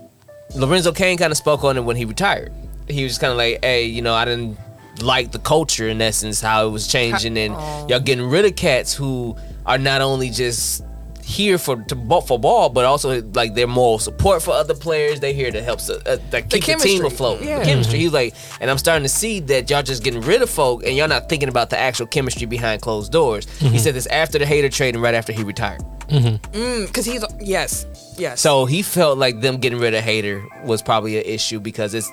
Speaker 3: Lorenzo Kane kind of spoke on it when he retired. He was just kind of like, "Hey, you know, I didn't like the culture in essence how it was changing, and
Speaker 1: oh.
Speaker 3: y'all getting rid of cats who are not only just here for to bu- for ball, but also like their moral support for other players. They here to help su- uh, that keep the, team
Speaker 1: chemistry.
Speaker 3: afloat.
Speaker 1: Yeah. Mm-hmm.
Speaker 3: The chemistry. He's like, and I'm starting to see that y'all just getting rid of folk, and y'all not thinking about the actual chemistry behind closed doors.
Speaker 1: Mm-hmm.
Speaker 3: He said this after the hater trade and right after he retired.
Speaker 1: Because Mm, he's yes, yes.
Speaker 3: So he felt like them getting rid of Hater was probably an issue because it's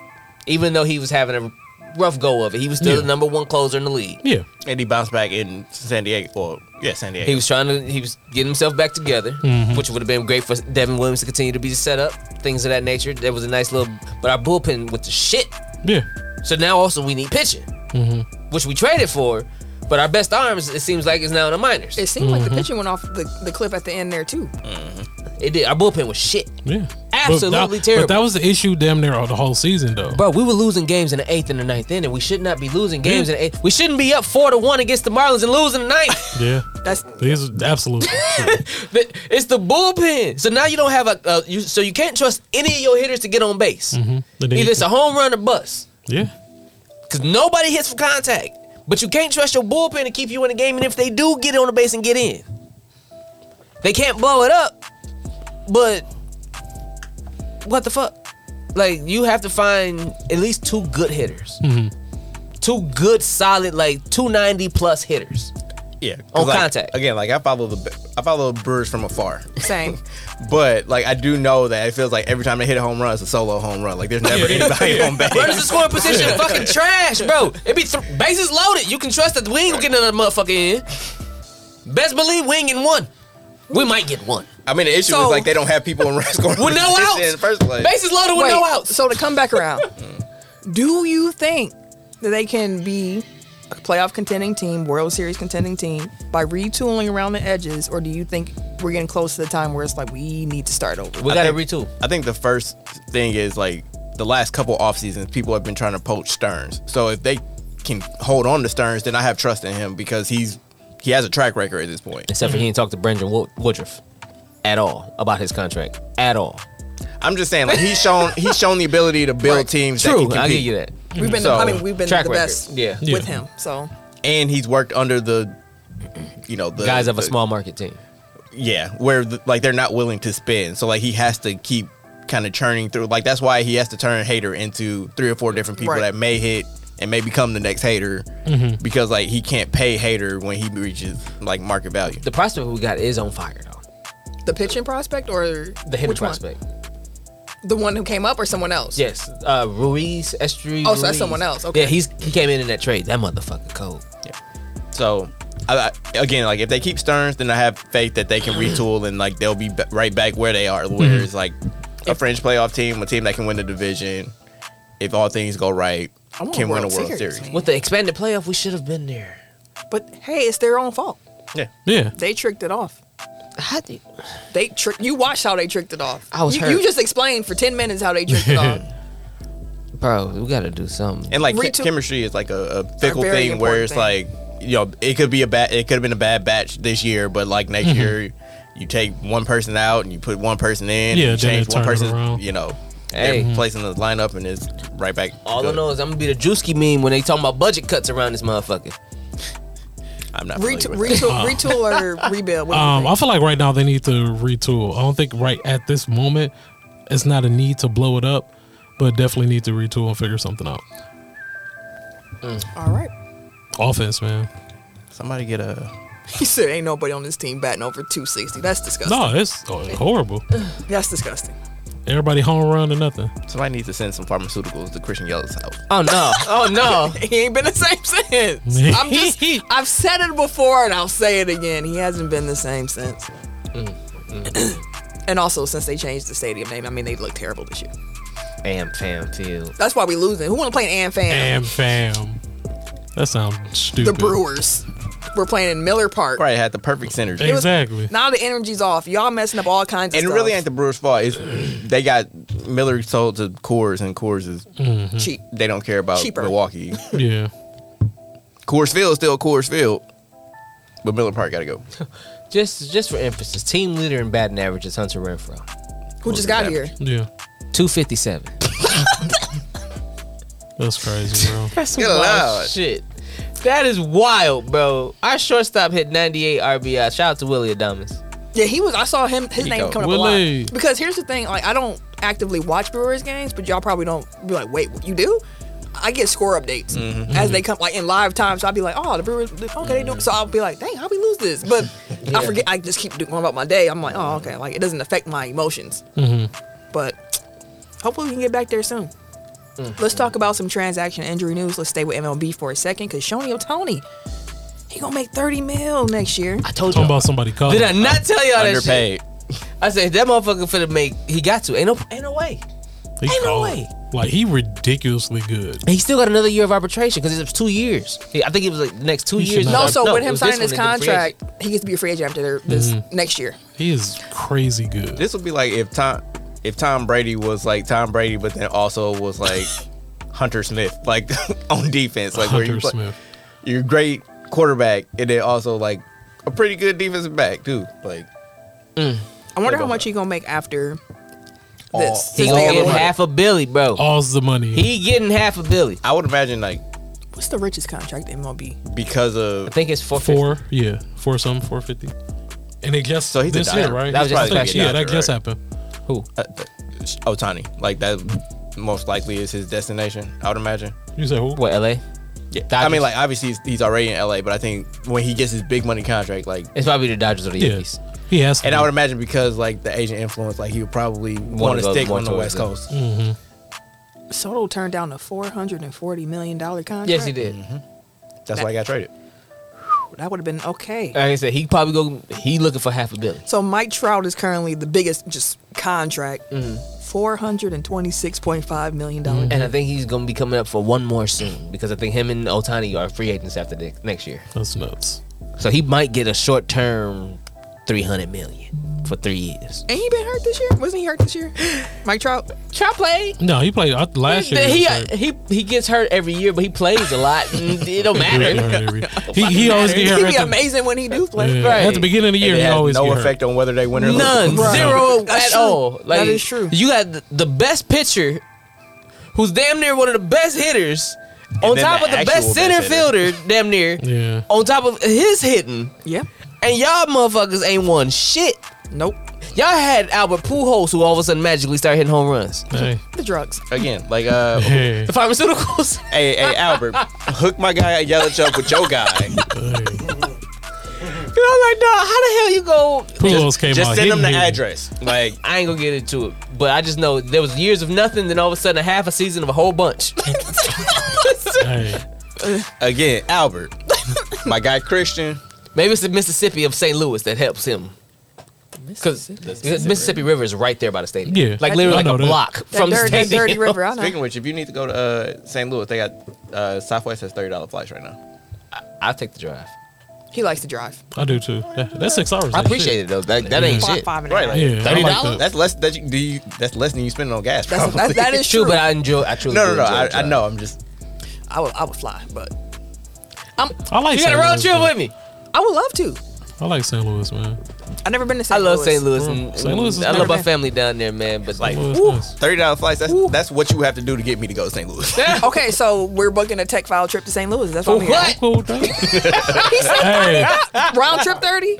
Speaker 3: even though he was having a rough go of it, he was still
Speaker 4: Yeah.
Speaker 3: the number one closer in the league.
Speaker 4: Yeah.
Speaker 5: And he bounced back in San Diego. Well, yeah, San Diego.
Speaker 3: He was trying to he was getting himself back together, which would have been great for Devin Williams to continue to be set up, things of that nature. There was a nice little but our bullpen with the shit.
Speaker 4: Yeah.
Speaker 3: So now also we need pitching, which we traded for, but our best arms it seems like is now in the minors.
Speaker 1: it seemed
Speaker 3: Mm-hmm.
Speaker 1: like the pitching went off the, the cliff at the end there too.
Speaker 3: it did. Our bullpen was shit.
Speaker 4: Yeah.
Speaker 3: Absolutely
Speaker 4: but that,
Speaker 3: terrible.
Speaker 4: But that was the issue damn near all the whole season though.
Speaker 3: Bro, we were losing games in the eighth and the ninth inning. We should not be losing games in the eighth. We shouldn't be up four to one against the Marlins and losing the
Speaker 4: (laughs)
Speaker 3: ninth.
Speaker 4: yeah.
Speaker 1: That's
Speaker 4: These
Speaker 3: (laughs)
Speaker 4: are absolutely true.
Speaker 3: The- it's the bullpen. So now you don't have a, a you, so you can't trust any of your hitters to get on base.
Speaker 4: Then
Speaker 3: Either
Speaker 4: you-
Speaker 3: it's a home run or bust,
Speaker 4: Yeah.
Speaker 3: because nobody hits for contact. But you can't trust your bullpen to keep you in the game. And if they do get on the base and get in, they can't blow it up. But what the fuck? Like you have to find at least two good hitters. Two good, solid, like 290 plus hitters.
Speaker 5: yeah, 'cause,
Speaker 3: on
Speaker 5: like,
Speaker 3: contact.
Speaker 5: again. Like I follow the I follow Brewers from afar,
Speaker 3: (laughs)
Speaker 1: same.
Speaker 5: but like I do know that it feels like every time they hit a home run, it's a solo home run. Like there's never
Speaker 4: (laughs)
Speaker 5: anybody on base.
Speaker 3: Bro, this is scoring position fucking trash, bro. It be th- bases loaded. You can trust that we ain't gonna get another motherfucker in. Best believe we ain't getting one. We might get one.
Speaker 5: I mean, the issue
Speaker 1: So-
Speaker 5: is like they don't have people in run scoring
Speaker 3: With no
Speaker 5: position
Speaker 3: outs.
Speaker 5: (laughs) in the first place.
Speaker 3: Bases loaded with
Speaker 1: Wait,
Speaker 3: no outs.
Speaker 1: So to come back around, do you think that they can be a playoff contending team, World Series contending team, by retooling around the edges, or do you think we're getting close to the time where it's like we need to start over?
Speaker 3: We
Speaker 5: I
Speaker 3: got to
Speaker 5: think-
Speaker 3: retool.
Speaker 5: I think the first thing is like the last couple off seasons, people have been trying to poach Stearns. So if they can hold on to Stearns, then I have trust in him because he's he has a track record at this point.
Speaker 3: Except for he didn't talk to Brendan Wo- Woodruff at all about his contract at all.
Speaker 5: I'm just saying, like he's shown he's shown the ability to build
Speaker 1: Right.
Speaker 5: teams. that
Speaker 3: True,
Speaker 5: can
Speaker 3: I give
Speaker 5: compete.
Speaker 3: you that.
Speaker 1: We've been,
Speaker 5: So,
Speaker 1: I mean, we've been the
Speaker 3: track record.
Speaker 1: best
Speaker 3: Yeah.
Speaker 4: Yeah.
Speaker 1: with him. So
Speaker 5: and he's worked under the you know the
Speaker 3: Guys have a
Speaker 5: the-
Speaker 3: small market team.
Speaker 5: yeah where the, like they're not willing to spend so like he has to keep kind of churning through like that's why he has to turn hater into three or four different people
Speaker 1: Right.
Speaker 5: that may hit and may become the next hater because like he can't pay hater when he reaches like market value
Speaker 3: The prospect we got is on fire though.
Speaker 1: the pitching prospect or
Speaker 3: The hidden
Speaker 1: which
Speaker 3: prospect.
Speaker 1: one? The one who came up or someone else?
Speaker 3: Yes, uh, Ruiz Estri.
Speaker 1: Oh, so that's
Speaker 3: Ruiz.
Speaker 1: someone else, okay.
Speaker 3: Yeah, he's he came in in that trade. That motherfucker cold.
Speaker 5: so I, I, again like if they keep Stearns then I have faith that they can
Speaker 1: Mm-hmm.
Speaker 5: retool and like they'll be b- right back where they are where it's like a fringe playoff team a team that can win the division if all things go right
Speaker 1: I want
Speaker 5: can win a
Speaker 1: World
Speaker 5: World
Speaker 1: Series,
Speaker 5: Series.
Speaker 1: man.
Speaker 3: With the expanded playoff, we should have been there.
Speaker 1: But hey, it's their own fault.
Speaker 4: Yeah.
Speaker 1: They tricked it off.
Speaker 3: How do you-
Speaker 1: They trick. You watched how they tricked it off.
Speaker 3: I was
Speaker 1: you,
Speaker 3: hurt.
Speaker 1: you just explained for ten minutes how they tricked it
Speaker 3: (laughs)
Speaker 1: off.
Speaker 3: bro? We got to do something.
Speaker 5: And like
Speaker 1: Re-
Speaker 5: chem- chemistry is like a, a fickle
Speaker 1: very
Speaker 5: thing
Speaker 1: important
Speaker 5: where it's
Speaker 1: thing.
Speaker 5: like you know it could be a bad it could have been a bad batch this year, but like next
Speaker 4: Mm-hmm.
Speaker 5: year you take one person out and you put one person in,
Speaker 4: Yeah,
Speaker 5: and you
Speaker 4: then
Speaker 5: change
Speaker 4: it
Speaker 5: one
Speaker 4: turns
Speaker 5: person,
Speaker 4: around.
Speaker 5: you know,
Speaker 3: Hey.
Speaker 5: they're placing the lineup and it's right back.
Speaker 3: All I
Speaker 5: good.
Speaker 3: know is I'm gonna be the Drewski meme when they talking about budget cuts around this motherfucker.
Speaker 5: I'm not
Speaker 1: Reto-
Speaker 5: familiar
Speaker 1: (laughs)
Speaker 5: with that.
Speaker 3: uh-huh.
Speaker 1: retool, retool or
Speaker 3: (laughs)
Speaker 1: rebuild. What do you
Speaker 4: Um, I
Speaker 1: think?
Speaker 4: feel like right now they need to retool. I don't think right at this moment it's not a need to blow it up, but definitely need to retool and figure something out.
Speaker 1: All right. (laughs)
Speaker 4: Offense, man.
Speaker 5: Somebody get a
Speaker 1: He said, "Ain't nobody on this team batting over 260." That's disgusting.
Speaker 4: No, it's oh, horrible.
Speaker 1: That's disgusting. (laughs)
Speaker 4: Everybody home run or nothing.
Speaker 5: somebody needs to send some pharmaceuticals to Christian Yeldon's house.
Speaker 3: Oh
Speaker 5: (laughs)
Speaker 3: no! Oh no!
Speaker 1: He ain't been the same since.
Speaker 3: (laughs)
Speaker 1: I'm just. I've said it before, and I'll say it again. He hasn't been the same since.
Speaker 3: Mm,
Speaker 1: (clears throat) and also, since they changed the stadium name, I mean, they look terrible this year.
Speaker 3: Bam, fam, field.
Speaker 1: That's why we losing. Who want to play in Am Fan?
Speaker 4: Damn, fam. That sounds
Speaker 1: the
Speaker 4: stupid.
Speaker 1: Brewers. We're playing in Miller Park.
Speaker 5: Probably had the perfect synergy.
Speaker 1: It was-
Speaker 4: Exactly.
Speaker 1: Now the energy's off. Y'all messing up all kinds of
Speaker 5: and it
Speaker 1: stuff.
Speaker 5: really ain't the Brewers' fault. It's they got Miller sold to Coors, and Coors is
Speaker 1: cheap.
Speaker 5: they don't care about
Speaker 1: Cheaper.
Speaker 5: Milwaukee.
Speaker 4: Yeah.
Speaker 5: Coors Field is still Coors Field, but Miller Park got to go.
Speaker 3: Just just for emphasis, team leader in batting average is Hunter Renfro,
Speaker 1: Who just got here?
Speaker 4: Yeah.
Speaker 3: two fifty seven.
Speaker 4: That's crazy, bro.
Speaker 3: That's
Speaker 5: Good
Speaker 3: wild
Speaker 5: Lord.
Speaker 3: shit. That is wild, bro. Our shortstop hit 98 RBI. Shout out to Willie Adamas.
Speaker 1: Yeah, he was. I saw him. His
Speaker 5: go.
Speaker 1: name coming up a
Speaker 4: Willie.
Speaker 1: lot. Because here's the thing: like, I don't actively watch Brewers games, but y'all probably don't be like, "Wait, what you do?" I get score updates as they come, like in live time. So I'll be like, "Oh, the Brewers, okay, they do." So I'll be like, "Dang, how we lose this?" But I forget. I just keep going about my day. I'm like, "Oh, okay." Like it doesn't affect my emotions. But hopefully, we can get back there soon. Let's talk about some transaction injury news. Let's stay with MLB for a second, because Shoney O'Tony, he gonna make 30 mil next year.
Speaker 3: I told
Speaker 4: Talking
Speaker 3: y'all.
Speaker 4: about somebody calling.
Speaker 3: Did I not tell y'all Oh, that shit?
Speaker 5: Underpaid.
Speaker 3: I said that motherfucker finna make. He got to. Ain't no. Ain't no way.
Speaker 4: He
Speaker 3: Ain't no
Speaker 4: called.
Speaker 3: way.
Speaker 4: Like he ridiculously good.
Speaker 3: And He still got another year of arbitration because it's two years. He- I think it was like the next two
Speaker 4: He should
Speaker 3: years.
Speaker 4: not-
Speaker 3: is
Speaker 1: No,
Speaker 3: our-
Speaker 1: so with him
Speaker 3: this
Speaker 1: signing
Speaker 3: one
Speaker 1: his
Speaker 3: is the free Mm-hmm. agent.
Speaker 1: contract, he gets to be a free agent after this next year.
Speaker 4: He is crazy good.
Speaker 5: This would be like if Tom if Tom Brady was like Tom Brady, but then also
Speaker 4: (laughs)
Speaker 5: was like Hunter Smith, like (laughs) on defense, like where
Speaker 4: Hunter
Speaker 5: you play,
Speaker 4: Smith.
Speaker 5: you're a great quarterback, and then also like a pretty good defensive back too. Like
Speaker 1: I wonder
Speaker 5: They
Speaker 1: how
Speaker 5: both
Speaker 1: much he gonna make after
Speaker 5: All-
Speaker 1: this.
Speaker 3: Oh, He
Speaker 1: Since
Speaker 3: gonna
Speaker 1: they
Speaker 3: get
Speaker 1: have-
Speaker 3: half a billy, bro.
Speaker 4: All's the money.
Speaker 3: He getting half a billy.
Speaker 5: I would imagine, like
Speaker 1: What's the richest contract in MLB?
Speaker 5: because of
Speaker 3: I think it's four.
Speaker 4: four, yeah, four something, four fifty. And it just
Speaker 5: So he's a
Speaker 4: this
Speaker 5: dime.
Speaker 4: year, right?
Speaker 3: That was
Speaker 4: He's
Speaker 3: just
Speaker 4: probably-
Speaker 3: his
Speaker 4: yeah,
Speaker 5: contract,
Speaker 4: that just
Speaker 5: right?
Speaker 4: happened.
Speaker 3: Who?
Speaker 5: uh, Otani, like that most likely is his destination. I would imagine.
Speaker 4: You said who?
Speaker 3: What? L.A.
Speaker 5: Yeah, I
Speaker 3: Dodgers.
Speaker 5: mean, like obviously he's, he's already in LA, but I think when he gets his big money contract, like
Speaker 3: It's probably the Dodgers or the
Speaker 4: Yeah,
Speaker 3: Yankees.
Speaker 4: he has. To
Speaker 5: And I
Speaker 4: be.
Speaker 5: would imagine because like the Asian influence, like he would probably want
Speaker 3: of
Speaker 5: to
Speaker 3: the-
Speaker 5: stick
Speaker 3: one
Speaker 5: on the
Speaker 3: towards
Speaker 5: West
Speaker 3: it. Mm.
Speaker 5: Coast.
Speaker 1: Soto turned down a four hundred and forty million dollar contract.
Speaker 3: Yes, he did.
Speaker 5: That's why he got traded.
Speaker 1: That would have been okay.
Speaker 3: Like I said, he probably go. He looking for half a billion.
Speaker 1: So Mike Trout is currently the biggest just contract,
Speaker 3: Mm-hmm.
Speaker 1: four hundred and twenty six point five million dollars.
Speaker 3: And I think he's gonna be coming up for one more soon because I think him and Otani are free agents after the, next year.
Speaker 4: That's nuts.
Speaker 3: So he might get a short term, three hundred million for three years.
Speaker 1: And he been hurt this year? Wasn't he hurt this
Speaker 3: (gasps)
Speaker 1: year? Mike Trout.
Speaker 3: Trout played.
Speaker 4: No, he played uh, last year.
Speaker 3: He,
Speaker 4: was
Speaker 3: (laughs)
Speaker 4: hurt.
Speaker 3: he he gets hurt every year, but he plays a lot. and
Speaker 1: (laughs)
Speaker 3: it don't
Speaker 4: He
Speaker 3: matter.
Speaker 4: was hurt every- He, he always
Speaker 1: He
Speaker 4: get hurt
Speaker 1: be
Speaker 4: at the,
Speaker 1: amazing when he do play.
Speaker 4: yeah,
Speaker 3: Right.
Speaker 4: at the beginning of the year.
Speaker 5: It
Speaker 4: He
Speaker 5: has
Speaker 4: always
Speaker 5: no
Speaker 4: get hurt.
Speaker 5: effect on whether they win or lose.
Speaker 3: None,
Speaker 1: Right.
Speaker 3: zero
Speaker 1: That's
Speaker 3: at
Speaker 1: true.
Speaker 3: all. Like,
Speaker 1: That is true.
Speaker 3: You got th- the best pitcher, who's damn near one of the best hitters, on
Speaker 5: then
Speaker 3: top
Speaker 5: the
Speaker 3: of the
Speaker 5: actual
Speaker 3: best
Speaker 5: best
Speaker 3: center
Speaker 5: hitter.
Speaker 3: fielder, damn near,
Speaker 4: Yeah.
Speaker 3: on top of his hitting,
Speaker 1: Yeah.
Speaker 3: and y'all motherfuckers ain't won shit.
Speaker 1: Nope.
Speaker 3: Y'all had Albert Pujols, who all of a sudden magically started hitting home runs.
Speaker 4: Hey.
Speaker 1: The drugs.
Speaker 5: (laughs) Again, like uh, (laughs) hey,
Speaker 4: Hey.
Speaker 3: The pharmaceuticals. (laughs)
Speaker 5: hey Albert, hook my guy at Yelich up with
Speaker 4: (laughs)
Speaker 5: your guy.
Speaker 3: you know, like, nah, how the hell you go?
Speaker 4: Pujols came
Speaker 5: Just
Speaker 4: out.
Speaker 5: send him the
Speaker 4: hitting, hitting.
Speaker 5: address. Like
Speaker 3: I ain't gonna get into it, but I just know there was years of nothing, then all of a sudden a half a season of a whole
Speaker 5: (laughs)
Speaker 3: bunch.
Speaker 4: Hey.
Speaker 5: again, Albert, my guy Christian.
Speaker 3: Maybe it's the Mississippi of St. Louis that helps him. Because Mississippi, River is right there by the stadium.
Speaker 4: Yeah.
Speaker 3: Like
Speaker 4: I
Speaker 3: literally like
Speaker 4: do. I know
Speaker 3: a
Speaker 4: that.
Speaker 3: block
Speaker 1: That
Speaker 3: from the
Speaker 1: dirty,
Speaker 3: stadium.
Speaker 1: dirty river. I know.
Speaker 5: Speaking of which, if you need to go to uh, St. Louis, they got uh, Southwest has thirty dollar flights right now.
Speaker 3: (laughs) I'll take the drive.
Speaker 1: He likes to drive.
Speaker 4: I do too. That- that's six hours.
Speaker 3: I appreciate it though. That, that ain't
Speaker 1: Five,
Speaker 3: shit.
Speaker 1: five and a
Speaker 5: Right,
Speaker 1: half.
Speaker 5: like,
Speaker 4: Yeah, I like
Speaker 3: $30?
Speaker 4: that.
Speaker 5: That's less that you, do you. That's less than you spend on gas.
Speaker 1: That's,
Speaker 5: Probably.
Speaker 1: that, that
Speaker 5: (laughs)
Speaker 1: is
Speaker 3: It's true,
Speaker 1: true.
Speaker 3: but I enjoy. I truly
Speaker 5: no, no,
Speaker 3: do
Speaker 5: no.
Speaker 3: enjoy
Speaker 5: I,
Speaker 3: the
Speaker 5: I
Speaker 3: drive.
Speaker 5: know. I'm just.
Speaker 1: I would, I would fly, but
Speaker 4: I like.
Speaker 3: You got a
Speaker 4: St.
Speaker 3: road
Speaker 4: Louis,
Speaker 3: trip
Speaker 4: though.
Speaker 3: with me.
Speaker 1: I would love to.
Speaker 4: I like St. Louis, man.
Speaker 1: I've never been to. St.
Speaker 3: I love
Speaker 1: Louis.
Speaker 3: St. Louis.
Speaker 4: Bro,
Speaker 3: and-
Speaker 4: St. Mm, Louis is
Speaker 3: I love
Speaker 4: never
Speaker 3: my
Speaker 1: been-
Speaker 3: family down there, man. But like,
Speaker 4: St. Louis,
Speaker 3: woo.
Speaker 4: nice.
Speaker 5: Thirty dollar flights. That's that's what you have to do to get me to go to St.
Speaker 1: (laughs)
Speaker 5: Louis.
Speaker 1: Okay, so we're booking a tech file trip to St. Louis. That's what I'm
Speaker 3: what?
Speaker 4: Cool, dang. (laughs) hey,
Speaker 1: hearing. Round trip thirty.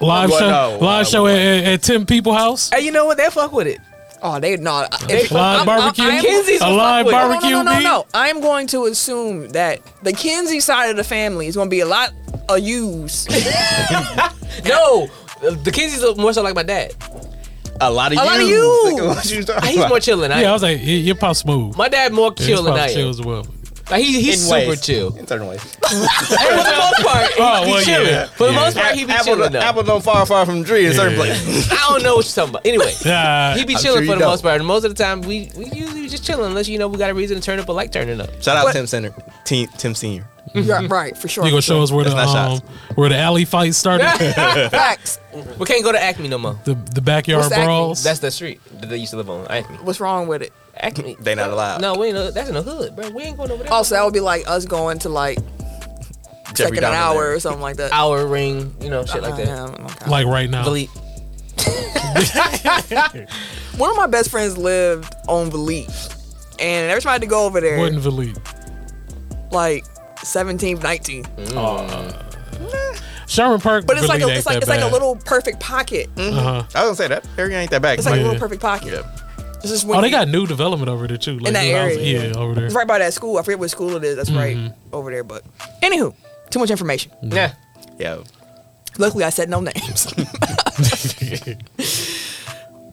Speaker 4: live
Speaker 5: Well,
Speaker 4: show,
Speaker 5: no,
Speaker 4: live
Speaker 5: uh,
Speaker 4: show at, at, at Tim People House.
Speaker 3: Hey, you know what? They fuck with it.
Speaker 1: Oh, they no.
Speaker 4: Live barbecue.
Speaker 1: I'm-
Speaker 3: Kenzie's
Speaker 4: a
Speaker 3: will
Speaker 4: live
Speaker 3: fuck with it.
Speaker 4: barbecue
Speaker 1: no, no, no, no,
Speaker 4: meat.
Speaker 1: no. I am going to assume that the Kinsey side of the family is going to be a lot of use.
Speaker 3: No, the Kinseys look more so like my dad.
Speaker 5: A lot of
Speaker 1: A lot of
Speaker 5: yous.
Speaker 1: yous.
Speaker 5: What you talking
Speaker 3: He's
Speaker 5: about?
Speaker 3: more chilling.
Speaker 4: Yeah, I was like, you- you're pop smooth.
Speaker 3: my dad more
Speaker 4: Yeah, he's
Speaker 3: chill than I
Speaker 4: probably chill
Speaker 3: am.
Speaker 4: as well.
Speaker 3: Like he, he's
Speaker 5: In
Speaker 3: super
Speaker 5: ways. (laughs)
Speaker 3: chill.
Speaker 5: (laughs) In certain ways.
Speaker 3: For the most part, he
Speaker 4: Oh,
Speaker 3: be
Speaker 4: well,
Speaker 3: chilling.
Speaker 4: yeah.
Speaker 3: For the
Speaker 4: Yeah.
Speaker 3: most part, he be
Speaker 5: apple,
Speaker 3: chilling
Speaker 5: don't-
Speaker 3: though.
Speaker 5: apple don't fall far from the tree in certain
Speaker 4: Yeah. (laughs)
Speaker 5: places.
Speaker 3: I don't know what you're talking about. Anyway,
Speaker 4: Nah,
Speaker 3: he be chilling
Speaker 5: I'm sure
Speaker 3: for
Speaker 5: you
Speaker 3: the
Speaker 5: don't.
Speaker 3: most part. And most of the time, we, we usually just chilling unless you know we got a reason to turn up or like turning up.
Speaker 5: Shout out
Speaker 1: What?
Speaker 5: Tim Center. Team, Tim Senior.
Speaker 1: Yeah, right, for sure.
Speaker 4: You gonna show us where the
Speaker 5: That's not
Speaker 4: um,
Speaker 5: shots.
Speaker 4: where the alley fight started?
Speaker 1: facts?
Speaker 3: We can't go to Acme no more.
Speaker 4: the the backyard
Speaker 1: What's the acne?
Speaker 4: brawls.
Speaker 3: That's the street that they used to live on. Acme.
Speaker 1: What's wrong with it?
Speaker 5: (laughs)
Speaker 3: Acme.
Speaker 5: They not allowed.
Speaker 3: No, we ain't. no- That's in the hood, bro. We ain't going over there.
Speaker 1: Also, that would be like us going to like
Speaker 5: Jeffrey
Speaker 1: second an
Speaker 5: Dahmer.
Speaker 1: hour or something like that.
Speaker 3: hour ring, you know, shit like
Speaker 5: Uh-huh.
Speaker 3: that.
Speaker 1: Um, okay.
Speaker 4: like right
Speaker 3: (laughs)
Speaker 4: now.
Speaker 3: Delete.
Speaker 1: One of my best friends lived on Valete, and every time I had to go over there,
Speaker 4: Wouldn't delete.
Speaker 1: like 17, 19.
Speaker 4: Sherman Park,
Speaker 1: But it's like a, it's like
Speaker 4: Delete ain't that
Speaker 1: it's like a
Speaker 4: bad.
Speaker 1: little perfect pocket.
Speaker 4: Uh-huh.
Speaker 5: I was gonna say that area ain't that bad.
Speaker 1: It's like a
Speaker 4: Yeah.
Speaker 1: little perfect pocket. It's just when
Speaker 4: Oh, they
Speaker 1: you-
Speaker 4: got new development over there too. Like,
Speaker 1: that
Speaker 4: when I was-
Speaker 1: area.
Speaker 4: yeah, over there. Mm-hmm.
Speaker 1: It's right by that school. I forget what school it is. That's right over there. But anywho, too much information.
Speaker 3: Yeah.
Speaker 5: yeah.
Speaker 1: Luckily, I said no names.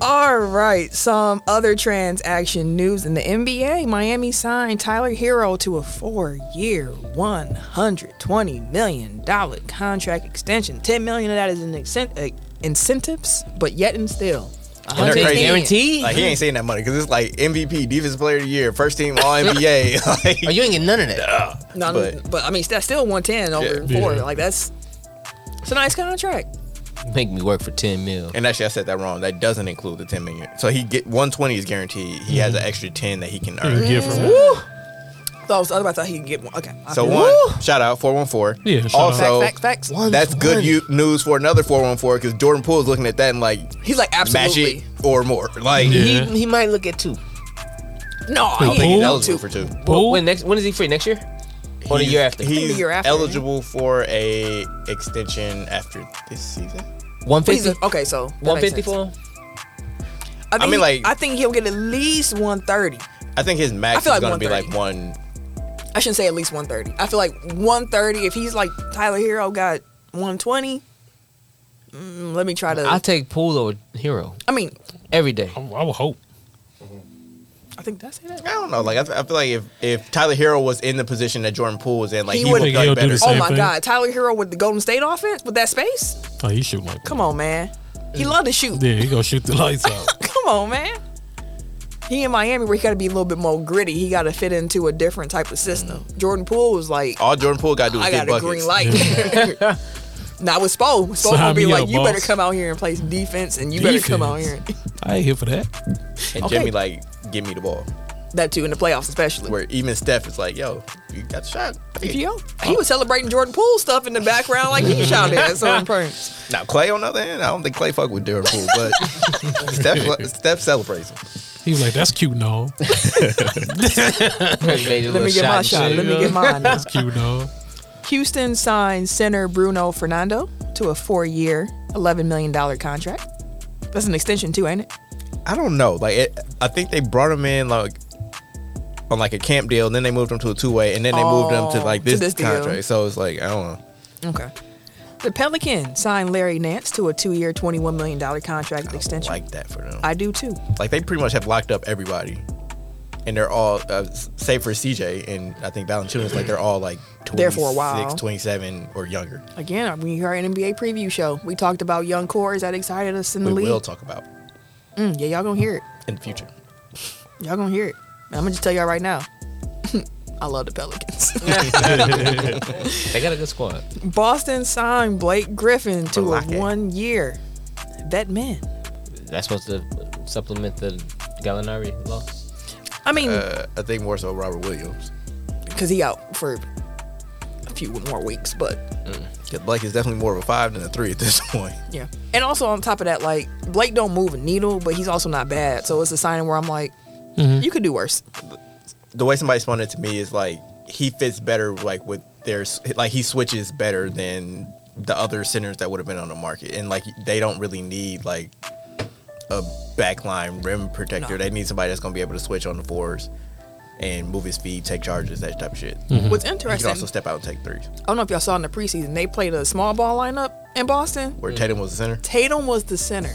Speaker 1: All right, some other transaction news in the NBA. Miami signed Tyler Hero to a four-year, one hundred twenty million dollar contract extension. Ten million of that is in incent- uh, incentives, but yet and still,
Speaker 5: they're
Speaker 3: Guaranteed.
Speaker 5: crazy.
Speaker 3: Guaranteed.
Speaker 5: Like he ain't saying that money because it's like MVP, Defensive Player of the Year, First Team All NBA. (laughs) like,
Speaker 3: Oh, you ain't getting none of that.
Speaker 1: No,
Speaker 5: But-
Speaker 1: but, I mean that's still one ten over
Speaker 4: Yeah.
Speaker 1: four.
Speaker 4: Yeah.
Speaker 1: Like that's it's a nice contract.
Speaker 3: Make me work for ten mil.
Speaker 5: and actually, I said that wrong. That doesn't include the ten million. So he get one twenty is guaranteed. He has an
Speaker 4: Mm-hmm.
Speaker 5: extra ten that he can earn.
Speaker 4: Yeah,
Speaker 1: Mm-hmm.
Speaker 4: from
Speaker 1: So I was otherwise I thought he could get one. Okay, I
Speaker 5: So
Speaker 1: feel-
Speaker 5: one
Speaker 1: Woo!
Speaker 5: shout out four one four.
Speaker 4: Yeah, shout
Speaker 5: Also,
Speaker 1: out. Facts, facts, facts. One
Speaker 5: that's good u- news for another four one four because Jordan Poole's looking at that and like
Speaker 1: he's like
Speaker 5: match it
Speaker 1: absolutely
Speaker 5: or more. Like
Speaker 4: Yeah.
Speaker 3: He, he might look at two.
Speaker 1: no.
Speaker 4: Who,
Speaker 1: He
Speaker 5: I think
Speaker 1: ain't
Speaker 4: Poole?
Speaker 5: he's
Speaker 1: going
Speaker 5: eligible
Speaker 1: to.
Speaker 5: for two.
Speaker 4: Poole?
Speaker 3: When next? When is he free? Next year? Or the
Speaker 5: He's-
Speaker 3: year after?
Speaker 1: The
Speaker 5: He's
Speaker 1: year after,
Speaker 5: eligible for a extension after this season.
Speaker 3: One
Speaker 1: He's
Speaker 3: fifty.
Speaker 1: a, okay, so that makes
Speaker 3: One fifty
Speaker 1: sense.
Speaker 3: for him.
Speaker 1: I, think
Speaker 5: mean,
Speaker 1: he-
Speaker 5: like-
Speaker 1: I think he'll get at least one thirty.
Speaker 5: I think his
Speaker 1: I
Speaker 5: max
Speaker 1: feel
Speaker 5: is
Speaker 1: like
Speaker 5: gonna be like one.
Speaker 1: I shouldn't say at least one thirty. I feel like one thirty. If he's like Tyler Hero got one twenty, mm, let me try to.
Speaker 3: I
Speaker 1: I
Speaker 3: take Pool or Hero
Speaker 1: mean,
Speaker 3: every day.
Speaker 4: I, I would hope.
Speaker 1: I think that's it.
Speaker 5: I don't know. Like I, th- I feel like if, if Tyler Hero was in the position that Jordan Poole was in, like
Speaker 1: He
Speaker 5: he,
Speaker 1: would-
Speaker 5: would have
Speaker 4: He'll
Speaker 5: done
Speaker 4: do
Speaker 5: better.
Speaker 4: the
Speaker 1: Oh
Speaker 4: Same
Speaker 1: my
Speaker 4: thing.
Speaker 1: God, Tyler Hero with the Golden State offense with that space.
Speaker 4: Oh, you shoot like
Speaker 1: Come on, man. He loved to shoot.
Speaker 4: Yeah, he gonna shoot the
Speaker 1: (laughs)
Speaker 4: lights out.
Speaker 1: Come on, man. He in Miami where he got to be a little bit more gritty. He got to fit into a different type of system.
Speaker 5: Mm.
Speaker 1: Jordan Poole was like,
Speaker 5: All Jordan Poole got to do is
Speaker 1: I
Speaker 5: get
Speaker 1: got a
Speaker 5: buckets.
Speaker 1: green light. (laughs) Now with Spo, Spo gonna
Speaker 4: Sign
Speaker 1: be
Speaker 4: me
Speaker 1: like,
Speaker 4: up,
Speaker 1: you better
Speaker 4: boss.
Speaker 1: come out here and play some defense, and you better come out here.
Speaker 4: Defense. I ain't here for that.
Speaker 5: And
Speaker 1: Okay.
Speaker 5: Jimmy like, give me the ball.
Speaker 1: That too in the playoffs, especially.
Speaker 5: Where even Steph is like, yo, you got the shot.
Speaker 1: If you don't- he was celebrating Jordan Poole stuff in the background like he shouted at some point.
Speaker 5: Now Clay on the other hand, I don't think Clay fuck with Jordan Poole, but Steph, Steph celebrates him.
Speaker 4: He was like, "That's cute, no.
Speaker 1: Let me get my shot. Let me get mine. now.
Speaker 4: That's cute, no."
Speaker 1: Houston signs center Bruno Fernando to a four-year, eleven million dollar contract. That's an extension too, ain't it?
Speaker 5: I don't know. Like it, I think they brought him in like on like a camp deal, and then they moved him to a two way, and then they moved him
Speaker 1: Oh,
Speaker 5: to like
Speaker 1: to
Speaker 5: this,
Speaker 1: this deal.
Speaker 5: contract. So it's like I don't know.
Speaker 1: Okay. The Pelicans signed Larry Nance to a two-year, twenty-one million dollar contract extension.
Speaker 5: Like that for them.
Speaker 1: I do too.
Speaker 5: like they pretty much have locked up everybody, and they're all uh, s- save for CJ and I think Valanciunas. Like they're all like 26,
Speaker 1: There for a while.
Speaker 5: 27 or younger.
Speaker 1: Again, we heard an NBA preview show. We talked about young cores that excited us in the
Speaker 5: We
Speaker 1: league.
Speaker 5: will talk about
Speaker 1: Mm, yeah, y'all gonna hear it.
Speaker 5: in the future.
Speaker 1: Y'all gonna hear it. And I'm gonna just tell y'all right now. (laughs) I love the Pelicans. (laughs)
Speaker 3: They got a good squad.
Speaker 1: Boston signed Blake Griffin to
Speaker 5: Block
Speaker 1: a
Speaker 5: it.
Speaker 1: one year vet man.
Speaker 3: That's supposed to supplement the Gallinari loss.
Speaker 1: I mean,
Speaker 5: Uh, I think more so Robert Williams.
Speaker 1: because he out for a few more weeks, but
Speaker 5: 'Cause Blake is definitely more of a five than a three at this (laughs) point.
Speaker 1: yeah. And also on top of that, like Blake don't move a needle, but he's also not bad. So it's a sign where I'm like,
Speaker 5: Mm-hmm.
Speaker 1: you could do worse.
Speaker 5: the way somebody explained it to me is like he fits better like with their like he switches better than the other centers that would have been on the market and like they don't really need like a backline rim
Speaker 1: No.
Speaker 5: protector they need somebody that's going to be able to switch on the fours and move his feet take charges that type of shit
Speaker 1: What's
Speaker 5: he can
Speaker 1: interesting,
Speaker 5: also step out and take threes
Speaker 1: I don't know if y'all saw in the preseason, they played a small ball lineup in Boston.
Speaker 5: where Tatum was the center
Speaker 1: Tatum was the center.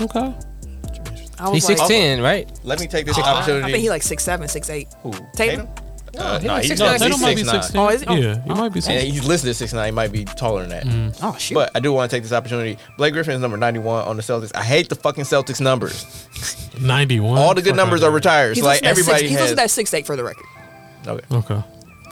Speaker 4: Okay.
Speaker 1: I
Speaker 3: He's
Speaker 1: was like,
Speaker 3: six ten, right?
Speaker 5: let me take this
Speaker 1: Oh, I
Speaker 5: Oh, opportunity
Speaker 1: think he like six seven, six eight.
Speaker 5: Who,
Speaker 1: Tatum?
Speaker 5: Uh, no,
Speaker 3: like
Speaker 5: he's,
Speaker 3: six
Speaker 5: no,
Speaker 3: nine,
Speaker 5: he's
Speaker 4: Tatum might be
Speaker 5: 6'9".
Speaker 4: 16.
Speaker 1: Oh, is he? Oh.
Speaker 4: Yeah, he might be
Speaker 5: And
Speaker 4: 16.
Speaker 5: he's listed six nine. He might be taller than that.
Speaker 1: Oh shoot!
Speaker 5: But I do want to take this opportunity. Blake Griffin is number 91 on the Celtics. I hate the fucking Celtics numbers.
Speaker 4: 91.
Speaker 5: All the good numbers are retired.
Speaker 1: he's
Speaker 5: So like
Speaker 1: listed at six-
Speaker 5: everybody
Speaker 1: he's
Speaker 5: has.
Speaker 1: listed at six eight for the record.
Speaker 5: Okay.
Speaker 4: Okay.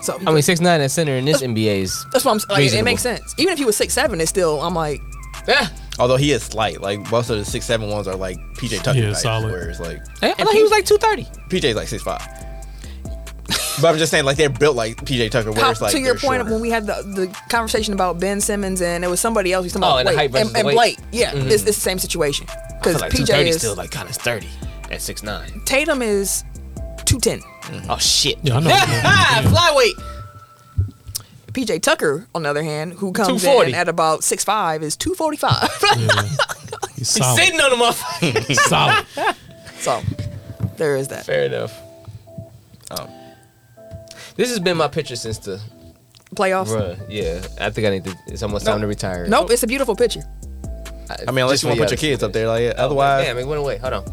Speaker 1: So
Speaker 3: I mean, six nine at center in this NBA is
Speaker 1: that's what I'm saying. Like, it
Speaker 3: Reasonable.
Speaker 1: makes sense. Even if he was six seven, it's still I'm like,
Speaker 3: Yeah.
Speaker 5: Although he is slight. Like most of the six seven ones are like PJ Tucker.
Speaker 4: Yeah,
Speaker 5: types,
Speaker 4: solid.
Speaker 5: Where it's like
Speaker 3: I thought he was like two thirty.
Speaker 5: PJ's like six five. But I'm just saying, like they're built like PJ Tucker, where
Speaker 1: how-
Speaker 5: it's like
Speaker 1: to your
Speaker 5: they're
Speaker 1: point
Speaker 5: shorter.
Speaker 1: when we had the, the conversation about Ben Simmons and it was somebody else. We talking
Speaker 3: Oh,
Speaker 1: about
Speaker 3: and the
Speaker 1: Blake.
Speaker 3: height versus
Speaker 1: and, and
Speaker 3: the weight. Mm-hmm.
Speaker 1: Blake. Yeah, it's, it's the same situation because
Speaker 3: Like two
Speaker 1: PJ
Speaker 3: thirty
Speaker 1: is
Speaker 3: still like kind of sturdy at six nine.
Speaker 1: Tatum is two ten.
Speaker 3: Oh shit.
Speaker 4: Yeah,
Speaker 1: (laughs)
Speaker 4: I know.
Speaker 3: Flyweight.
Speaker 1: PJ Tucker, on the other hand, who comes
Speaker 3: 240.
Speaker 1: in at about six five, is two forty (laughs) five.
Speaker 4: He's
Speaker 3: He's
Speaker 4: solid.
Speaker 3: sitting on the motherfucker.
Speaker 4: solid.
Speaker 1: (laughs) so there is that.
Speaker 3: Fair enough. Um, this has been my picture since the
Speaker 1: Playoffs.
Speaker 3: run. Yeah, I think I need to. It's almost time to retire.
Speaker 1: Nope, it's a beautiful picture.
Speaker 5: I mean, unless
Speaker 3: Just
Speaker 5: you want to
Speaker 3: for
Speaker 5: put your
Speaker 3: y'all
Speaker 5: kids up there, like otherwise,
Speaker 3: Damn, it went away. Hold on.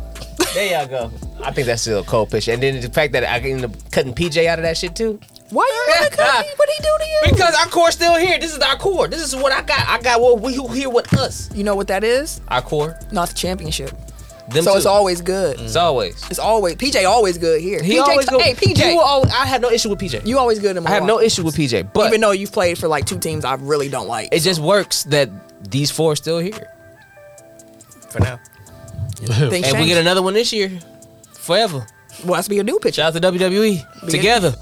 Speaker 3: There y'all go. I think that's still a cold picture. And then the fact that I ended up cutting PJ out of that shit too.
Speaker 1: Why
Speaker 3: (laughs)
Speaker 1: you really cutting? What he do to you?
Speaker 3: Because our core's still here. This is our core. This is what I got. I got what we who here with us.
Speaker 1: you know what that is?
Speaker 3: Our core.
Speaker 1: Not the championship.
Speaker 3: Them
Speaker 1: so it's
Speaker 3: two.
Speaker 1: always good.
Speaker 3: It's always.
Speaker 1: It's always PJ always good here.
Speaker 3: He
Speaker 1: PJ,
Speaker 3: always go,
Speaker 1: hey PJ,
Speaker 3: You
Speaker 1: you,
Speaker 3: always, I had no issue with PJ.
Speaker 1: always good in
Speaker 3: I have no
Speaker 1: Milwaukee.
Speaker 3: issue with PJ. But
Speaker 1: even though you've played for like two teams I really don't like.
Speaker 3: it just works that these four are still here.
Speaker 5: for now.
Speaker 1: Things
Speaker 3: And we
Speaker 1: change.
Speaker 3: get another one this year. Forever.
Speaker 1: well, that's be a new picture.
Speaker 3: Shout out to WWE. Together.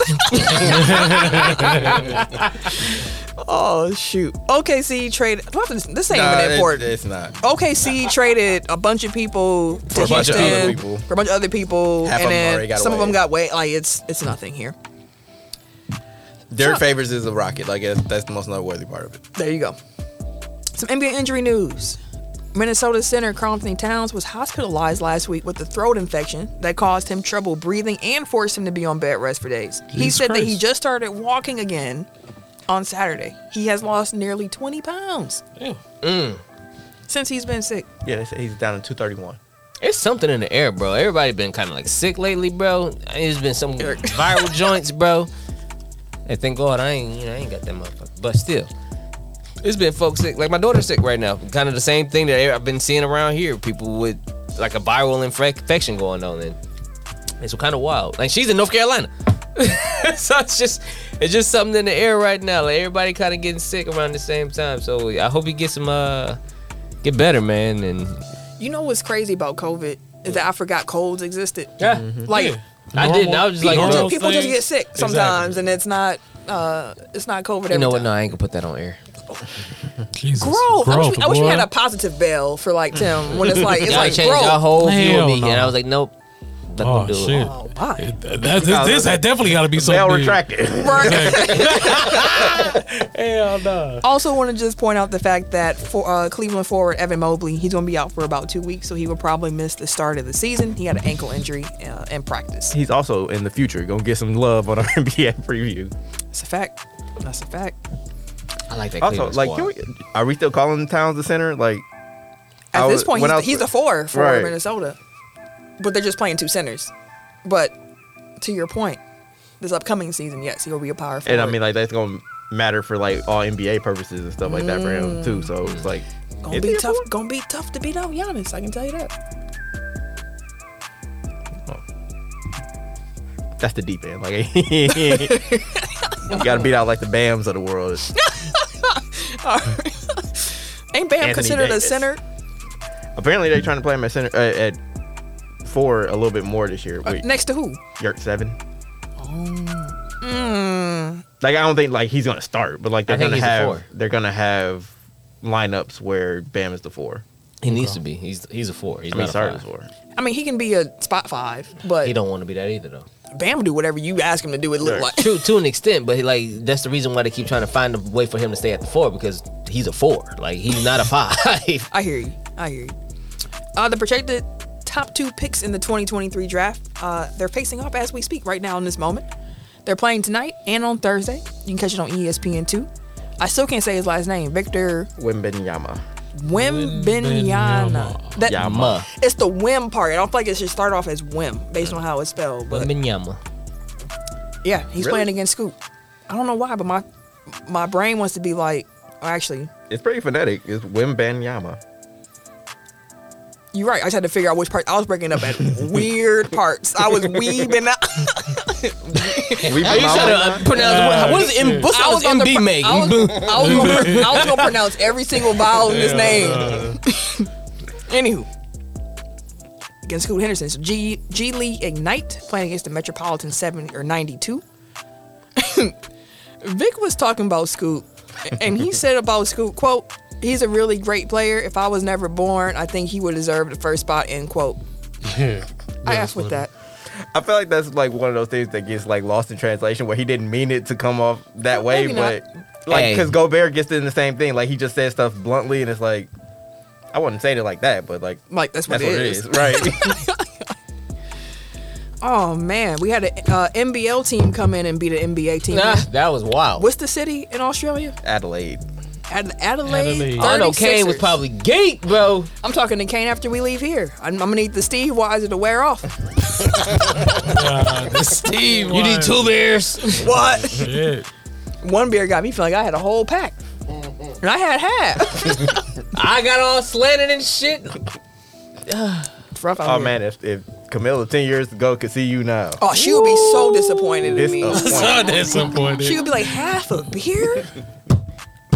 Speaker 1: Oh shoot. OKC traded. well, This this ain't
Speaker 5: Nah,
Speaker 1: even
Speaker 5: it's,
Speaker 1: important.
Speaker 5: it's not.
Speaker 1: Oh, OKC traded a bunch of people to
Speaker 5: a bunch of
Speaker 1: Houston,
Speaker 5: other people.
Speaker 1: for a bunch of other people,
Speaker 5: Half
Speaker 1: and
Speaker 5: of them
Speaker 1: then
Speaker 5: already got
Speaker 1: some of
Speaker 5: away.
Speaker 1: them got way. Like it's it's nothing here.
Speaker 5: Derek Favors is a rocket. Like that's that's the most noteworthy part of it.
Speaker 1: There you go. Some NBA injury news. Minnesota center Carl Anthony Towns was hospitalized last week with a throat infection that caused him trouble breathing and forced him to be on bed rest for days. he
Speaker 4: Jesus
Speaker 1: said that he
Speaker 4: Christ.
Speaker 1: just started walking again on Saturday. He has lost nearly 20 pounds
Speaker 4: Yeah.
Speaker 1: since he's been sick.
Speaker 5: Yeah, they say he's down to two thirty one.
Speaker 3: It's something in the air, bro. Everybody been kind of like sick lately, bro. It's been some (laughs) viral joints, bro. Hey, thank God I ain't, you know, I ain't got that motherfucker. But still, it's been folks sick. Like my daughter's sick right now. Kind of the same thing that e, I've been seeing around here. People with like a viral infec- infection going on, and it's kind of wild. Like she's in North Carolina, (laughs) so it's just it's just something in the air right now. Like everybody kind of getting sick around the same time. So I hope you get some uh get better, man, and
Speaker 1: You know what's crazy about COVID is that I forgot colds existed.
Speaker 3: yeah.
Speaker 1: Like
Speaker 3: I didn't. I was just like,
Speaker 1: people,
Speaker 4: Normal
Speaker 1: just,
Speaker 3: bro,
Speaker 1: people just
Speaker 4: things.
Speaker 1: get sick sometimes, and it's not uh, it's not COVID.
Speaker 3: you
Speaker 1: every
Speaker 3: know what?
Speaker 1: time.
Speaker 3: No, I ain't gonna put that on air.
Speaker 4: Jesus.
Speaker 1: Grow. I wish, we, I wish we
Speaker 4: boy.
Speaker 1: had a positive bell for like Tim when it's like it's
Speaker 3: Y'all
Speaker 1: like
Speaker 3: changed
Speaker 1: grow.
Speaker 3: our whole view
Speaker 4: Hell
Speaker 3: of me,
Speaker 4: no.
Speaker 3: and I was like, nope, not
Speaker 4: Oh,
Speaker 3: gonna do
Speaker 4: shit.
Speaker 3: it.
Speaker 1: oh my!
Speaker 4: That's, this, this had definitely got to be something.
Speaker 5: Bell
Speaker 4: big.
Speaker 5: retracted.
Speaker 1: Right.
Speaker 4: Hell no.
Speaker 1: (laughs) also, want to just point out the fact that for uh, Cleveland forward Evan Mobley, he's going to be out for about two weeks, so he will probably miss the start of the season. He had an ankle injury uh, in practice.
Speaker 5: He's also in the future gonna get some love on (laughs) our NBA preview.
Speaker 1: That's a fact. That's a fact.
Speaker 3: I like that.
Speaker 5: Also,
Speaker 3: Cleveland
Speaker 5: like,
Speaker 3: squad.
Speaker 5: can we, are we still calling Towns the center? Like,
Speaker 1: At
Speaker 5: I
Speaker 1: this
Speaker 5: was-
Speaker 1: point,
Speaker 5: when
Speaker 1: he's,
Speaker 5: I was-
Speaker 1: he's a four for
Speaker 5: Right.
Speaker 1: Minnesota, but they're just playing two centers. But to your point, this upcoming season, yes, he'll be a power forward.
Speaker 5: and I mean, like, that's gonna matter for like all NBA purposes and stuff like that for
Speaker 1: Mm.
Speaker 5: him too. So it's like,
Speaker 1: gonna
Speaker 5: is
Speaker 1: be
Speaker 5: he a
Speaker 1: tough.
Speaker 5: four?
Speaker 1: Gonna be tough to beat out Giannis. I can tell you (laughs) that.
Speaker 5: That's the deep end. Like, (laughs) you gotta beat out like the Bams of
Speaker 1: (laughs)
Speaker 5: the world.
Speaker 1: Ain't Bam
Speaker 5: Anthony
Speaker 1: considered
Speaker 5: Davis.
Speaker 1: a center?
Speaker 5: Apparently, they're trying to play him at center uh, at four a little bit more this year. Wait,
Speaker 1: Next to who?
Speaker 5: Yerk seven. Like I don't think like he's gonna start, but like they're
Speaker 3: Oh. I think
Speaker 5: gonna
Speaker 3: he's a
Speaker 5: have
Speaker 3: four.
Speaker 5: they're gonna have lineups where Bam is the four.
Speaker 3: He needs to be. He's he's a four. He's
Speaker 5: I
Speaker 3: not
Speaker 5: mean,
Speaker 3: a
Speaker 5: sorry,
Speaker 3: five.
Speaker 5: is four.
Speaker 1: I mean, he can be a spot five, but
Speaker 3: He don't want to be that either, though.
Speaker 1: Bam do whatever you ask him to do. It look
Speaker 5: Sure.
Speaker 1: like (laughs)
Speaker 3: True, to an extent, but he, like that's the reason why they keep trying to find a way for him to stay at the four because he's a four. Like he's not a (laughs) five.
Speaker 1: I hear you. I hear you. Uh, the projected top two picks in the 2023 draft. Uh, they're facing off as we speak right now in this moment. They're playing tonight and on Thursday. You can catch it on E ESPN two. I still can't say his last name. Victor
Speaker 5: Wimbenyama.
Speaker 1: Wimbenyama. That
Speaker 3: Yama.
Speaker 1: it's the Wim part. I don't feel like it should start off as Wim based on how it's spelled. But
Speaker 3: Wembanyama.
Speaker 1: Yeah, he's
Speaker 5: Really?
Speaker 1: playing against Scoop. I don't know why, but my my brain wants to be like, or actually,
Speaker 5: It's pretty phonetic.
Speaker 3: (laughs)
Speaker 5: It's Wimbenyama.
Speaker 1: you're right. I just had to figure out which part. I was breaking up at weird parts. I was weaving out.
Speaker 5: We
Speaker 3: How you trying to uh, pronounce what- what is M? What
Speaker 1: I
Speaker 3: sound
Speaker 1: was
Speaker 3: is
Speaker 1: gonna
Speaker 3: MB
Speaker 1: pro-
Speaker 3: make?
Speaker 1: I was, I was gonna, I was (laughs) gonna pronounce every single vowel in his name. (laughs) Anywho, against Scoot Henderson, so G G League Ignite playing against the Metropolitan seventy or ninety two. (laughs) Vic was talking about Scoot, and he said about Scoot, "quote He's a really great player. If I was never born, I think he would deserve the first spot." End quote.
Speaker 4: Yeah.
Speaker 1: I asked with that.
Speaker 5: I feel like that's like one of those things that gets like lost in translation where he didn't mean it to come off that way,
Speaker 1: maybe
Speaker 5: but like
Speaker 3: Hey.
Speaker 5: because Gobert gets in the same thing. Like he just says stuff bluntly, and it's like I wouldn't say it like that, but like
Speaker 1: Like that's what,
Speaker 5: that's what
Speaker 1: it is.
Speaker 3: (laughs)
Speaker 5: right?
Speaker 1: Oh man, we had an uh, NBL team come in and beat an NBA team.
Speaker 3: Nah, that was wild.
Speaker 1: What's the city in Australia?
Speaker 5: Adelaide.
Speaker 1: Ad- Adelaide.
Speaker 4: Adelaide.
Speaker 3: I know Kane
Speaker 1: 36ers.
Speaker 3: was probably geek, bro.
Speaker 1: I'm talking to Kane after we leave here. I'm, I'm gonna need the Steve Weiser to wear off.
Speaker 3: (laughs)
Speaker 4: Steve,
Speaker 3: You need two beers. (laughs)
Speaker 1: what?
Speaker 4: Shit.
Speaker 1: One beer got me feeling like I had a whole pack, and I had
Speaker 3: (laughs)
Speaker 1: half.
Speaker 3: I got all slanted and shit.
Speaker 1: It's rough out
Speaker 5: Oh
Speaker 1: here.
Speaker 5: man, if, if Camilla ten years ago could see you now,
Speaker 1: Oh, she would be so disappointed in
Speaker 5: It's (laughs)
Speaker 1: me.
Speaker 5: a-
Speaker 4: So disappointed.
Speaker 1: She would be like half a beer.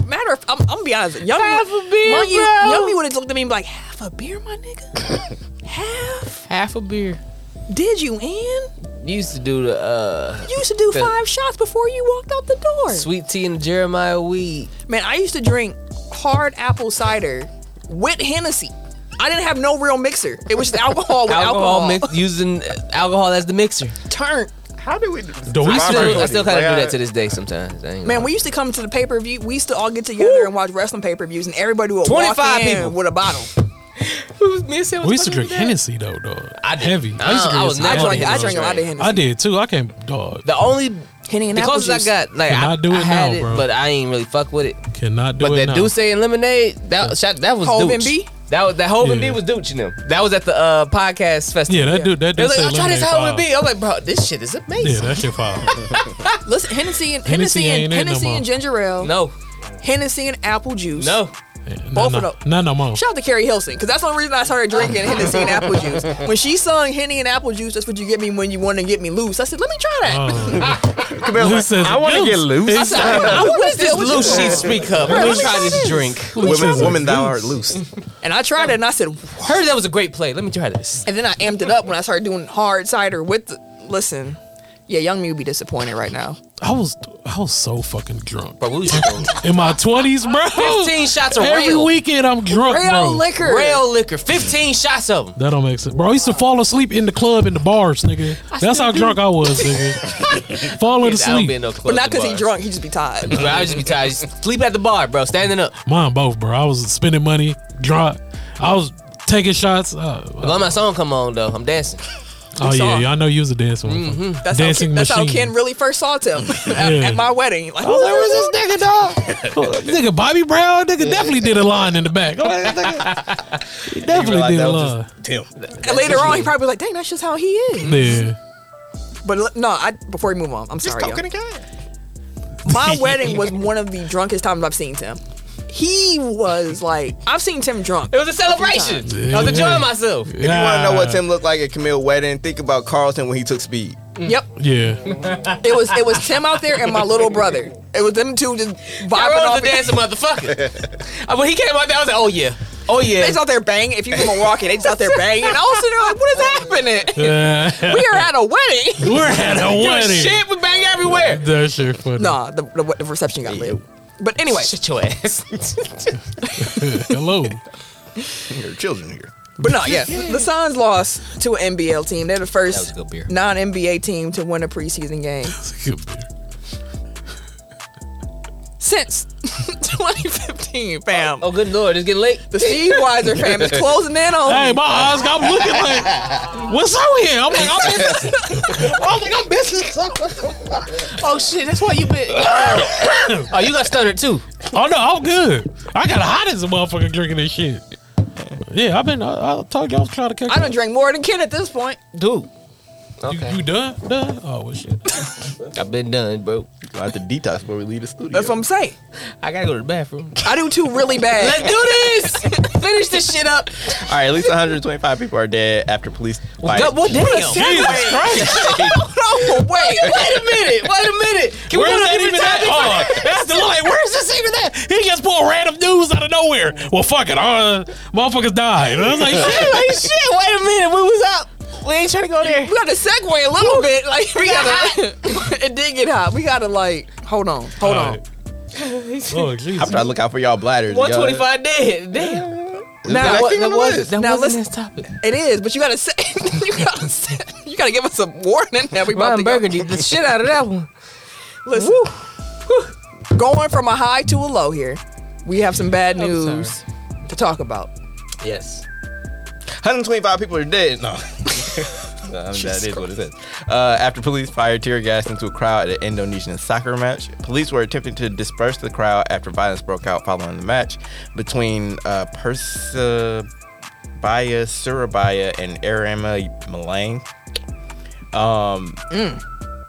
Speaker 1: Matter of, I'm, I'm gonna be honest. Young, half
Speaker 3: a beer, bro.
Speaker 1: Yummy would have looked at me and be like, half a beer, my nigga.
Speaker 3: (laughs)
Speaker 1: half?
Speaker 3: Half a beer.
Speaker 1: Did you in?
Speaker 3: You used to do the uh,
Speaker 1: You used to do
Speaker 3: The-
Speaker 1: five shots before you walked out the door.
Speaker 3: sweet tea and Jeremiah weed.
Speaker 1: Man, I used to drink hard apple cider with Hennessy. I didn't have no real mixer. It was just alcohol with alcohol.
Speaker 3: Alcohol, mix, using alcohol as the mixer.
Speaker 1: Turn.
Speaker 5: how do we?
Speaker 4: Do we
Speaker 5: survive
Speaker 3: I
Speaker 4: I'm
Speaker 3: still,
Speaker 4: pretty-
Speaker 3: I still kind of
Speaker 5: Like,
Speaker 3: do
Speaker 5: I-
Speaker 3: that to this day sometimes. I ain't
Speaker 1: Man,
Speaker 3: gonna-
Speaker 1: we used to come to the pay per view. We used to all get together and watch wrestling pay per views, and everybody would walk
Speaker 3: 25
Speaker 1: in
Speaker 3: people.
Speaker 1: with a bottle.
Speaker 3: me and Sam was
Speaker 4: we used to
Speaker 3: fucking
Speaker 4: drink
Speaker 3: with that.
Speaker 4: Hennessy though, dog.
Speaker 3: I did.
Speaker 4: heavy.
Speaker 3: I
Speaker 4: used to
Speaker 3: don't- I was
Speaker 1: I
Speaker 3: never
Speaker 4: Hennessy.
Speaker 1: drank, I drank a lot of
Speaker 4: I
Speaker 1: Hennessy.
Speaker 4: did too. I can't, dog.
Speaker 3: The only
Speaker 1: Henny and
Speaker 3: the
Speaker 1: apple
Speaker 3: closest I
Speaker 1: juice.
Speaker 3: got, like I,
Speaker 4: Cannot do
Speaker 3: I
Speaker 4: it
Speaker 3: had
Speaker 4: now,
Speaker 3: it,
Speaker 4: bro.
Speaker 3: but I ain't really fuck with it.
Speaker 4: Cannot do
Speaker 3: but
Speaker 4: it
Speaker 3: that
Speaker 4: now.
Speaker 3: Duce and lemonade, that shot, that was
Speaker 1: Hove
Speaker 3: Duce.
Speaker 1: and B.
Speaker 3: That was that Hovind
Speaker 4: Yeah.
Speaker 3: did was douching them. That was at the uh, podcast festival.
Speaker 4: Yeah, that dude- that
Speaker 3: They
Speaker 4: dude
Speaker 3: was like,
Speaker 4: said
Speaker 3: oh, try this
Speaker 4: lemonade
Speaker 3: how it would
Speaker 4: pie.
Speaker 3: be. I'm like, bro, this shit is
Speaker 4: Yeah,
Speaker 3: amazing.
Speaker 4: that's
Speaker 3: (laughs)
Speaker 4: your problem.
Speaker 1: Listen, Hennessy and Hennessy,
Speaker 4: Hennessy
Speaker 1: and
Speaker 4: ain't in no
Speaker 1: Hennessy
Speaker 4: more.
Speaker 1: and ginger ale.
Speaker 3: no,
Speaker 1: Hennessy and apple juice.
Speaker 3: no.
Speaker 4: No,
Speaker 1: Both
Speaker 4: no,
Speaker 1: of them.
Speaker 4: no, no more.
Speaker 1: Shout out to Carrie Hilson, because that's the only reason I started drinking Hennessy and apple juice. When she sung Henny and apple juice, that's what you get me when you want to get me loose. I said, let me try that.
Speaker 4: Oh.
Speaker 5: Cabela's like,
Speaker 4: says
Speaker 5: I want to
Speaker 4: loose.
Speaker 5: get loose.
Speaker 1: I said, I, I want
Speaker 3: This
Speaker 1: to
Speaker 3: blue sheet speak up.
Speaker 1: Bro, let
Speaker 3: Let me
Speaker 1: me
Speaker 3: try
Speaker 1: try
Speaker 3: this
Speaker 1: this.
Speaker 3: drink.
Speaker 5: Women, women thou art loose.
Speaker 1: And I tried it, and I said,
Speaker 3: Heard that was a great play. Let me try this.
Speaker 1: and then I amped it up when I started doing hard cider with the. Listen, yeah, young me would be disappointed right now.
Speaker 4: I was I was so fucking drunk.
Speaker 3: Bro, we was drunk.
Speaker 4: In my twenties, bro.
Speaker 3: 15 shots of
Speaker 4: Every
Speaker 3: rail.
Speaker 4: weekend I'm drunk,
Speaker 1: Real
Speaker 4: bro.
Speaker 1: liquor.
Speaker 3: Rail liquor, 15 shots of them.
Speaker 4: That don't make sense, bro. I used to fall asleep in the club in the bars, nigga. That's how drunk I was, nigga.
Speaker 1: (laughs)
Speaker 4: Falling
Speaker 3: I don't
Speaker 4: asleep.
Speaker 3: be in no
Speaker 1: But
Speaker 3: club.
Speaker 1: not
Speaker 3: to
Speaker 1: because he
Speaker 3: bars.
Speaker 1: drunk, he just be tired.
Speaker 3: Bro, I would just be tired. Just sleep at the bar, bro. Standing up.
Speaker 4: Mine both, bro. I was spending money, drunk. I was taking shots. Uh,
Speaker 3: Let my song come on though. I'm dancing.
Speaker 4: oh yeah,
Speaker 1: song.
Speaker 4: yeah, I know you was a dancing one.
Speaker 1: Mm-hmm. That's
Speaker 4: dancing
Speaker 1: how Ken, that's how
Speaker 4: machine.
Speaker 1: Ken really first saw Tim (laughs) at,
Speaker 4: Yeah.
Speaker 1: at my wedding. Like,
Speaker 4: I was like, where's this nigga, dog? (laughs) nigga, Bobby Brown, nigga, definitely did a line in the back. I'm like,
Speaker 1: (laughs)
Speaker 4: nigga, he definitely did a line.
Speaker 5: Tim.
Speaker 1: and later on, he probably was like, "Dang, that's just how he
Speaker 4: (laughs)
Speaker 1: is."
Speaker 4: Yeah.
Speaker 1: But l- no, I, before we move on, I'm sorry, y'all. My wedding was one of the drunkest times I've seen Tim. He was like, I've seen Tim drunk.
Speaker 3: It was a celebration. I was enjoying myself.
Speaker 5: If you want to know what Tim looked like at Camille wedding, think about Carlton when he took speed.
Speaker 1: Yep, (laughs)
Speaker 4: Yeah.
Speaker 1: it was it was Tim out there and my little brother. It was them two just
Speaker 3: I
Speaker 1: vibing off.
Speaker 3: was a dancing
Speaker 1: (laughs)
Speaker 3: motherfucker. Uh, when he came out there, I was like, oh yeah, oh
Speaker 1: They
Speaker 3: yeah.
Speaker 1: just out there banging. If you come walking, they just out there banging. And I was sitting there like, what is happening?
Speaker 4: Yeah.
Speaker 1: We are at a wedding.
Speaker 4: We're at a wedding.
Speaker 3: Shit, we bang everywhere.
Speaker 4: That shit funny.
Speaker 1: (laughs) nah, the, the, the reception got lit. But anyway,
Speaker 3: Shut your ass.
Speaker 4: Hello.
Speaker 1: (laughs)
Speaker 5: Your
Speaker 3: (laughs)
Speaker 5: children here.
Speaker 1: But no, yeah, the Suns lost to an NBL team. They're the first
Speaker 3: That was a good beer.
Speaker 1: non-NBA team to win a preseason game since (laughs) 2015, fam.
Speaker 3: (laughs) oh good lord, it's getting late.
Speaker 1: The Steve Weiser fam is closing in on
Speaker 4: Hey,
Speaker 1: me.
Speaker 4: my eyes got I'm looking like, what's out here? I'm like, I'm missing. I'm like, I'm missing.
Speaker 3: Oh shit, that's why you been. (coughs) oh, you got stunnered too.
Speaker 4: Oh no, I'm good. I got hot as a motherfucker drinking this shit. Yeah, I've been. I, I told you I was trying to catch.
Speaker 1: I
Speaker 4: up.
Speaker 1: don't drink more than Ken at this point.
Speaker 3: Dude.
Speaker 4: You,
Speaker 3: Okay.
Speaker 4: you done? Done? Oh well, shit.
Speaker 3: I've been done, bro.
Speaker 5: Go out to detox before we leave the studio.
Speaker 1: That's what I'm saying.
Speaker 3: I gotta go to the bathroom.
Speaker 1: I do too, really
Speaker 3: Let's
Speaker 1: bad.
Speaker 3: do this.
Speaker 1: (laughs)
Speaker 3: Finish this shit up.
Speaker 5: All right, at least 125 people are dead after police. Like,
Speaker 3: Well, damn.
Speaker 4: Jesus
Speaker 1: (laughs)
Speaker 4: Christ!
Speaker 1: no, wait.
Speaker 3: Wait a minute. Wait a minute. Can
Speaker 4: Where's
Speaker 3: we
Speaker 4: that even at? Oh, that's the like. Where's this even at? He just pulled random news out of nowhere. Well, fuck it. Uh, motherfuckers died. I was
Speaker 1: (laughs)
Speaker 4: like, shit.
Speaker 3: Like, shit, wait a minute. What was up? We ain't trying to go there.
Speaker 1: We got to segue a little bit. Like we gotta. (laughs) it did get hot. We gotta like hold on, hold on.
Speaker 4: Oh Jesus!
Speaker 5: I'm trying to look out for
Speaker 3: (laughs)
Speaker 5: y'all bladders. y'all-
Speaker 3: 125 dead. Damn.
Speaker 5: Is
Speaker 1: Nah,
Speaker 5: that
Speaker 1: what-
Speaker 5: thing on the
Speaker 1: what-
Speaker 5: list?
Speaker 1: Now
Speaker 3: Now
Speaker 1: let's-
Speaker 3: let's topic.
Speaker 1: It is, but you gotta say (laughs) you gotta say, you gotta give us a warning that we about
Speaker 3: Ron
Speaker 1: to go.
Speaker 3: Burgundy, the shit out of that one.
Speaker 1: Listen, going from a high to a low here, we have some bad news to talk about.
Speaker 3: Yes.
Speaker 5: 125 people are dead. No. (laughs) No, I mean, that is what it says. Uh, after police fired tear gas into a crowd at an Indonesian soccer match, police were attempting to disperse the crowd after violence broke out following the match between uh, Persebaya Surabaya and Arema Malang. Um,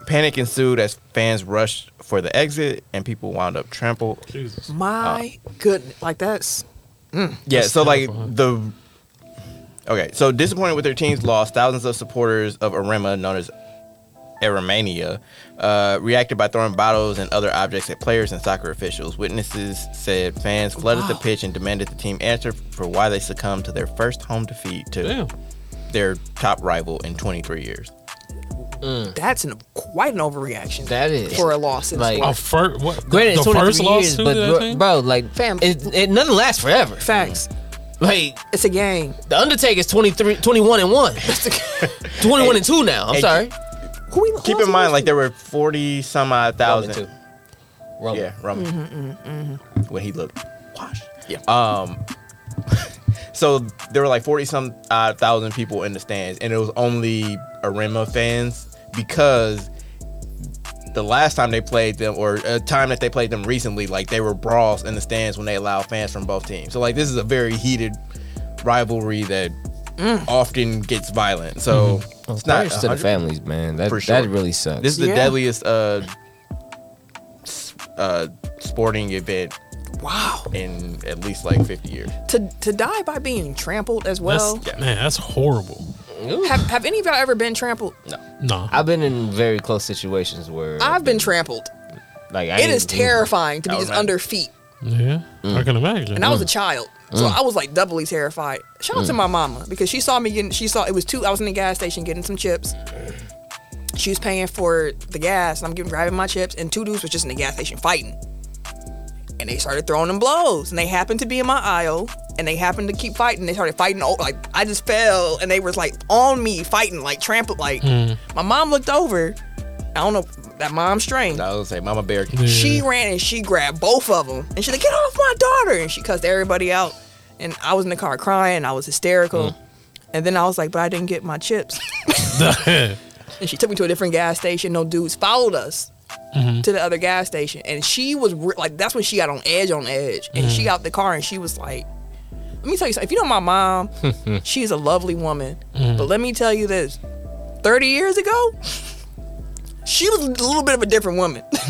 Speaker 5: Panic ensued as fans rushed for the exit and people wound up trampled.
Speaker 4: Jesus.
Speaker 1: My goodness, like that's
Speaker 5: Yeah, so like
Speaker 4: terrifying.
Speaker 5: the Okay, so disappointed with their team's loss, thousands of supporters of Arema, known as Aramania, uh, reacted by throwing bottles and other objects at players and soccer officials. Witnesses said fans flooded the
Speaker 1: Wow.
Speaker 5: pitch and demanded the team answer for why they succumbed to their first home defeat to
Speaker 4: Damn.
Speaker 5: their top rival in 23 years.
Speaker 1: that's an, quite an overreaction.
Speaker 3: That is.
Speaker 1: for a loss in
Speaker 3: Like-
Speaker 1: sport.
Speaker 4: Our first. What?
Speaker 3: Granted,
Speaker 4: the
Speaker 3: it's 23
Speaker 4: first
Speaker 3: years,
Speaker 4: lawsuit.
Speaker 3: but
Speaker 4: that
Speaker 3: bro,
Speaker 4: thing?
Speaker 3: bro, like,
Speaker 1: Fam.
Speaker 3: it, it nothing lasts forever.
Speaker 1: Facts.
Speaker 3: Like,
Speaker 1: It's a game.
Speaker 3: the Undertaker's 23, 21 and one, (laughs) 21 and two now. I'm
Speaker 5: Hey,
Speaker 3: sorry.
Speaker 1: Who we, who else
Speaker 5: Keep in
Speaker 1: we
Speaker 5: mind,
Speaker 1: lose
Speaker 5: like there were 40 some odd
Speaker 3: Roman
Speaker 5: thousand.
Speaker 3: too. Roman.
Speaker 5: Yeah, Roman. When he looked washed. Yeah. Um. (laughs) so there were like forty some uh, thousand people in the stands, and it was only Arema fans because the last time they played them, or a time that they played them recently, like they were brawls in the stands when they allowed fans from both teams. So like this is a very heated rivalry that often gets violent. So it's not
Speaker 3: Prayers to the
Speaker 5: 100
Speaker 3: families, man. That
Speaker 5: For sure.
Speaker 3: that really sucks.
Speaker 5: This is the
Speaker 1: Yeah.
Speaker 5: deadliest uh, s- uh, sporting event
Speaker 1: Wow.
Speaker 5: in at least like 50 years.
Speaker 1: To to die by being trampled as well.
Speaker 4: That's, man, that's horrible.
Speaker 1: Have Have any of y'all ever been trampled?
Speaker 4: No.
Speaker 3: I've been in very close situations where
Speaker 1: I've been trampled.
Speaker 3: like I
Speaker 1: It is
Speaker 3: ain't-
Speaker 1: terrifying to be
Speaker 5: Oh,
Speaker 1: just
Speaker 5: man.
Speaker 1: under feet.
Speaker 4: yeah. I can imagine.
Speaker 1: and I was a child, so I was like doubly terrified. Shout out to my mama because she saw me getting. She saw it was two. I was in the gas station getting some chips. She was paying for the gas, and I'm getting grabbing my chips, and two dudes was just in the gas station fighting, and they started throwing them blows, and they happened to be in my aisle, and they happened to keep fighting. They started fighting. oh, Like I just fell, and they was like on me fighting, like trampled. Like my mom looked over. I don't know that mom's strange.
Speaker 5: I was gonna say, Mama Bear.
Speaker 1: She ran and she grabbed both of them, and she's like, "Get off my daughter!" And she cussed everybody out. And I was in the car crying. I was hysterical. And then I was like, "But I didn't get my chips."
Speaker 4: (laughs)
Speaker 1: and she took me to a different gas station. No dudes followed us to the other gas station, and she was re- like, "That's when she got on edge, on edge." And she got the car, and she was like. Let me tell you something. If you know my mom, she's a lovely woman. But let me tell you this 30 years ago, she was a little bit of a different woman (laughs)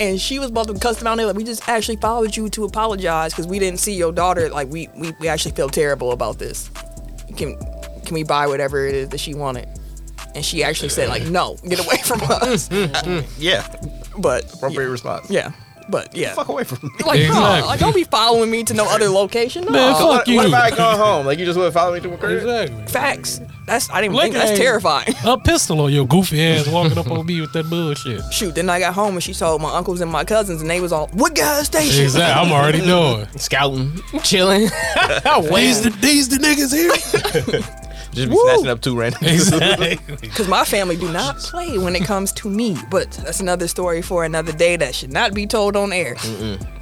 Speaker 1: and she was about to cuss them out. and they Like we just actually followed you to apologize because we didn't see your daughter. Like we, we we actually feel terrible about this. Can can we buy whatever it is that she wanted? And she actually said like no, get away from
Speaker 5: (laughs)
Speaker 1: us.
Speaker 5: Yeah,
Speaker 1: but
Speaker 5: appropriate response.
Speaker 1: yeah, but yeah.
Speaker 5: Fuck away from me.
Speaker 1: Like, no,
Speaker 4: Exactly.
Speaker 1: like don't be following me to no other location. No.
Speaker 4: Man, fuck
Speaker 5: what,
Speaker 4: you.
Speaker 5: what if I go home? Like you just wouldn't follow me to my crib?
Speaker 4: Exactly.
Speaker 1: Facts. That's I didn't even
Speaker 4: Look
Speaker 1: think that's
Speaker 4: at-
Speaker 1: terrifying. (laughs)
Speaker 4: A pistol on your goofy ass walking up on me with that bullshit.
Speaker 1: Shoot, then I got home and she told my uncles and my cousins and they was all, What gas station? (laughs)
Speaker 4: Exactly. I'm already knowing.
Speaker 3: scouting, (laughs) chilling.
Speaker 4: These the, these the niggas here.
Speaker 5: Just be snatching up two random. (laughs)
Speaker 4: exactly.
Speaker 1: Because my family do not play when it comes to me. But that's another story for another day that should not be told on air.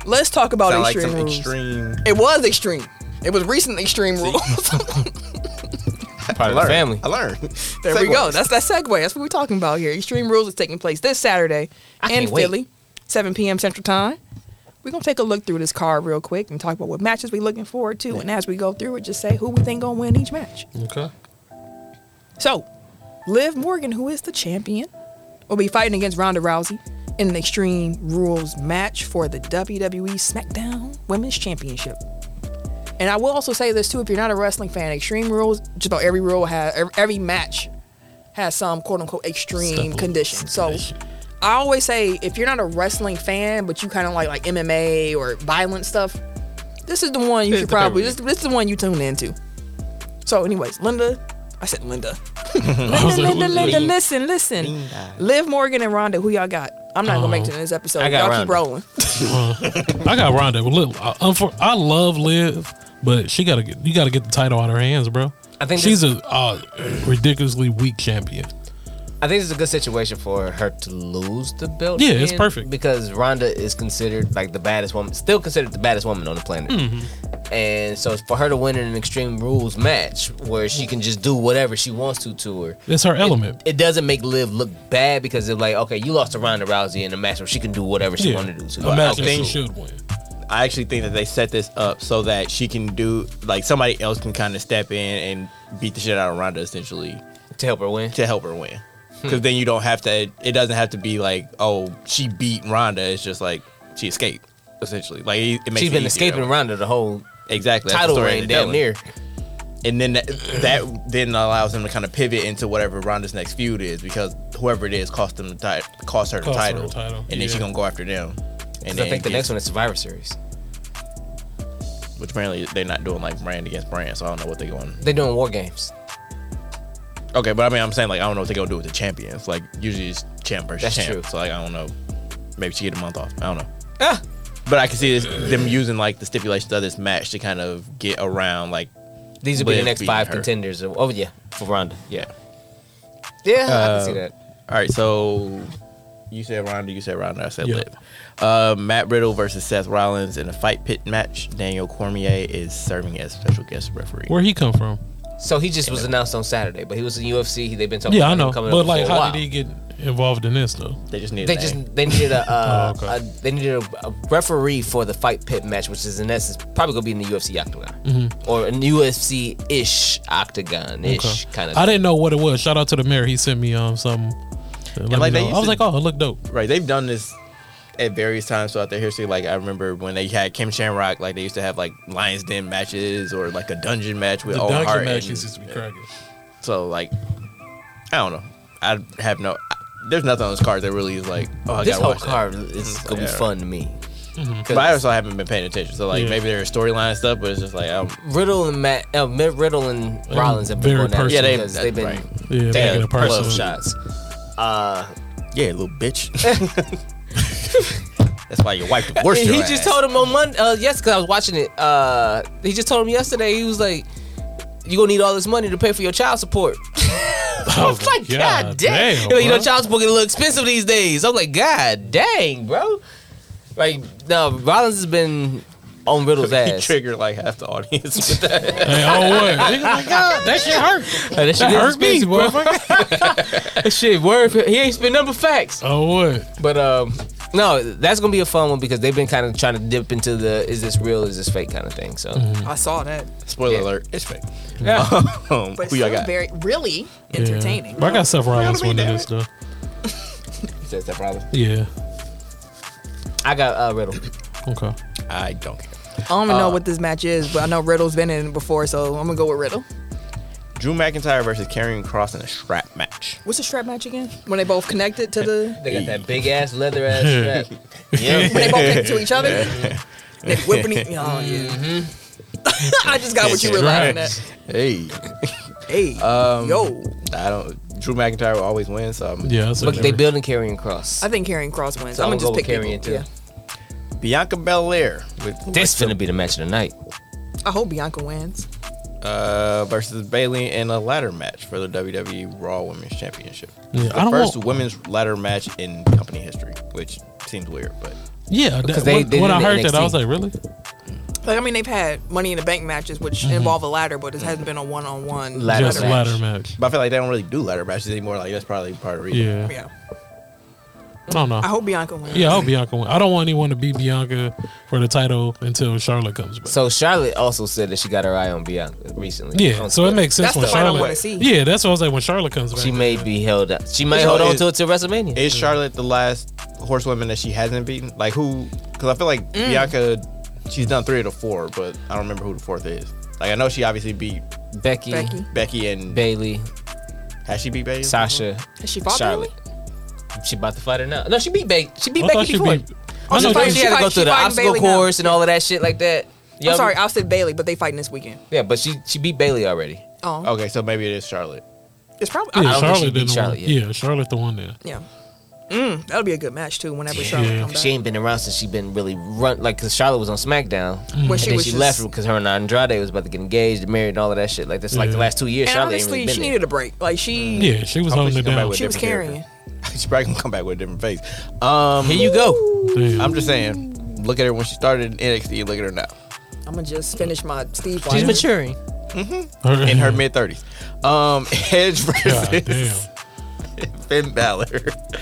Speaker 1: Let's talk about
Speaker 5: Sound like
Speaker 1: extreme
Speaker 5: some
Speaker 1: rules.
Speaker 5: extreme.
Speaker 1: It was extreme. It was recent extreme rules. (laughs)
Speaker 3: Part of the family.
Speaker 5: I learned.
Speaker 1: there we go. That's that segue. That's what we're talking about here. Extreme rules is taking place this Saturday in
Speaker 3: can't wait.
Speaker 1: Philly, 7 p.m. Central Time. We're gonna take a look through this card real quick and talk about what matches we're looking forward to. And as we go through it, just say who we think gonna win each match.
Speaker 4: Okay.
Speaker 1: So, Liv Morgan, who is the champion, will be fighting against Ronda Rousey in an Extreme Rules match for the WWE SmackDown Women's Championship. And I will also say this too: if you're not a wrestling fan, Extreme Rules, just about every rule has ev- every match has some quote unquote extreme
Speaker 4: Simple
Speaker 1: condition. So.
Speaker 4: condition.
Speaker 1: I always say if you're not a wrestling fan, but you kind of like like MMA or violent stuff, this is the one you should probably this, this is the one you tune into. So, anyways, Linda, I said Linda. (laughs) Linda, Linda, Linda, listen, listen. Liv Morgan and Rhonda, who y'all got? I'm not gonna make it in this episode.
Speaker 3: I got
Speaker 1: y'all keep
Speaker 3: Rhonda.
Speaker 1: rolling.
Speaker 4: I got Ronda. Well, Look, I, uh, unfor- I love Liv, but she gotta get you gotta get the title out of her hands, bro.
Speaker 3: I think
Speaker 4: she's a uh, ridiculously weak champion.
Speaker 3: I think it's a good situation for her to lose the belt.
Speaker 4: Yeah, it's
Speaker 3: in
Speaker 4: perfect.
Speaker 3: because Ronda is considered like the baddest woman, still considered the baddest woman on the planet.
Speaker 5: Mm-hmm.
Speaker 3: And so for her to win in an Extreme Rules match where she can just do whatever she wants to to her,
Speaker 4: It's her element.
Speaker 3: it doesn't make Liv look bad because they're like, okay, you lost to Ronda Rousey in a match where she can do whatever she
Speaker 4: yeah,
Speaker 3: wanted to do. To
Speaker 4: a match
Speaker 3: okay,
Speaker 4: that
Speaker 3: cool.
Speaker 4: she should win.
Speaker 5: I actually think that they set this up so that she can do like somebody else can kind of step in and beat the shit out of Ronda essentially
Speaker 3: to help her win.
Speaker 5: to help her win. Because then you don't have to. It doesn't have to be like oh she beat Ronda. It's just like she escaped essentially. Like it, it makes
Speaker 3: She's
Speaker 5: it
Speaker 3: been
Speaker 5: easier.
Speaker 3: escaping Ronda the whole
Speaker 5: Exactly that's
Speaker 3: title
Speaker 5: the story
Speaker 3: reign
Speaker 5: they're
Speaker 3: damn
Speaker 5: telling.
Speaker 3: near.
Speaker 5: And then that, that then allows them to kind of pivot into whatever Ronda's next feud is because whoever it is cost them the title, cost her the
Speaker 4: Cost her
Speaker 5: title,
Speaker 4: the title,
Speaker 5: and then she's
Speaker 4: yeah.
Speaker 5: gonna go after them. And
Speaker 3: 'Cause I think the next one is Survivor Series.
Speaker 5: one, which apparently they're not doing like brand against brand, so I don't know what they're going.
Speaker 3: They're doing war games.
Speaker 5: Okay, but I mean, I'm saying like I don't know what they're gonna do with the champions. Like usually it's champ versus
Speaker 3: That's
Speaker 5: champ.
Speaker 3: true. Ah.
Speaker 5: So like I don't know. Maybe she get a month off. I don't know. But I can see this, them using like the stipulations of this match to kind of get around like
Speaker 3: These would be the
Speaker 5: Liv
Speaker 3: next
Speaker 5: beating
Speaker 3: five
Speaker 5: her.
Speaker 3: contenders. Oh yeah, for Ronda.
Speaker 5: yeah.
Speaker 3: Yeah, I
Speaker 5: Uh,
Speaker 3: can see that.
Speaker 5: All right, so you said Ronda, you said Ronda, I said
Speaker 4: Yeah.
Speaker 5: Liv. Uh, Matt Riddle versus Seth Rollins in a fight pit match. Daniel Cormier is serving as special guest referee.
Speaker 4: Where he come from?
Speaker 3: So he just was announced on Saturday, but he was in UFC. They've been talking
Speaker 4: Yeah, I
Speaker 3: about
Speaker 4: know.
Speaker 3: him coming
Speaker 4: But
Speaker 3: up
Speaker 4: like,
Speaker 3: for a
Speaker 4: how
Speaker 3: while.
Speaker 4: did he get involved in this though.
Speaker 5: They just need.
Speaker 3: They just they needed
Speaker 4: (laughs)
Speaker 3: a, uh,
Speaker 4: Oh, okay.
Speaker 3: a they needed a, a referee for the fight pit match, which is in essence probably gonna be in the UFC octagon
Speaker 4: Mm-hmm.
Speaker 3: or an UFC ish octagon ish kind of.
Speaker 4: I didn't know what it was. Shout out to the mayor. He sent me um some.
Speaker 5: like,
Speaker 4: Like
Speaker 5: they
Speaker 4: I
Speaker 5: used
Speaker 4: was
Speaker 5: to-
Speaker 4: like, oh, it looked dope.
Speaker 5: right. They've done this at various times throughout their history. Like I remember when they had Kim Shamrock, like they used to have like Lions Den matches or like a dungeon match with
Speaker 3: Oh,
Speaker 4: The
Speaker 5: Owen Hart.
Speaker 4: dungeon
Speaker 5: and-
Speaker 4: matches used to be cracking.
Speaker 5: So like, I don't know. I have no. I, there's nothing on this card that really is like. Oh, I
Speaker 3: this
Speaker 5: gotta
Speaker 3: whole
Speaker 5: watch that.
Speaker 3: card is gonna
Speaker 5: Yeah.
Speaker 3: be fun to me.
Speaker 5: But I also haven't been paying attention. So like,
Speaker 4: Yeah.
Speaker 5: maybe there's storyline and stuff, but it's just like, I don't,
Speaker 3: Riddle and Matt, uh, Mitt Riddle and
Speaker 4: They're
Speaker 3: Rollins have
Speaker 4: very
Speaker 3: been going at it
Speaker 4: personal.
Speaker 5: yeah, they,
Speaker 3: because
Speaker 5: that's
Speaker 3: they've been
Speaker 5: right.
Speaker 3: taking
Speaker 4: Yeah, making a
Speaker 3: glove
Speaker 4: person.
Speaker 3: shots. Uh,
Speaker 5: Yeah, little
Speaker 3: (laughs)
Speaker 5: bitch. That's why your wife divorced
Speaker 3: he
Speaker 5: your
Speaker 3: just
Speaker 5: ass.
Speaker 3: told him on Monday. Uh, yes, because I was watching it. Uh, he just told him yesterday. He was like, "You gonna need all this money to pay for your child support." (laughs) I was like,
Speaker 4: God
Speaker 3: God, dang!
Speaker 4: damn,
Speaker 3: You know, you know,
Speaker 4: bro.
Speaker 3: child support get a little expensive these days. I'm like, God dang, bro! Like, no, Rollins has been on Riddle's
Speaker 5: He
Speaker 3: ass.
Speaker 5: triggered like half the audience
Speaker 3: (laughs)
Speaker 5: with that.
Speaker 4: Hey, oh what? Nigga, my God, Uh, that shit hurt.
Speaker 3: Like, (laughs) that shit
Speaker 4: That
Speaker 3: is
Speaker 4: hurt me,
Speaker 3: expensive,
Speaker 4: boy.
Speaker 3: That shit, word. for- He ain't spit number facts.
Speaker 4: Oh what?
Speaker 3: (laughs) But um, no, that's gonna be a fun one because they've been kind of trying to dip into the is this real, is this fake kind of thing. So
Speaker 1: I saw that.
Speaker 5: Spoiler
Speaker 3: Yeah.
Speaker 5: alert, it's fake.
Speaker 3: Yeah.
Speaker 5: (laughs) Um,
Speaker 1: But
Speaker 5: who y'all got?
Speaker 1: very really
Speaker 4: Yeah.
Speaker 1: entertaining.
Speaker 4: But I got Seth Rollins winning
Speaker 5: damn
Speaker 4: this though.
Speaker 5: That's that problem.
Speaker 4: Yeah.
Speaker 3: I got uh, Riddle.
Speaker 4: Okay.
Speaker 5: I don't care.
Speaker 1: I don't even know what this match is, but I know Riddle's been in it before, so I'm gonna go with Riddle.
Speaker 5: Drew McIntyre versus Karrion Cross in a strap match.
Speaker 1: What's the strap match again? When they both connected to the
Speaker 3: They got that big ass leather (laughs) ass strap. Yeah.
Speaker 1: when they both connected to each other.
Speaker 3: (laughs)
Speaker 1: They whipping each oh, yeah. (laughs)
Speaker 3: Mm-hmm.
Speaker 1: I just got what you were laughing at.
Speaker 5: Hey,
Speaker 1: Hey,
Speaker 5: Um,
Speaker 1: yo.
Speaker 5: I don't. Drew McIntyre will always win, so I'm-
Speaker 4: Yeah. That's
Speaker 3: But
Speaker 4: a-
Speaker 3: they building carrying cross.
Speaker 1: I think Karrion Cross wins.
Speaker 3: So
Speaker 1: I'm
Speaker 3: I'm
Speaker 1: gonna just
Speaker 3: gonna
Speaker 1: pick
Speaker 3: go with Karrion,
Speaker 1: people.
Speaker 3: too.
Speaker 1: Yeah.
Speaker 5: Bianca Belair with
Speaker 3: This finna be the match of the night.
Speaker 1: I hope Bianca wins.
Speaker 5: uh, versus Bailey in a ladder match for the WWE Raw Women's Championship.
Speaker 4: Yeah,
Speaker 5: the
Speaker 4: I don't
Speaker 5: first
Speaker 4: want-
Speaker 5: women's ladder match in company history, which seems weird, but
Speaker 4: Yeah.
Speaker 3: Because
Speaker 4: That,
Speaker 3: they-
Speaker 4: when
Speaker 3: they
Speaker 4: when
Speaker 3: did
Speaker 4: I
Speaker 3: the
Speaker 4: heard that, I
Speaker 3: NXT.
Speaker 4: was like, really?
Speaker 1: Like I mean, they've had Money in the Bank matches, which involve a ladder, but it hasn't been a one-on-one
Speaker 3: Mm-hmm. Ladder
Speaker 4: Just
Speaker 3: match.
Speaker 4: ladder match.
Speaker 5: but I feel like they don't really do ladder matches anymore. Like that's probably part of the
Speaker 4: Yeah.
Speaker 5: reason.
Speaker 1: Yeah,
Speaker 4: I don't know.
Speaker 1: I hope Bianca wins.
Speaker 4: Yeah, I hope Bianca win. I don't want anyone to beat Bianca for the title until Charlotte comes back.
Speaker 3: So Charlotte also said that she got her eye on Bianca recently.
Speaker 4: yeah,
Speaker 3: On
Speaker 4: so it
Speaker 3: Twitter.
Speaker 4: makes sense
Speaker 1: That's
Speaker 4: when
Speaker 1: the fight I
Speaker 4: Charlotte.
Speaker 1: wanna see.
Speaker 4: Yeah, that's what I was like when Charlotte comes back.
Speaker 3: she may be held up. She might
Speaker 5: So
Speaker 3: hold on
Speaker 5: is-
Speaker 3: to it till WrestleMania.
Speaker 5: Is
Speaker 4: Mm.
Speaker 5: Charlotte the last horsewoman that she hasn't beaten? Like who? Because I feel like
Speaker 4: Mm.
Speaker 5: Bianca, she's done three of the four, but I don't remember who the fourth is. Like I know she obviously beat
Speaker 3: Becky,
Speaker 1: Becky.
Speaker 5: Becky and
Speaker 3: Bailey,
Speaker 5: has she beat Bailey?
Speaker 3: Sasha,
Speaker 1: Has she fought
Speaker 3: Charlotte. She about to fight her now. No, she beat Bailey. She beat
Speaker 4: I thought
Speaker 3: Becky
Speaker 4: she
Speaker 3: before. Oh,
Speaker 4: beat. I know
Speaker 1: She fight-
Speaker 3: She,
Speaker 4: that-
Speaker 1: fighting-
Speaker 3: had to go
Speaker 1: she
Speaker 3: through the
Speaker 1: fighting
Speaker 3: obstacle
Speaker 1: Bailey now.
Speaker 3: course and all of that shit like that. You know
Speaker 1: I'm
Speaker 3: what I
Speaker 1: sorry,
Speaker 3: mean?
Speaker 1: I said Bailey, but they fighting this weekend.
Speaker 3: Yeah, but she she beat Bailey already.
Speaker 1: Oh,
Speaker 5: Okay, so maybe it is Charlotte. (laughs)
Speaker 1: it's probably
Speaker 4: yeah,
Speaker 1: I-
Speaker 3: don't think she
Speaker 4: Charlotte
Speaker 3: beat
Speaker 4: didn't.
Speaker 3: Charlotte
Speaker 4: win.
Speaker 3: yet.
Speaker 4: Yeah, Charlotte the one there.
Speaker 1: yeah. Mm, that'll be a good match too. Whenever Charlotte
Speaker 4: Yeah.
Speaker 1: comes back,
Speaker 3: She ain't been around since she been really run like because Charlotte was on SmackDown.
Speaker 1: When
Speaker 3: and
Speaker 1: Mm. she
Speaker 3: then
Speaker 1: was
Speaker 3: she
Speaker 1: just-
Speaker 3: left because her and Andrade was about to get engaged, and married, and all of that shit. Like that's like the
Speaker 4: Yeah.
Speaker 3: last two years.
Speaker 1: and
Speaker 3: Charlotte
Speaker 1: honestly,
Speaker 3: ain't really
Speaker 1: she
Speaker 3: been
Speaker 1: needed a break. Like she,
Speaker 4: Yeah, she was
Speaker 5: Hopefully
Speaker 4: holding
Speaker 5: she
Speaker 4: it
Speaker 5: come back
Speaker 4: down.
Speaker 5: with
Speaker 1: she was
Speaker 5: different
Speaker 1: carrying.
Speaker 5: She probably can come back with a different face. Um,
Speaker 3: there. Here you go.
Speaker 4: Damn.
Speaker 5: I'm just saying, look at her when she started in NXT. Look
Speaker 4: (laughs)
Speaker 5: at her now
Speaker 1: I'm gonna just finish my Steve.
Speaker 3: She's
Speaker 1: Wyman.
Speaker 3: maturing.
Speaker 4: Her-
Speaker 5: in her mid 30s. Um, (laughs) Edge
Speaker 4: God
Speaker 5: (laughs) versus
Speaker 4: damn.
Speaker 5: Finn Balor (laughs)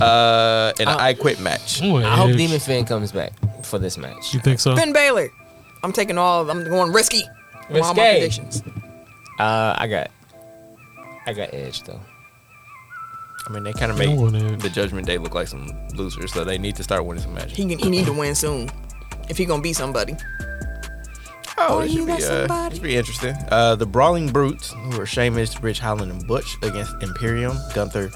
Speaker 5: uh, in an
Speaker 3: Uh,
Speaker 5: I Quit match.
Speaker 4: Ooh,
Speaker 3: I hope
Speaker 4: Edge.
Speaker 3: Demon Finn comes back for this match.
Speaker 4: You think so?
Speaker 1: Finn Balor. I'm taking all. I'm going risky. with All my
Speaker 3: Risque.
Speaker 1: predictions.
Speaker 3: Uh, I got, I got Edge though.
Speaker 5: I mean, they kind of
Speaker 4: Don't want
Speaker 5: make
Speaker 4: Edge.
Speaker 5: the Judgment Day look like some losers, so they need to start winning some matches.
Speaker 1: He can, he need to win soon if he gonna be somebody.
Speaker 5: Oh,
Speaker 1: Oh,
Speaker 5: this
Speaker 1: you
Speaker 5: should
Speaker 1: got
Speaker 5: be, uh,
Speaker 1: somebody?
Speaker 5: this should be interesting. Uh, the Brawling Brutes, who are Sheamus, Rich Holland, and Butch, against Imperium, Gunther,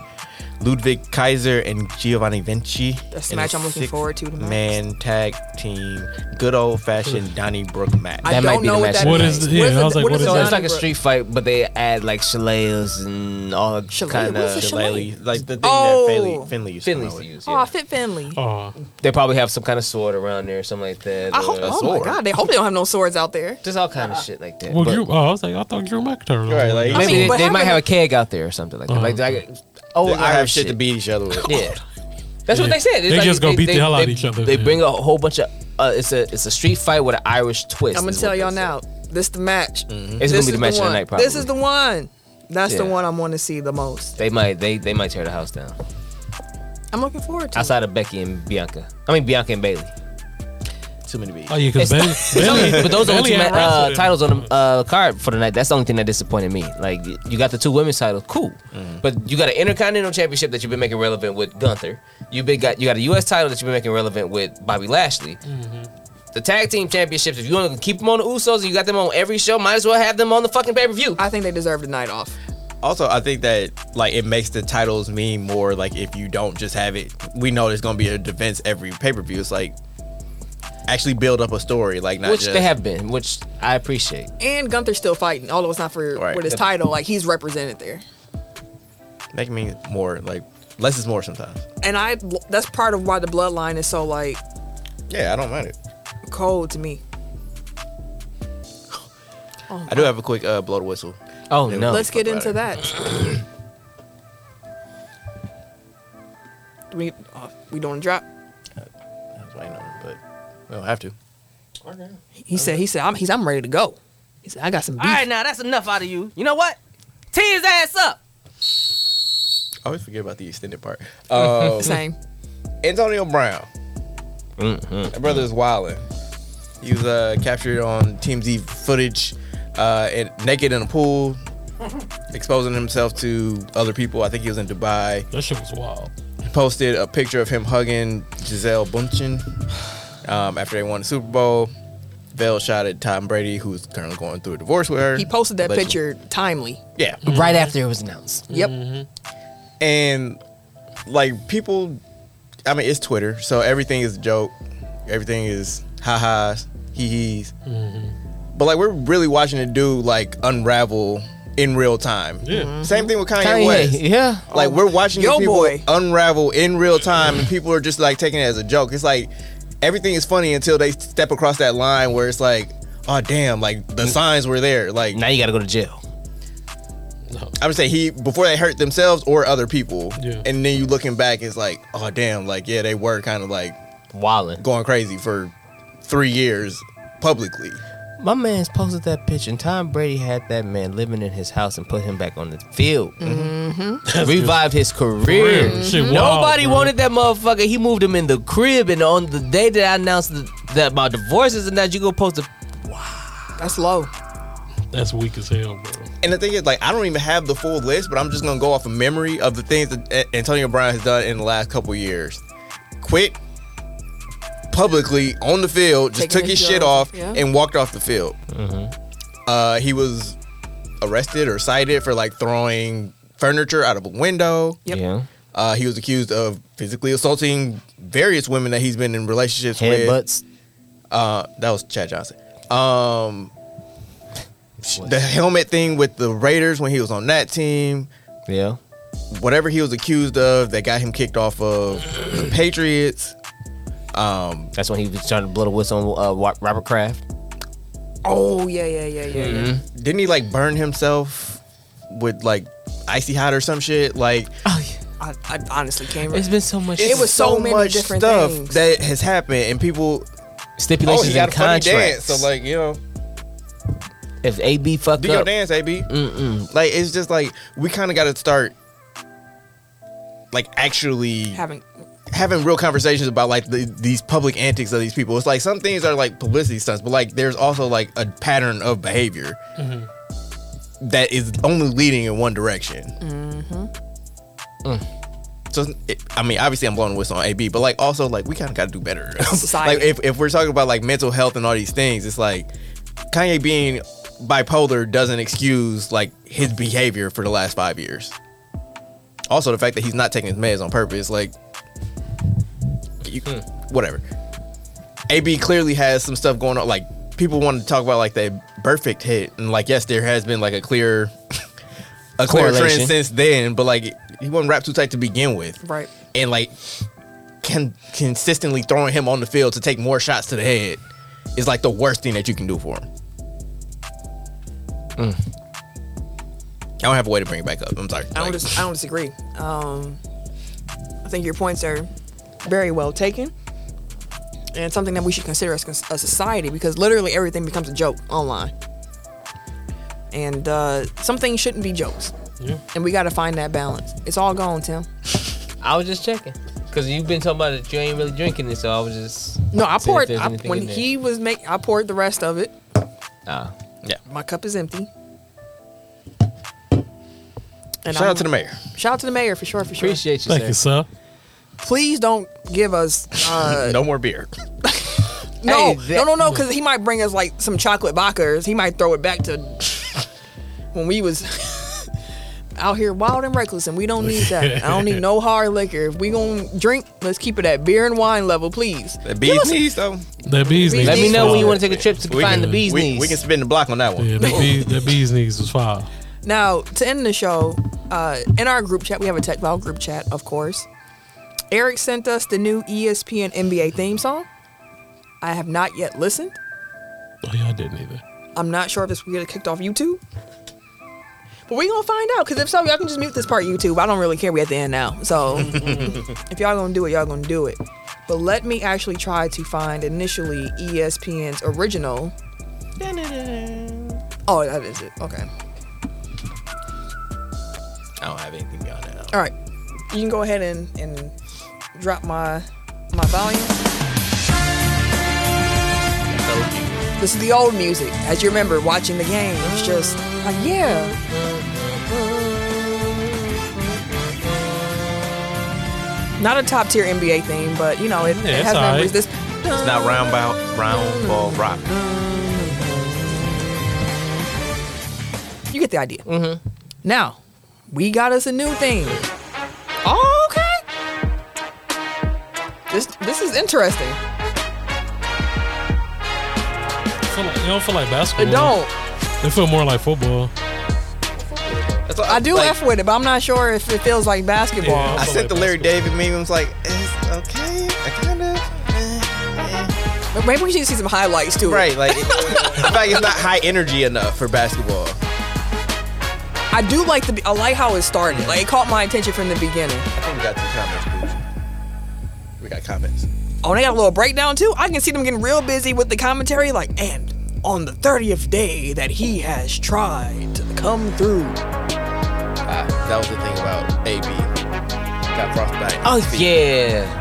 Speaker 5: Ludwig Kaiser, and Giovanni Vinci.
Speaker 1: That's the
Speaker 5: in a
Speaker 1: match I'm looking forward to the most.
Speaker 5: Man tag team, good old fashioned Donnybrook match.
Speaker 1: I
Speaker 3: That
Speaker 1: don't
Speaker 3: might be
Speaker 1: know
Speaker 3: the
Speaker 1: what
Speaker 3: match.
Speaker 1: that
Speaker 4: What is- yeah, I was like, what is
Speaker 1: the
Speaker 3: So
Speaker 4: that?
Speaker 3: it's like a
Speaker 1: genre?
Speaker 3: street fight, but they add like shillelaghs and all
Speaker 1: Shillelagh?
Speaker 3: kind
Speaker 1: What's a
Speaker 3: of.
Speaker 1: shillelagh?
Speaker 5: Shillelagh, like the thing
Speaker 1: Oh.
Speaker 5: that Finley, Finley used to
Speaker 3: Finley's
Speaker 5: come out
Speaker 3: to
Speaker 5: with.
Speaker 3: use.
Speaker 1: Oh,
Speaker 3: Yeah.
Speaker 1: Fit Finley.
Speaker 4: Oh,
Speaker 3: They probably have some kind of sword around there, or something like that.
Speaker 1: I
Speaker 3: or-
Speaker 1: hope.
Speaker 5: a
Speaker 1: Oh
Speaker 5: sword.
Speaker 1: my God! They hope they don't have no swords out there.
Speaker 3: Just all kind of shit like that.
Speaker 4: well,
Speaker 3: But-
Speaker 4: Drew, oh, I was like, I thought Drew McIntyre. was
Speaker 5: Right,
Speaker 4: winning.
Speaker 5: like-
Speaker 3: Maybe
Speaker 1: mean,
Speaker 3: they,
Speaker 1: but
Speaker 3: they
Speaker 1: how
Speaker 3: might
Speaker 1: can-
Speaker 3: have a keg out there or something like that.
Speaker 4: Uh-huh.
Speaker 3: Like, like oh,
Speaker 5: They- I have
Speaker 3: Irish
Speaker 5: shit to beat each other with.
Speaker 3: Yeah, that's what
Speaker 4: Yeah.
Speaker 3: they said. It's
Speaker 4: They just gonna beat the hell out of
Speaker 3: they-
Speaker 4: each other,
Speaker 3: They
Speaker 4: yeah.
Speaker 3: bring a whole bunch of. Uh, it's a it's a street fight with an Irish twist.
Speaker 1: I'm gonna
Speaker 3: is
Speaker 1: tell
Speaker 3: what
Speaker 1: y'all
Speaker 3: they
Speaker 1: now. This the match.
Speaker 3: It's
Speaker 1: This
Speaker 3: gonna
Speaker 1: is
Speaker 3: be the match of the
Speaker 1: one.
Speaker 3: night, probably.
Speaker 1: This is the one. That's the
Speaker 3: Yeah.
Speaker 1: one I'm going to see the most.
Speaker 3: said. They might they they might tear the house down.
Speaker 1: I'm looking forward to
Speaker 3: outside of Becky and Bianca. I mean Bianca and Bailey.
Speaker 5: Too many beats.
Speaker 4: Oh yeah, because Bailey,
Speaker 3: It's
Speaker 4: Bailey,
Speaker 3: only- but those are the
Speaker 4: Bailey
Speaker 3: two
Speaker 4: had
Speaker 3: ma- uh,
Speaker 4: wrestled.
Speaker 3: titles on the uh, card for tonight. That's the only thing that disappointed me. Like you got the two women's titles, cool, but you got an Intercontinental Championship that you've been making relevant with Gunther. You been got you got a U.S. title that you've been making relevant with Bobby Lashley. The tag team championships. If you want to keep them on the Usos and you got them on every show, might as well have them on the fucking pay per view.
Speaker 1: it. I think they deserve the night off.
Speaker 5: Also, I think that like it makes the titles mean more. Like if you don't just have it, we know there's gonna be a defense every pay per view. It's like actually build up a story. Like not
Speaker 3: Which
Speaker 5: just
Speaker 3: they have been, which I appreciate.
Speaker 1: And Gunther's still fighting, although it's not for
Speaker 5: Right.
Speaker 1: with his
Speaker 5: The-
Speaker 1: title. Like he's represented there,
Speaker 5: make me more like less is more sometimes.
Speaker 1: and I that's part of why the bloodline is so like
Speaker 5: Yeah, I don't mind it.
Speaker 1: cold to me.
Speaker 5: I do have a quick uh, blow the whistle.
Speaker 3: Oh
Speaker 5: Yeah,
Speaker 3: no,
Speaker 1: Let's
Speaker 5: fuck
Speaker 1: get into
Speaker 5: outta here.
Speaker 1: that. Do we uh, we don't drop.
Speaker 5: That's why I know, but we don't have to.
Speaker 6: Okay.
Speaker 1: He said he said I'm, he's I'm ready to go. He said I got some beef.
Speaker 3: All right, now that's enough out of you. You know what? Tee his ass up.
Speaker 5: I always forget about the extended (laughs) part. Um,
Speaker 1: Same.
Speaker 5: Antonio Brown. That brother is wilding. He was uh, captured on Team Z footage, uh, and naked in
Speaker 1: (laughs)
Speaker 5: a pool, exposing himself to other people. I think he was in Dubai.
Speaker 4: That shit was wild.
Speaker 5: Posted a picture of him hugging Giselle Bundchen um, after they won the Super Bowl. Bell shot at Tom Brady, who's currently going through a divorce with her.
Speaker 1: He posted that
Speaker 5: Allegedly.
Speaker 1: picture timely.
Speaker 5: Yeah,
Speaker 3: Right after it was announced.
Speaker 1: Yep.
Speaker 5: and like people i mean it's twitter so everything is a joke everything is ha-has hee-hees but like we're really watching a dude like unravel in real time
Speaker 4: Yeah.
Speaker 5: same thing with kanye,
Speaker 3: Kanye,
Speaker 1: (laughs)
Speaker 5: west
Speaker 3: yeah.
Speaker 5: like we're watching
Speaker 1: Yo,
Speaker 5: these people
Speaker 1: boy.
Speaker 5: unravel in real time and people are just like taking it as a joke it's like everything is funny until they step across that line where it's like oh damn like the signs were there like
Speaker 3: Now you gotta go to jail.
Speaker 5: I would say he before they hurt themselves or other people.
Speaker 4: Yeah.
Speaker 5: And then you looking back, it's like, oh damn, like yeah, they were kind of like
Speaker 3: Wildin'.
Speaker 5: going crazy for three years publicly.
Speaker 3: My man's posted that picture, and Tom Brady had that man living in his house and put him back on the field. Mm-hmm. (laughs) Revived his career.
Speaker 4: Career. Shit, wow,
Speaker 3: Nobody
Speaker 4: bro.
Speaker 3: wanted that motherfucker. He moved him in the crib, and on the day that I announced th- that my divorce is announced, you go post a.
Speaker 1: That's low.
Speaker 4: That's weak as hell, bro.
Speaker 5: And the thing is, like, I don't even have the full list, but I'm just gonna go off a memory of the things that A- Antonio Brown has done in the last couple years. Quit publicly on the field, just
Speaker 1: Taking
Speaker 5: took his
Speaker 1: his
Speaker 5: shit
Speaker 1: drugs,
Speaker 5: off
Speaker 1: yeah.
Speaker 5: and walked off the field. Uh, he was arrested or cited for like throwing furniture out of a window.
Speaker 1: Yep.
Speaker 3: Yeah.
Speaker 5: Uh, he was accused of physically assaulting various women that he's been in relationships with.
Speaker 3: Headbutts.
Speaker 5: Uh, that was Chad Johnson. Um, the helmet thing with the Raiders when he was on that team.
Speaker 3: Yeah.
Speaker 5: Whatever he was accused of, that got him kicked off of the Patriots. Um,
Speaker 3: That's when he was trying to blow the whistle on uh, Wa- Robert Kraft.
Speaker 1: Oh yeah yeah yeah yeah. yeah.
Speaker 3: Mm-hmm.
Speaker 5: didn't he like burn himself with like icy hot or some shit? Like
Speaker 1: I, I honestly can't. remember.
Speaker 3: Oh, been so much
Speaker 1: It was so many different
Speaker 5: stuff
Speaker 1: things.
Speaker 5: that has happened, and people. Oh,
Speaker 3: stipulations
Speaker 5: he got
Speaker 3: and
Speaker 5: a funny dance.
Speaker 3: contracts.
Speaker 5: So like you know.
Speaker 3: if AB fucked
Speaker 5: Do
Speaker 3: up,
Speaker 5: your dance, AB. Mm-mm. Like it's just like we kind of got to start, like actually
Speaker 1: Having
Speaker 5: having real conversations about like the, these public antics of these people. It's like some things are like publicity stunts, but like there's also like a pattern of behavior that is only leading in one direction. Mm. So it, I mean, obviously I'm blowing the whistle on AB, but like also like we kind of got to do better.
Speaker 1: Society.
Speaker 5: (laughs) like if if we're talking about like mental health and all these things, it's like Kanye being bipolar doesn't excuse like his behavior for the last five years. Also, the fact that he's not taking his meds on purpose, like you, whatever. AB clearly has some stuff going on. Like people want to talk about like that perfect hit, and like yes, there has been like a clear, (laughs) a clear trend
Speaker 3: Correlation.
Speaker 5: since then. But like he wasn't wrapped too tight to begin with,
Speaker 1: right.
Speaker 5: and like can consistently throwing him on the field to take more shots to the head is like the worst thing that you can do for him. I don't have a way to bring it back up. I'm sorry.
Speaker 1: I don't
Speaker 5: Like,
Speaker 1: dis- I don't disagree. Um, I think your points are very well taken, and it's something that we should consider as cons- a society because literally everything becomes a joke online, and uh, some things shouldn't be jokes,
Speaker 4: Yeah.
Speaker 1: and we got to find that balance. It's all gone, Tim.
Speaker 3: I was just checking. Because you've been talking about it, you ain't really drinking it, so I was just.
Speaker 1: No, I
Speaker 3: See if
Speaker 1: poured
Speaker 3: there's
Speaker 1: I,
Speaker 3: anything
Speaker 1: when
Speaker 3: in there.
Speaker 1: he was make. I poured the rest of it.
Speaker 3: Ah.
Speaker 1: My cup is empty. And
Speaker 5: Shout out to the mayor.
Speaker 1: the shout out to the mayor for sure. For sure.
Speaker 3: Appreciate you,
Speaker 4: Thank
Speaker 3: sir.
Speaker 4: you, sir.
Speaker 1: Please don't give us uh,
Speaker 5: No more beer.
Speaker 1: no,
Speaker 3: Hey,
Speaker 1: no,
Speaker 3: that-
Speaker 1: no, no, because he might bring us like some chocolate vodkas. He might throw it back to (laughs) when we was (laughs) out here wild and reckless, and we don't need that. I
Speaker 3: (laughs)
Speaker 1: don't need no hard liquor. If we gonna drink, let's keep it at beer and wine level, please.
Speaker 5: The bees knees though.
Speaker 4: That bees knees.
Speaker 3: Let me
Speaker 4: was
Speaker 3: know when you
Speaker 4: fire.
Speaker 3: want to take a trip to
Speaker 5: We
Speaker 3: find
Speaker 5: can-
Speaker 3: the bees
Speaker 5: We,
Speaker 3: knees.
Speaker 5: we can spin the block on that one.
Speaker 4: Yeah, that bees, that bees knees was fire.
Speaker 1: Now, to end the show, uh, in our group chat, we have a Tech Loud group chat, of course. Eric sent us the new E ESPN NBA theme song. I have not yet listened.
Speaker 4: Oh, yeah, I didn't either.
Speaker 1: I'm not sure if it's really kicked off YouTube. But we're gonna find out, because if so, y'all can just mute this part YouTube. I don't really care. We at the end now. So if y'all gonna do it, y'all gonna do it. But let me actually try to find initially E ESPN's original. Oh, that is it. Okay.
Speaker 3: I don't have anything beyond that.
Speaker 1: All right. You can go ahead and, and drop my my volume. This is the old music. As you remember, watching the game, it's just like, yeah. Not a top tier NBA theme, but you know, it,
Speaker 4: Yeah,
Speaker 1: it
Speaker 4: it's
Speaker 1: has
Speaker 4: all
Speaker 1: memories.
Speaker 4: right.
Speaker 1: This
Speaker 5: It's not round ball, round ball rock.
Speaker 1: you get the idea. Mm-hmm. Now, we got us a new thing. Oh, okay. This this is interesting.
Speaker 4: Feel like- It don't feel like basketball.
Speaker 5: Mm.
Speaker 1: It don't.
Speaker 4: It feel more like football.
Speaker 5: That's all-
Speaker 1: I do
Speaker 5: like,
Speaker 1: f with it, but I'm not sure if it feels like basketball.
Speaker 4: Yeah.
Speaker 5: I sent the Larry David meme. I was like, it's okay. I kind of.
Speaker 1: But maybe we should see some highlights too.
Speaker 5: Right, like, it, I feel like it's not high energy enough for basketball.
Speaker 1: I do like the. I like how it started. Like it caught my attention from the beginning.
Speaker 5: I think we got two comments. Pooch. We got comments.
Speaker 1: Oh, and they got a little breakdown too. I can see them getting real busy with the commentary. Like, and on the thirtieth day that he has tried to come through.
Speaker 5: Ah, that was the thing about AB. Got frostbite.
Speaker 3: Oh, yeah.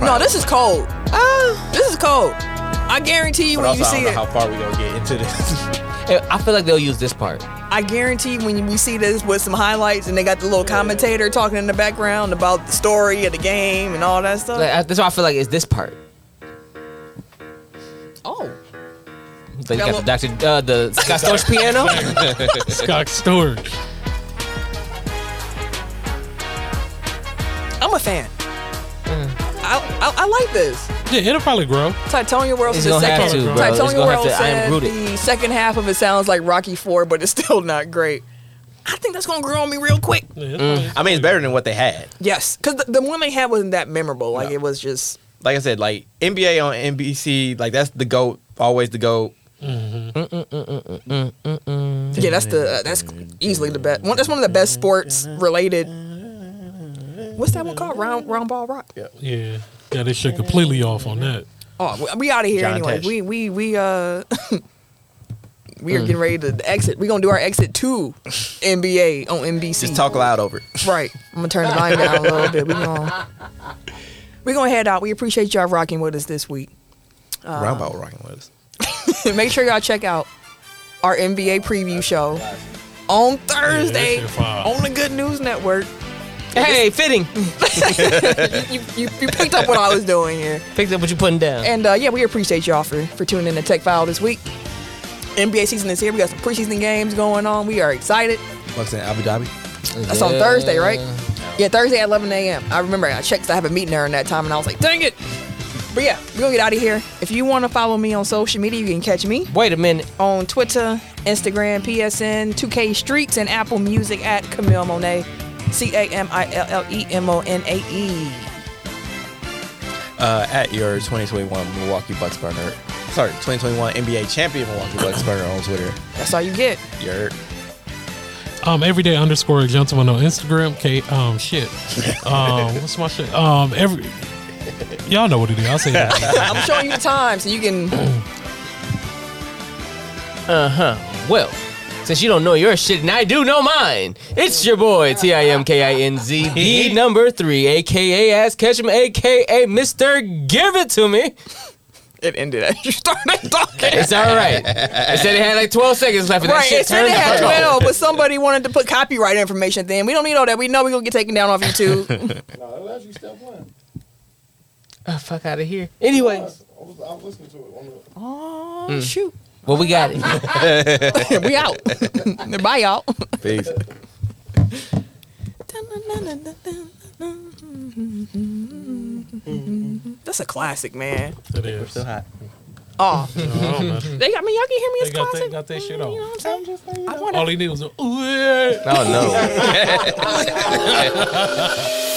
Speaker 1: No, this is cold. this is cold. I guarantee you
Speaker 5: Ah. But
Speaker 1: when you
Speaker 5: also, I don't
Speaker 1: see
Speaker 5: know
Speaker 1: it.
Speaker 5: how far we gonna get into this.
Speaker 3: Hey, Eh, I feel like they'll use this part.
Speaker 1: I guarantee you when we see this with some highlights and they got the little commentator talking in the background about the story of the game and all that stuff.
Speaker 3: Like, I- that's why I feel like it's this part.
Speaker 1: Oh.
Speaker 3: They got the Dr. Uh, the Scott Storch piano.
Speaker 4: Scott Storch.
Speaker 1: I'm a fan. I, I, I like this.
Speaker 4: Yeah, it'll probably grow.
Speaker 1: Titonia World
Speaker 3: It's
Speaker 1: says the
Speaker 3: gonna have
Speaker 1: second.
Speaker 3: to, bro. It's
Speaker 1: Titonia
Speaker 3: gonna have
Speaker 1: World
Speaker 3: to. I
Speaker 1: said
Speaker 3: am rooted.
Speaker 1: the second half of it sounds like Rocky Four, but it's (laughs) still not great. I think that's gonna grow on me real quick.
Speaker 4: Yeah, it's probably-
Speaker 5: (laughs) I mean, it's better than what they had.
Speaker 1: Yes, because the, the one they had wasn't that memorable. Like it was just
Speaker 5: Like I said, like NBA on NBC, like that's the goat, always the goat.
Speaker 1: yeah. That's the uh, that's easily the best. One, that's one of the best sports related. What's that one called? Round round ball rock.
Speaker 4: yeah. Got this shit completely off on that.
Speaker 1: Oh, we- we out of here
Speaker 5: John
Speaker 1: anyway.
Speaker 5: Tesh. Hmm.
Speaker 1: We we we uh (laughs) we are getting ready to exit. We're gonna do our exit to NBA on NBC.
Speaker 5: Just talk loud over it.
Speaker 1: Right. I'm gonna turn the volume down a little bit. We're gonna we gonna head out. We appreciate y'all rocking with us this week. (laughs)
Speaker 5: Round ball rocking with us.
Speaker 1: Make sure y'all check out our NBA preview show on Thursday
Speaker 4: shit fire.
Speaker 1: on the Good News Network.
Speaker 3: hey, fitting.
Speaker 1: You, you, you picked up what I was doing here.
Speaker 3: Picked up what you're putting down.
Speaker 1: And uh, yeah, we appreciate y'all for, for tuning in to Tech File this week. NBA season is here. We got some preseason games going on. We are excited.
Speaker 5: What's in Abu Dhabi?
Speaker 1: That's on
Speaker 3: Yeah.
Speaker 1: Thursday, right? Yeah, Thursday at 11 a.m. I remember I checked. 'cause I have a meeting during that time, and I was like, dang it. But yeah, we're going to get out of here. If you want to follow me on social media, you can catch me
Speaker 3: Wait a minute.
Speaker 1: on Twitter, Instagram, PSN, 2K Streets, and Apple Music at Camille Monet. C A M I L L E M O N A E.
Speaker 5: Uh, at your 2021 Milwaukee Bucks burner. Sorry, 2021 NBA champion Milwaukee Bucks burner on Twitter.
Speaker 1: That's all you get.
Speaker 5: Your
Speaker 4: Um, everyday underscore gentleman on Instagram. K um shit. Um, what's my shit? Um, every y'all know what it is. I'll say that.
Speaker 1: (laughs) I'm showing (laughs) you the time so you can.
Speaker 3: Well, Since you don't know your shit and I do know mine, it's your boy T I M K I N Z D number three, aka Ass Ketchum, aka Mister Give It To Me.
Speaker 5: It ended as you started talking.
Speaker 3: It's all right. I said it had like twelve seconds left, and that
Speaker 1: Right,
Speaker 3: shit
Speaker 1: it said
Speaker 3: turned
Speaker 1: it had
Speaker 3: off.
Speaker 1: 12, but somebody wanted to put copyright information then. We don't need all that. We know we're going to get taken down off
Speaker 4: (laughs)
Speaker 1: YouTube.
Speaker 6: No, that was actually step one.
Speaker 3: Oh, fuck out of here.
Speaker 6: I
Speaker 3: Anyways,
Speaker 6: was, I was, I was listening to it. On the,
Speaker 1: oh,
Speaker 4: Mm.
Speaker 1: shoot.
Speaker 3: well, we got it.
Speaker 1: we out.
Speaker 4: (laughs)
Speaker 1: Bye, y'all.
Speaker 5: (laughs) Peace.
Speaker 1: That's a classic, man.
Speaker 4: It is.
Speaker 5: Still hot.
Speaker 1: Oh, (laughs)
Speaker 4: Oh, man.
Speaker 1: they, I mean, y'all can hear me.
Speaker 4: They
Speaker 1: It's
Speaker 4: got
Speaker 1: classic.
Speaker 4: that, got that shit
Speaker 1: You know
Speaker 4: on.
Speaker 1: what I'm saying? I want
Speaker 4: All he did was, ooh, yeah.
Speaker 5: Oh no.